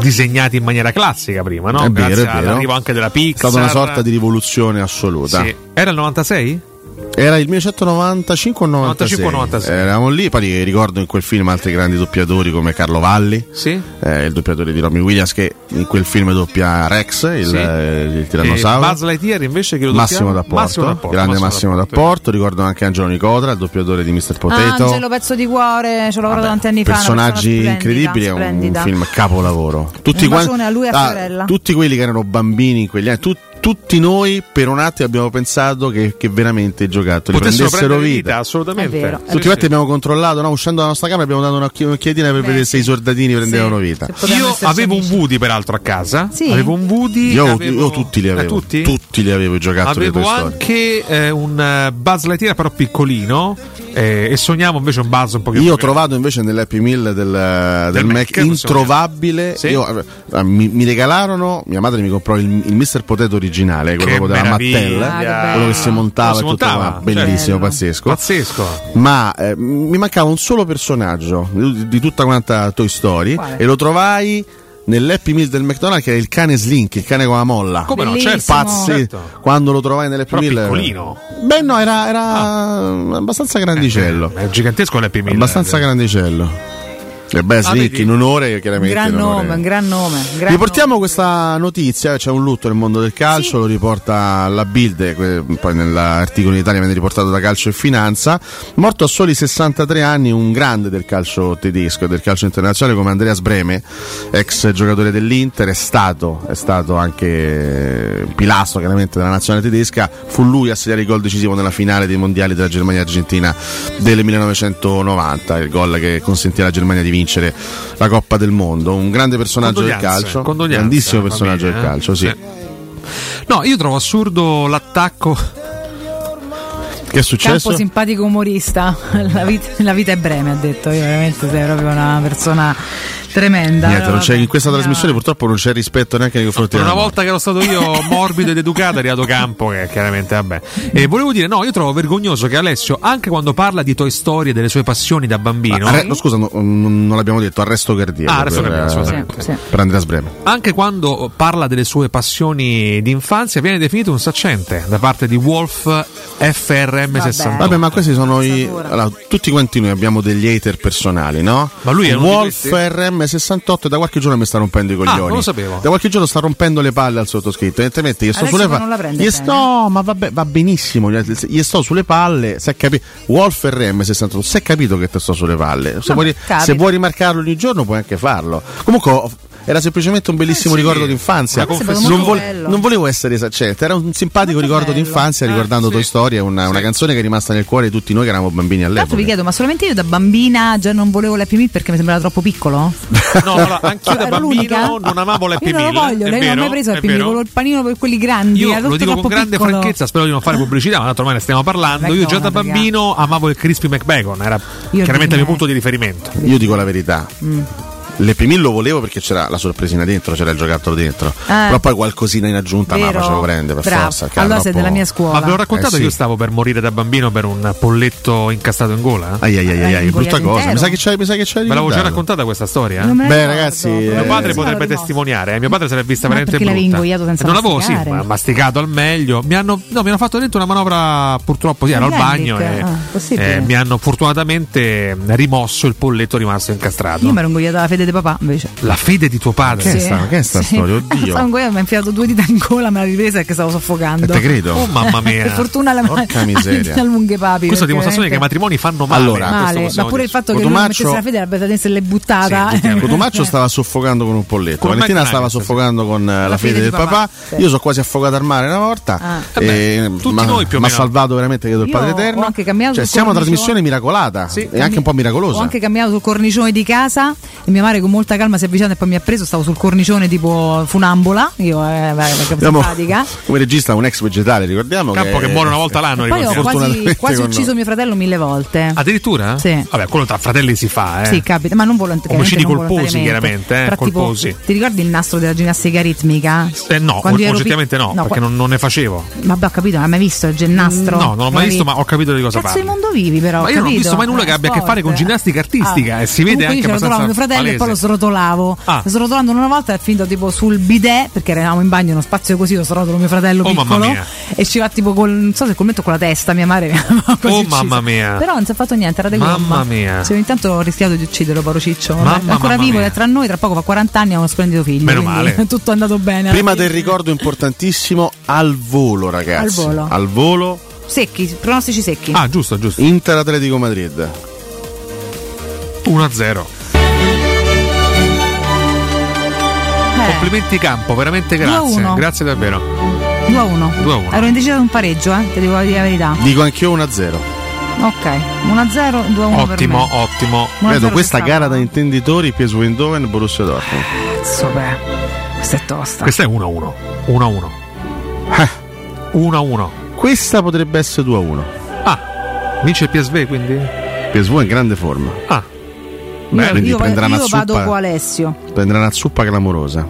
S9: disegnati in maniera classica prima, no?
S3: È vero,
S9: Grazie
S3: è vero.
S9: all'arrivo anche della
S3: È
S9: Pixar.
S3: stata una sorta di rivoluzione assoluta.
S9: Sì. Era il 96?
S3: Era il 1995 o 96?
S9: 95 o 96.
S3: Eravamo lì, poi ricordo in quel film altri grandi doppiatori come Carlo Valli, eh, il doppiatore di Robin Williams che in quel film doppia Rex, il,
S9: Sì.
S3: eh, il
S9: Eh,
S3: tirannosauro.
S9: Buzz Lightyear invece che lo
S3: Massimo
S9: doppiava?
S3: D'Apporto, grande Massimo D'Apporto, ricordo anche Angelo Nicodra, il doppiatore di Mr. Potato.
S7: Angelo, pezzo di cuore, ci ho lavorato tanti anni fa. una persona
S3: personaggi
S7: splendida,
S3: incredibili, è un
S7: splendida.
S3: film capolavoro.
S7: Un bacione
S3: quanti-
S7: a lui e a
S3: ah,
S7: Fiorella.
S3: tutti quelli che erano bambini in quegli anni, tu- tutti noi per un attimo abbiamo pensato che, che veramente i giocattoli
S9: Potessero
S3: prendessero
S9: prendere
S3: vita.
S9: vita, assolutamente.
S3: Tutti quanti abbiamo controllato, no? uscendo dalla nostra camera abbiamo dato un'occhi- un'occhiatina per vedere se i sordatini prendevano vita.
S9: Io avevo un Woody peraltro a casa.
S3: Sì.
S9: Avevo un Woody.
S3: Io,
S9: avevo-
S3: io tutti li
S9: Eh,
S3: avevo,
S9: tutti?
S3: li avevo i giocattoli di
S9: Avevo
S3: Toy Story.
S9: anche eh, un eh, Buzz Lightyear però piccolino eh, e sognavo invece un Buzz un pochino
S3: Io ho
S9: più grande.
S3: trovato invece nell'Happy Meal del, del Mac,
S9: Mac,
S3: introvabile.
S9: Sì.
S3: Io, eh, mi, mi regalarono, mia madre mi comprò il, il Mr. Potato originale, quello
S9: Che
S3: proprio della
S9: meraviglia.
S3: Mattel,
S9: Ah, che bello.
S3: quello che si montava,
S9: Quello si
S3: e tutto,
S9: montava,
S3: ma bellissimo, pazzesco.
S9: Pazzesco.
S3: Ma eh, mi mancava un solo personaggio di, di tutta quanta Toy Story
S9: Quale?
S3: e lo trovai. Nell'Happy Meal del McDonald's che era il cane Slink, il cane con la molla.
S9: Come no, certo.
S3: Pazzi,
S9: Certo.
S3: quando lo trovai nell'Happy
S9: Però
S3: Meal.
S9: piccolino. Ah.
S3: Beh, no, era, era abbastanza grandicello.
S9: Eh, È gigantesco l'Happy Meal. eh.
S3: Abbastanza grandicello. E beh,
S7: Ah,
S3: Slick,
S7: vedi?
S3: in onore, chiaramente.
S7: Un gran
S3: in onore.
S7: nome, un gran nome. un gran
S3: Riportiamo questa notizia, c'è un lutto nel mondo del calcio, lo riporta la Bild, eh, que- poi nell'articolo in Italia viene riportato da Calcio e Finanza, morto a soli 63 anni un grande del calcio tedesco e del calcio internazionale come Andreas Breme, ex giocatore dell'Inter, è stato, è stato anche eh, pilastro chiaramente della nazionale tedesca, fu lui a segnare il gol decisivo nella finale dei mondiali della Germania-Argentina del 1990, il gol che consentì alla Germania di vincere la Coppa del Mondo, un grande personaggio del
S9: Condoglianze,
S3: calcio,
S9: condoglianze
S3: grandissimo
S9: alla
S3: personaggio del
S9: famiglia, eh.
S3: calcio, sì.
S9: No, io trovo assurdo l'attacco.
S3: Che è
S7: Campo simpatico umorista, la vita, la vita è breve, ha detto. Io veramente sei proprio una persona tremenda.
S3: Niente, non
S7: Allora,
S3: c'è- in questa trasmissione purtroppo non c'è rispetto neanche nei confronti
S9: Per
S3: della
S9: una volta che ero stato io morbido ed educato, è arrivato Campo, che chiaramente vabbè. E volevo dire, no, io trovo vergognoso che Alessio, anche quando parla di Toy Story e delle sue passioni da bambino,
S3: Arre- no, scusa, no, non non l'abbiamo detto, arresto cardiaco.
S9: Ah, arresto
S3: per,
S9: cardiaco,
S3: eh,
S9: assolutamente. Sì, sì.
S3: per Andreas Breme.
S9: anche quando parla delle sue passioni d'infanzia, viene definito un saccente da parte di Wolf FRM68.
S3: Vabbè, ma questi sono i. allora, tutti quanti noi abbiamo degli hater personali, no?
S9: Ma lui è uno di
S3: Wolf
S9: questi?
S3: RM68 da qualche giorno mi sta rompendo i
S9: Ah,
S3: coglioni.
S9: non lo sapevo.
S3: Da qualche giorno sta rompendo le palle al sottoscritto. Evidentemente, gli sto
S9: Adesso
S3: sulle
S9: non la prende
S3: Gli
S9: bene.
S3: sto, ma vabbè, va benissimo. Gli, gli sto sulle palle. Se capi- Wolf RM68, se hai capito che te sto sulle palle.
S7: Vabbè,
S3: Se, vuoi,
S7: capita.
S3: se vuoi rimarcarlo ogni giorno, puoi anche farlo. Comunque. ho- era semplicemente un bellissimo
S7: Eh, sì.
S3: ricordo d'infanzia.
S7: Una confessione.
S3: Non, vol-
S7: Bello.
S3: non volevo essere saccente, era un simpatico ricordo
S7: Eh,
S3: d'infanzia, ricordando Toy Story, è una, una canzone che è rimasta nel cuore di tutti noi che eravamo bambini
S7: Tra l'altro
S3: all'epoca.
S7: vi chiedo, ma solamente io da bambina già non volevo l'Happy Meal perché mi sembrava troppo piccolo?
S9: No, allora, anch'io da
S7: Ero l'unica?
S9: bambino non amavo l'Happy
S7: Io non
S9: Meal.
S7: lo voglio,
S9: è
S7: lei non ha
S9: vero,
S7: mai preso
S9: è
S7: l'Happy Meal,
S9: vero.
S7: volevo il panino per quelli grandi.
S9: Io
S7: era
S9: lo
S7: tutto
S9: dico con
S7: troppo
S9: grande
S7: piccolo. Ah.
S9: franchezza, spero di non fare pubblicità, ma tanto ormai ne stiamo parlando. Io già da
S7: McDonald's,
S9: bambino amavo il Crispy McBacon, era chiaramente il mio punto di riferimento.
S3: Io dico la verità.
S7: Mm.
S3: L'Epimil lo volevo perché c'era la sorpresina dentro, c'era il giocattolo dentro.
S7: Ah.
S3: Però poi qualcosina in aggiunta,
S7: Vero.
S3: mamma ce lo prende per
S7: Bravo.
S3: forza. perché
S7: Allora
S3: era
S7: sei
S3: troppo-
S7: della mia scuola.
S9: Ma ve l'ho raccontato
S3: Eh,
S9: che io
S3: sì.
S9: stavo per morire da bambino per un polletto incastrato in gola?
S3: Ai ai ai,
S7: Eh,
S3: ai, ai, brutta cosa. Mi sa che c'è. Mi sa che c'è
S9: Ve l'avevo già
S3: ricordato.
S9: raccontata questa storia?
S3: Non me la Beh, ricordo. ragazzi,
S9: mio
S3: eh,
S9: padre
S3: sì.
S9: potrebbe testimoniare. eh, Mio padre se l'è vista
S7: Ma
S9: veramente
S7: perché l'avevi
S9: brutta.
S7: ingoiato senza
S9: Eh, Non l'avevo, sì,
S7: masticare?
S9: ma masticato al meglio. Mi hanno, no, mi hanno fatto dentro una manovra, purtroppo, sì, ero al bagno.
S7: Islamic?
S9: E,
S7: Ah, possibile.
S9: eh, mi hanno fortunatamente rimosso il polletto rimasto incastrato.
S7: Io mi ero ingoiata la fede fede di papà invece.
S9: La fede di tuo padre.
S7: Sì. Sì. Stavo in gola, mi ha infilato due dita in gola, me la ripresa che stavo soffocando.
S9: Eh, te credo. Oh, mamma mia.
S7: per fortuna la
S9: Porca miseria.
S7: la lunghe papi. perché
S9: Questa è dimostrazione che
S7: veramente-
S9: i matrimoni fanno male.
S3: Allora,
S9: questo
S7: male, ma
S3: possiamo
S7: pure il
S3: dire.
S7: fatto che lui non
S3: Cotumaccio-
S7: mettesse la fede la bettatense l'è buttata. Eh.
S3: Cotumaccio stava soffocando con un polletto,
S7: Con
S3: Valentina
S7: Mike
S3: stava soffocando con eh, la, fede, del papà.
S7: sì.
S3: Io sono quasi affogato al mare una volta.
S7: Ah.
S3: e-
S9: Eh tutti
S3: ma,
S9: noi più o
S3: mi ha
S9: meno.
S3: salvato veramente credo il Padre
S7: Io
S3: Eterno.
S7: ho anche cambiato
S3: Cioè,
S7: sul
S3: siamo una
S7: cornicione.
S3: trasmissione miracolata e anche un po' miracolosa.
S7: Ho oh. anche camminato sul cornicione di casa e mia madre con molta calma si è avvicinata e poi mi ha preso, stavo sul cornicione tipo funambola, io eh, beh, perché
S3: Abbiamo-
S7: simpatica.
S3: Come regista un ex vegetale, ricordiamo.
S9: Campo che muore una volta l'anno,
S7: E poi ho quasi,
S3: Fortunatamente
S7: quasi
S3: con-
S7: ucciso mio fratello mille volte.
S9: Addirittura?
S7: Sì.
S9: Vabbè, quello tra fratelli si fa, eh.
S7: Sì, capita, ma non volontariamente.
S9: Omicidi
S7: non
S9: colposi,
S7: volontariamente.
S9: chiaramente, eh,
S7: Però, tipo,
S9: colposi.
S7: ti ricordi il nastro della ginnastica ritmica?
S9: Eh, no,
S7: Quando ero
S9: oggettivamente
S7: pic-
S9: no, perché
S7: qua-
S9: non, non ne facevo.
S7: Vabbè, ho capito, non hai mai visto il ginnastro?
S9: No, non l'ho mai visto, ma ho capito di cosa
S7: Cazzo di
S9: parla.
S7: mondo vivi, però. Eh.
S9: Ma io non ho visto mai nulla che abbia a che fare con ginnastica artistica e si vede anche
S7: Comunque io ce Ah. lo
S9: abbastanza
S7: trovavo mio fratello e poi lo
S9: palese.
S7: srotolavo.
S9: Ah.
S7: Lo Srotolando una volta è finito tipo sul bidet, perché eravamo in bagno in uno spazio così, lo srotolo mio fratello
S9: Oh, mamma
S7: piccolo.
S9: mia.
S7: E ci va tipo col. non so se col metto con la testa, mia madre mi aveva quasi
S9: Oh
S7: ucciso.
S9: mamma mia.
S7: Però non si è fatto niente, era di
S9: Mamma
S7: gomma.
S9: mia.
S7: Sì, ogni tanto ho rischiato di ucciderlo, Paro Ciccio.
S3: Mamma,
S7: È ancora
S3: mamma
S7: vivo,
S3: mia.
S7: è tra noi, tra poco fa 40 anni e ha uno splendido figlio.
S3: Meno
S7: quindi
S3: male.
S7: Tutto è andato bene.
S3: Prima del ricordo importantissimo, al volo, ragazzi.
S7: Al volo.
S3: Al volo.
S7: Secchi, pronostici secchi.
S9: Ah, giusto, giusto.
S3: Inter Atletico Madrid.
S9: 1-0.
S7: Eh,
S9: Complimenti campo, veramente grazie.
S7: 2-1.
S9: Grazie davvero.
S7: 2 a 1.
S9: 2 a 1.
S7: Ero indecisa di un pareggio, eh, ti devo dire la verità.
S3: Dico anch'io 1-0.
S7: Ok, 1 a 0, 2 a 1 per me.
S3: Ottimo,
S9: ottimo.
S7: Buona
S3: Vedo
S7: zero
S3: questa
S7: per sabato.
S3: gara da intenditori, PSV Eindhoven, Borussia Dortmund.
S7: Cazzo, beh. Questa è tosta.
S9: Questa è 1-1. 1-1. 1-1.
S3: Eh. Questa potrebbe essere 2-1.
S9: Ah, vince il PSV quindi?
S3: PSV è in grande forma.
S9: Ah.
S3: Beh,
S7: io
S3: quindi
S7: io
S3: prenderà
S7: vado-
S3: una
S7: io
S3: zuppa.
S7: vado con Alessio.
S3: prenderà una zuppa clamorosa.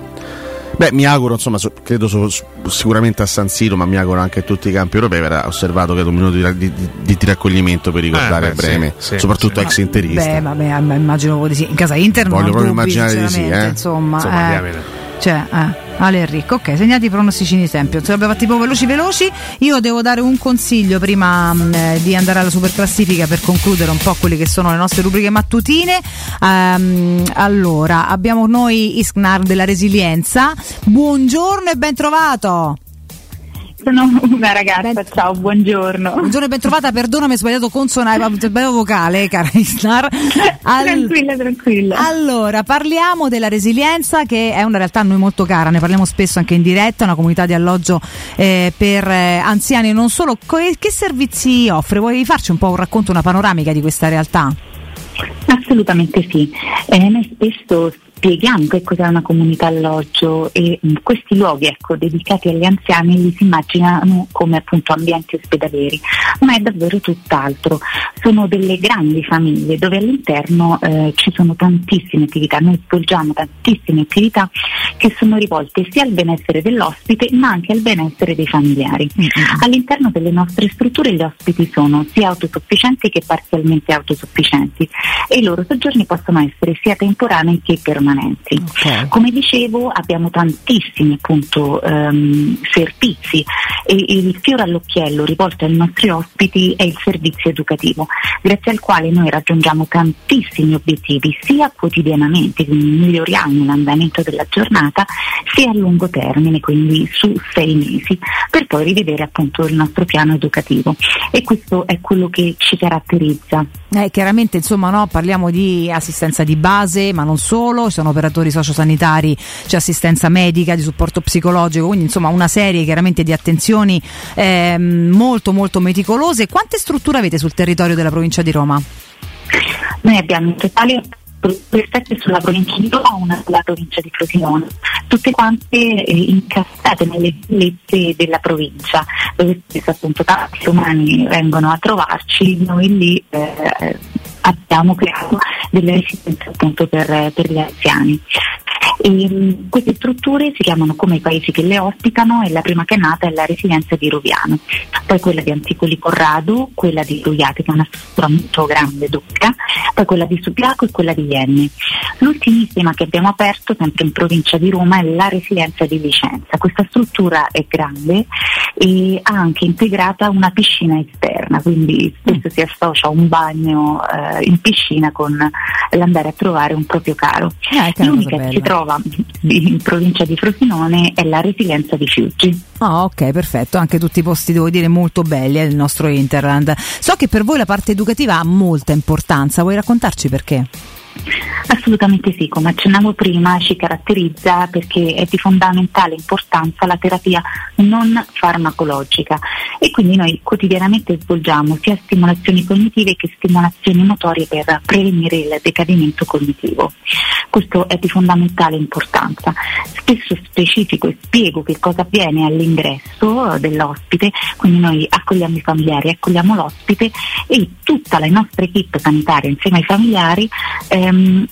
S3: Beh, mi auguro, insomma, so- credo so- so- sicuramente a San Siro, ma mi auguro anche a tutti i campi europei, verrà osservato credo un minuto di, di, di- di raccoglimento per ricordare
S9: Eh, beh,
S3: Breme,
S9: sì, sì,
S3: soprattutto
S7: sì.
S3: ex interista.
S7: Beh, vabbè, ah, beh, immagino proprio di sì. In casa Inter non
S3: Voglio
S7: ho
S3: proprio
S7: dubbi,
S3: immaginare di sì,
S7: sinceramente,
S3: eh.
S7: Insomma,
S3: Insomma,
S7: eh.
S3: diamine.
S7: Cioè, eh. Ale Enrico, ok, segnati i pronosticini di tempio. Ce l'abbiamo fatti proprio veloci veloci. Io devo dare un consiglio prima mh, eh, di andare alla super classifica per concludere un po' quelle che sono le nostre rubriche mattutine. Ehm, allora, abbiamo noi Isknar della Resilienza. Buongiorno e ben trovato.
S18: Sono una ragazza, ciao, buongiorno.
S7: Buongiorno e bentrovata, perdonami, ho sbagliato consonante, bello vocale, cara Isnar.
S18: Tranquilla, tranquilla.
S7: Allora, parliamo della resilienza che è una realtà a noi molto cara, ne parliamo spesso anche in diretta, una comunità di alloggio eh, per eh, anziani e non solo. Co- che servizi offre? Vuoi farci un po' un racconto, una panoramica di questa realtà?
S18: Assolutamente sì. Eh, noi spesso spieghiamo che cos'è una comunità alloggio e mh, questi luoghi ecco, dedicati agli anziani li si immaginano come appunto ambienti ospedalieri, ma è davvero tutt'altro. Sono delle grandi famiglie dove all'interno eh, ci sono tantissime attività, noi svolgiamo tantissime attività che sono rivolte sia al benessere dell'ospite ma anche al benessere dei familiari. All'interno delle nostre strutture gli ospiti sono sia autosufficienti che parzialmente autosufficienti e i loro soggiorni possono essere sia temporanei che permanenti. Come dicevo abbiamo tantissimi appunto, ehm, servizi e il fiore all'occhiello rivolto ai nostri ospiti è il servizio educativo, grazie al quale noi raggiungiamo tantissimi obiettivi sia quotidianamente, quindi miglioriamo l'andamento della giornata, sia a lungo termine, quindi su sei mesi, per poi rivedere appunto il nostro piano educativo. E questo è quello che ci caratterizza.
S7: Eh, chiaramente insomma no, parliamo di assistenza di base, ma non solo, ci sono operatori sociosanitari, c'è assistenza medica, di supporto psicologico, quindi insomma una serie chiaramente di attenzioni ehm, molto molto meticolose. Quante strutture avete sul territorio della provincia di Roma?
S18: Noi abbiamo in totale tre sette sulla provincia di Roma, una sulla provincia di Frosinone, tutte quante eh, incastrate nelle villette della provincia, dove spesso appunto tanti umani vengono a trovarci, noi lì eh, abbiamo creato delle residenze appunto per, per gli anziani. E, mh, queste strutture si chiamano come i paesi che le ospitano e la prima che è nata è la residenza di Roviano, poi quella di Anticoli Corrado, quella di Ruiate che è una struttura molto grande, doppia, poi quella di Subiaco e quella di Ienne. L'ultimissima che abbiamo aperto sempre in provincia di Roma è la residenza di Vicenza. Questa struttura è grande e ha anche integrata una piscina esterna, quindi spesso si associa un bagno eh, in piscina con l'andare a trovare un proprio caro.
S7: Ah, è una cosa
S18: L'unica che si
S7: bella.
S18: trova in provincia di Frosinone è la residenza di Fiuggi.
S7: Ah, ok, perfetto. Anche tutti i posti, devo dire, molto belli eh, del nostro Interland. So che per voi la parte educativa ha molta importanza. Vuoi raccontarci perché?
S18: Assolutamente sì, come accennavo prima ci caratterizza perché è di fondamentale importanza la terapia non farmacologica e quindi noi quotidianamente svolgiamo sia stimolazioni cognitive che stimolazioni motorie per prevenire il decadimento cognitivo. Questo è di fondamentale importanza. Spesso specifico e spiego che cosa avviene all'ingresso eh, dell'ospite, quindi noi accogliamo i familiari, accogliamo l'ospite e tutta la nostra equip sanitaria insieme ai familiari ehm,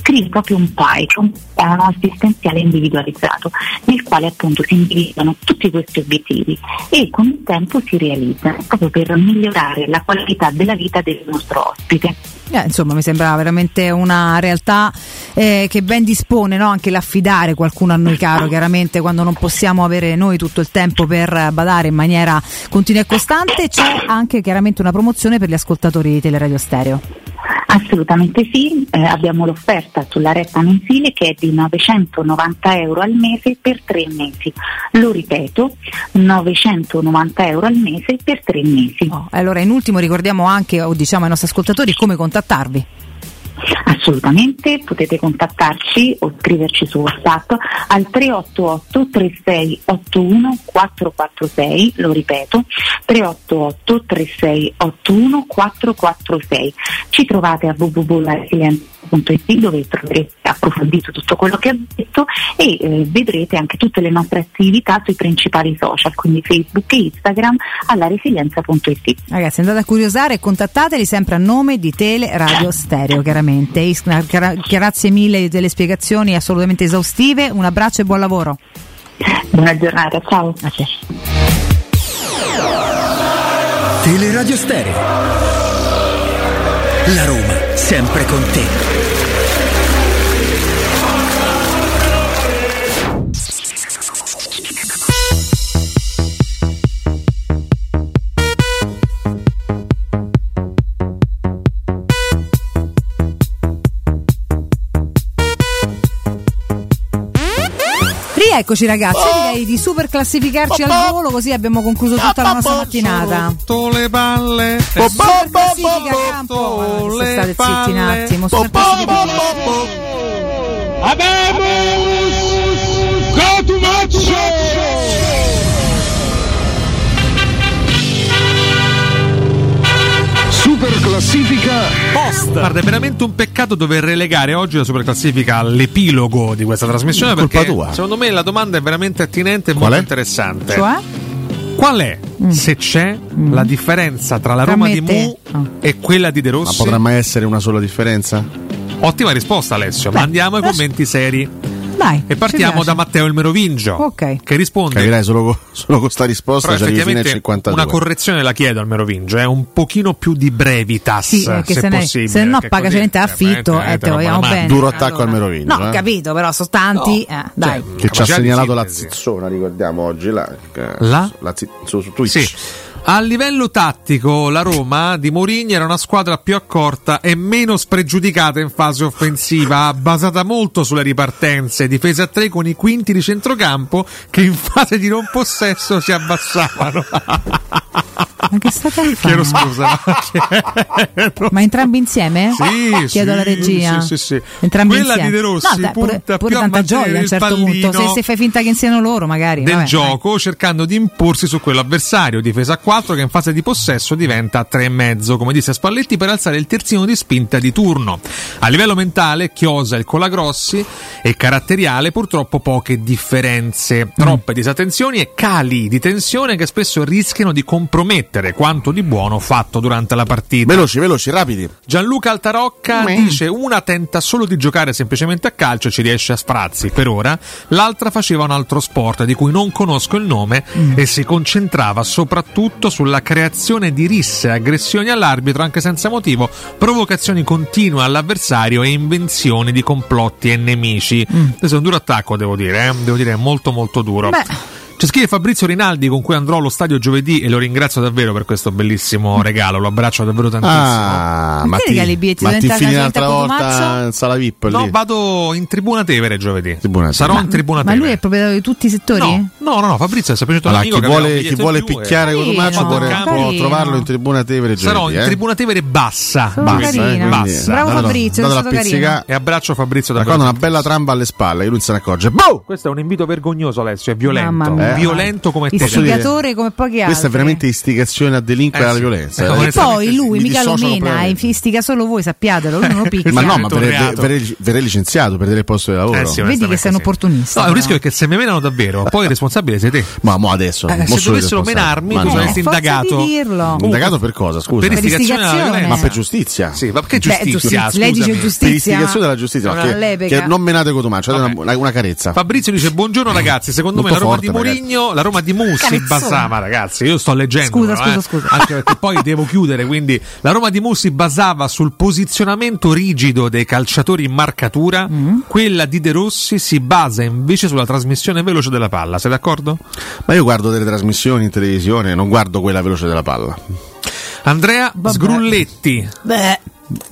S18: scrive proprio un PIC, un piano assistenziale individualizzato, nel quale appunto si individuano tutti questi obiettivi e con il tempo si realizzano proprio per migliorare la qualità della vita del nostro ospite.
S7: Eh, insomma, mi sembra veramente una realtà eh, che ben dispone no? anche l'affidare qualcuno a noi caro, chiaramente quando non possiamo avere noi tutto il tempo per eh, badare in maniera continua e costante. C'è anche chiaramente una promozione per gli ascoltatori di Teleradio Stereo.
S18: Assolutamente sì, eh, abbiamo l'offerta sulla retta mensile che è di 990 euro al mese per tre mesi. Lo ripeto, 990 euro al mese per tre mesi.
S7: Oh, Allora, in ultimo ricordiamo anche o diciamo ai nostri ascoltatori come contattarvi.
S18: Assolutamente, potete contattarci o scriverci su WhatsApp al 388 3681 446, lo ripeto, 388 3681 446. Ci trovate a www.silenzio.it dove troverete approfondito tutto quello che ho detto e eh, vedrete anche tutte le nostre attività sui principali social, quindi Facebook e Instagram alla resilienza.it.
S7: Ragazzi, andate a curiosare e contattateli sempre a nome di Tele Radio Stereo, chiaramente. Is- gra- Grazie mille delle spiegazioni assolutamente esaustive. Un abbraccio e buon lavoro.
S18: Buona giornata, ciao.
S7: A te.
S6: Teleradio Stereo. La Roma, sempre con te.
S7: Rieccoci ragazzi, io direi di super classificarci al volo così abbiamo concluso tutta la nostra mattinata.
S9: Sotto le palle.
S7: Super classifica campo. Guarda, se state zitti un attimo, super classifica.
S9: Super classifica post. Guarda, è veramente un peccato dover relegare oggi la super classifica all'epilogo di questa trasmissione.
S3: Colpa
S9: perché
S3: tua.
S9: secondo me la domanda è veramente attinente e
S3: Qual
S9: molto
S3: è?
S9: interessante.
S7: Cioè?
S9: Qual è, se c'è, la differenza tra la
S7: Tra
S9: Roma
S7: me e
S9: di
S7: te?
S9: Mu
S7: Ah.
S9: e quella di De
S3: Ma
S9: Rossi?
S3: potrà mai essere una sola differenza?
S9: Ottima risposta, Alessio.
S3: Beh,
S9: Ma andiamo ai
S3: lascia-
S9: commenti seri.
S7: Dai.
S9: E partiamo da Matteo il Merovingio.
S7: Ok.
S9: Che risponde.
S3: Capirai, solo, co- solo con sta risposta cioè,
S9: Però
S3: c'è arrivi fino ai 52.
S9: effettivamente una correzione la chiedo al Merovingio, è un pochino più di brevitas,
S7: Sì, eh, che
S9: se,
S7: se ne-
S9: possibile.
S7: se no
S9: perché
S7: paga
S9: così,
S7: gente
S9: eh,
S7: affitto,
S9: veramente,
S7: eh, te
S9: una
S7: vogliamo
S9: buona
S7: bene.
S9: mano.
S3: Duro attacco al Merovingio.
S7: No,
S3: eh.
S7: capito, però sono tanti. eh, dai.
S3: Che ci ha
S9: Capacità di
S3: segnalato la
S9: sintesi.
S3: zizzona, ricordiamo oggi. La, eh,
S9: La?
S3: zi- su, su Twitch.
S9: Sì. A livello tattico, la Roma di Mourinho era una squadra più accorta e meno spregiudicata in fase offensiva, basata molto sulle ripartenze, difesa a tre con i quinti di centrocampo che in fase di non possesso si abbassavano.
S7: Ma che state a fare?
S9: Chiedo scusa. chiedo-
S7: Ma entrambi insieme?
S9: Cioè, Sì,
S7: Chiedo
S9: sì,
S7: alla regia.
S9: sì, sì, sì.
S7: Entrambi
S9: Quella
S7: insieme.
S9: di De Rossi
S7: No, dai, pure,
S9: punta
S7: pure
S9: più a
S7: tanta
S9: mantenere
S7: gioia a un
S9: il
S7: certo punto. Se,
S9: pallino
S7: se fai finta che siano loro, magari.
S9: del
S7: vabbè,
S9: gioco cercando di imporsi su quello avversario, difesa a 4 che in fase di possesso diventa a 3,5, come disse Spalletti, per alzare il terzino di spinta di turno. A livello mentale, Chiosa, il Colagrossi e caratteriale purtroppo poche
S7: Mm.
S9: differenze, troppe disattenzioni e cali di tensione che spesso rischiano di compromettere trasmettere quanto di buono fatto durante la partita.
S3: Veloci, veloci, rapidi.
S9: Gianluca Altarocca
S3: Mm.
S9: dice una tenta solo di giocare semplicemente a calcio e ci riesce a sprazzi per ora, l'altra faceva un altro sport di cui non conosco il nome
S3: Mm.
S9: e si concentrava soprattutto sulla creazione di risse, aggressioni all'arbitro anche senza motivo, provocazioni continue all'avversario e invenzioni di complotti e nemici.
S3: Mm.
S9: Questo è un duro attacco, devo dire, eh. devo dire è molto molto duro.
S7: Beh.
S9: Ci scrive Fabrizio Rinaldi con cui andrò allo stadio giovedì e lo ringrazio davvero per questo bellissimo regalo, lo abbraccio davvero tantissimo.
S3: Mm. Ah, ma ti,
S7: regali i biglietti?
S3: ma
S7: Devi
S3: ti
S7: entrare
S3: fini
S7: nella gente
S3: un'altra
S7: a
S3: volta
S7: Cotumaccio?
S3: in sala VIP lì.
S9: No, vado in Tribuna Tevere giovedì. Sarò in Tribuna
S7: Ma
S9: Tevere.
S7: lui è proprietario di tutti i settori?
S9: No, no, no, Fabrizio è semplicemente
S3: Allora,
S9: un amico
S3: chi
S9: che aveva
S3: vuole,
S9: un
S3: chi
S9: biglietto
S3: vuole
S9: in due.
S3: picchiare
S7: Sì,
S3: Cotumaccio
S7: no,
S3: può- può
S7: carino.
S3: trovarlo in tribuna Tevere
S9: Sarò
S3: giovedì,
S9: in
S3: eh.
S9: Tribuna Tevere bassa.
S3: Sono
S9: giovedì.
S3: carino. Quindi,
S9: Bassa.
S3: bravo Datelo- Fabrizio, datelo
S7: è a stato pizzicare. carino.
S9: E abbraccio Fabrizio da
S3: Ma quando una bella tramba alle spalle, che lui non se ne accorge. Boh!
S9: Questo è un invito vergognoso, Alessio, è
S7: Mamma
S9: violento.
S3: mia.
S9: Violento come te.
S7: Istigatore come pochi altri.
S3: Questa è veramente istigazione a delinquere e alla violenza. eh.
S7: E poi lui,
S3: Mi
S7: mica lo
S3: dissocio
S7: mena,
S3: completamente.
S7: infistiga solo voi, sappiatelo, lui non
S9: Esatto.
S7: lo picchia. Eh
S3: Ma no, ma verrei, verrei- verrei licenziato, perderei il posto di lavoro.
S9: Eh sì,
S7: Vedi che sei un opportunista.
S9: No, il
S7: però.
S9: rischio è che se mi menano davvero, poi il responsabile sei te.
S3: Ma mo adesso.
S9: Eh,
S3: mo
S9: se
S3: sono il
S9: dovessero
S3: responsabile.
S9: menarmi,
S3: Ma
S9: tu
S3: no.
S9: saresti
S3: Eh,
S7: forza
S9: indagato.
S7: di dirlo.
S3: Indagato per cosa? Scusa.
S9: Per istigazione alla
S7: istigazione.
S9: violenza.
S3: Ma per giustizia.
S9: Sì, ma perché
S7: Beh,
S9: giustizia?
S7: giustizia, lei dice
S9: Scusami.
S3: Per
S7: giustizia.
S3: istigazione della giustizia.
S7: Una
S3: no, che,
S7: lebeca.
S3: che non menate Cotumaccio, date una, una- una carezza.
S9: Fabrizio dice buongiorno ragazzi, secondo me la
S3: Mm. Molto
S9: Roma di
S3: forte, ragazzi.
S9: Mourinho, la Roma di Mussi
S3: Carezzone.
S9: basava ragazzi, io sto leggendo,
S7: Scusa,
S9: però,
S7: scusa,
S9: eh,
S7: scusa.
S9: anche perché poi devo chiudere, quindi la Roma di Mussi basava sul posizionamento rigido dei calciatori in marcatura,
S7: Mm.
S9: quella di De Rossi si basa invece sulla trasmissione veloce della palla, sei d'accordo?
S3: Ma io guardo delle trasmissioni in televisione, non guardo quella veloce della palla.
S7: Eh,
S9: Andrea Sgrulletti.
S7: Beh,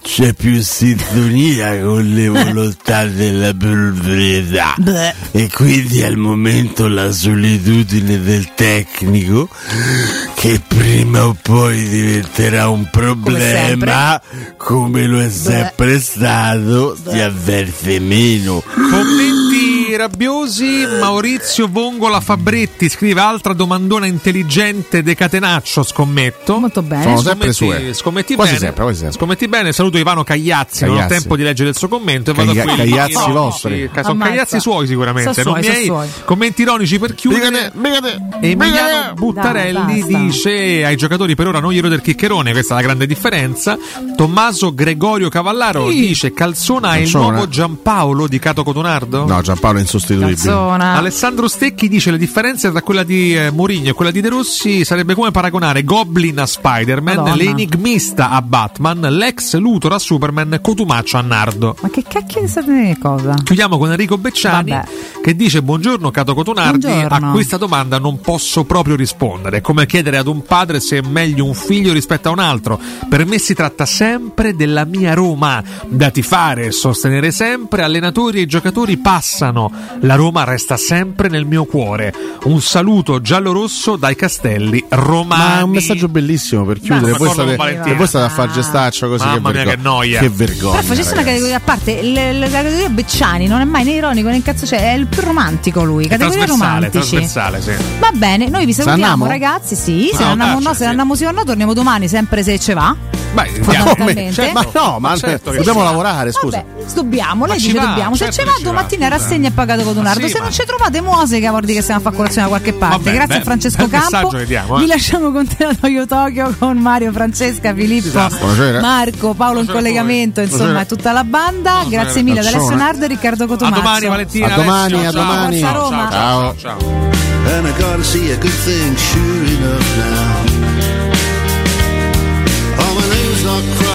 S6: C'è più sintonia con le volontà della proprietà
S4: Beh.
S6: e quindi al momento la solitudine del tecnico che prima o poi diventerà un problema come, lo è sempre stato si avverte meno.
S9: Commenti rabbiosi, Maurizio Vongola Fabretti scrive altra domandona intelligente decatenaccio, scommetto. Molto bene.
S7: eh,
S3: Sono sempre sue.
S9: Scommetti
S3: Quasi
S9: bene.
S3: sempre, quasi sempre.
S9: Scommetti bene, saluto Ivano Cagliazzi, non ho
S3: Cagliazzi.
S9: tempo di leggere il suo commento e vado
S3: Caglia-
S9: a quelli.
S3: Cagliazzi
S9: No, no,
S3: vostri.
S9: sì, sono
S3: Ammazza.
S9: Cagliazzi suoi sicuramente,
S3: So
S9: non
S3: suoi, so
S9: miei.
S3: suoi.
S9: Commenti ironici per chiudere. Emiliano Buttarelli dice ai giocatori per ora non glielo del chiccherone, questa è la grande differenza. Tommaso Gregorio Cavallaro dice Calzona è il
S3: Calzona.
S9: nuovo Giampaolo di Cato Cotonardo?
S3: No, Giampaolo è insostituibile.
S9: Alessandro Stecchi dice le differenze tra quella di eh, Mourinho e quella di De Rossi sarebbe come paragonare Goblin a Spider-Man,
S7: Madonna.
S9: l'enigmista a Batman, l'ex Luthor a Superman, Cotumaccio a Nardo.
S7: Ma che cacchio di state di cosa?
S9: Chiudiamo con Enrico Becciani
S7: Vabbè.
S9: che dice buongiorno Cato Cotonardi,
S7: Buongiorno.
S9: a questa domanda non posso proprio rispondere, è come chiedere ad un padre se è meglio un figlio rispetto a un altro, per me si tratta sempre della mia Roma, da tifare e sostenere sempre, allenatori e giocatori passano, la Roma resta sempre nel mio cuore, un saluto giallo-rosso dai Castelli
S3: Ma è un
S9: Romani.
S3: messaggio bellissimo per chiudere.
S9: Ma
S3: Voi
S9: d'accordo
S3: state,
S9: con Valentina.
S3: e voi state a far gestaccio così.
S9: Mamma
S3: che
S9: mia,
S3: vergogna.
S9: che noia.
S3: Che vergogna.
S7: Però Eh, facesse una
S3: ragazzi.
S7: categoria a parte, l- l- la categoria Becciani non è mai né ironico né cazzo, cioè è il più romantico lui, categoria
S9: trasversale,
S7: romantici.
S9: trasversale, sì.
S7: Va bene, noi vi
S9: Se
S7: salutiamo
S9: andiamo?
S7: ragazzi, sì, se
S9: No,
S7: ne andiamo o
S9: caccia,
S7: no, se ne andiamo sì o no, torniamo domani sempre se ce va.
S9: Beh,
S7: Fondamentalmente.
S3: Certo, ma no, ma
S7: Certo che
S3: dobbiamo
S7: sì.
S3: lavorare, scusa.
S7: Vabbè, dobbiamo, lei
S3: Ma ci
S7: dice
S3: va,
S7: dobbiamo.
S3: certo
S7: se ce
S3: che
S7: va
S3: ci va,
S7: domattina
S3: scusa.
S7: rassegna e pagato con un
S3: Ma
S7: ardo.
S3: sì,
S7: se
S3: ma-
S7: non ci trovate, muoseca vuol dire che stiamo a fare colazione da qualche parte.
S3: Vabbè,
S7: Grazie
S3: bel-
S7: a Francesco
S3: bel
S7: Campo.
S3: messaggio che diamo, eh.
S7: Vi lasciamo con Telatoio Tokyo con Mario, Francesca, Filippo,
S3: Esatto. Buonasera.
S7: Marco, Paolo in collegamento, insomma,
S3: Buonasera.
S7: tutta la banda. Grazie mille ad Alessio
S3: Buonasera.
S7: Nardo e Riccardo Cotomaccio.
S9: A domani Valentina.
S3: A domani,
S9: Alessio,
S3: a
S9: ciao,
S3: domani.
S7: Forza
S9: Ciao,
S7: Roma.
S9: ciao, ciao, ciao.
S19: And I gotta see a good thing sure enough now. Oh, my name's not Christ.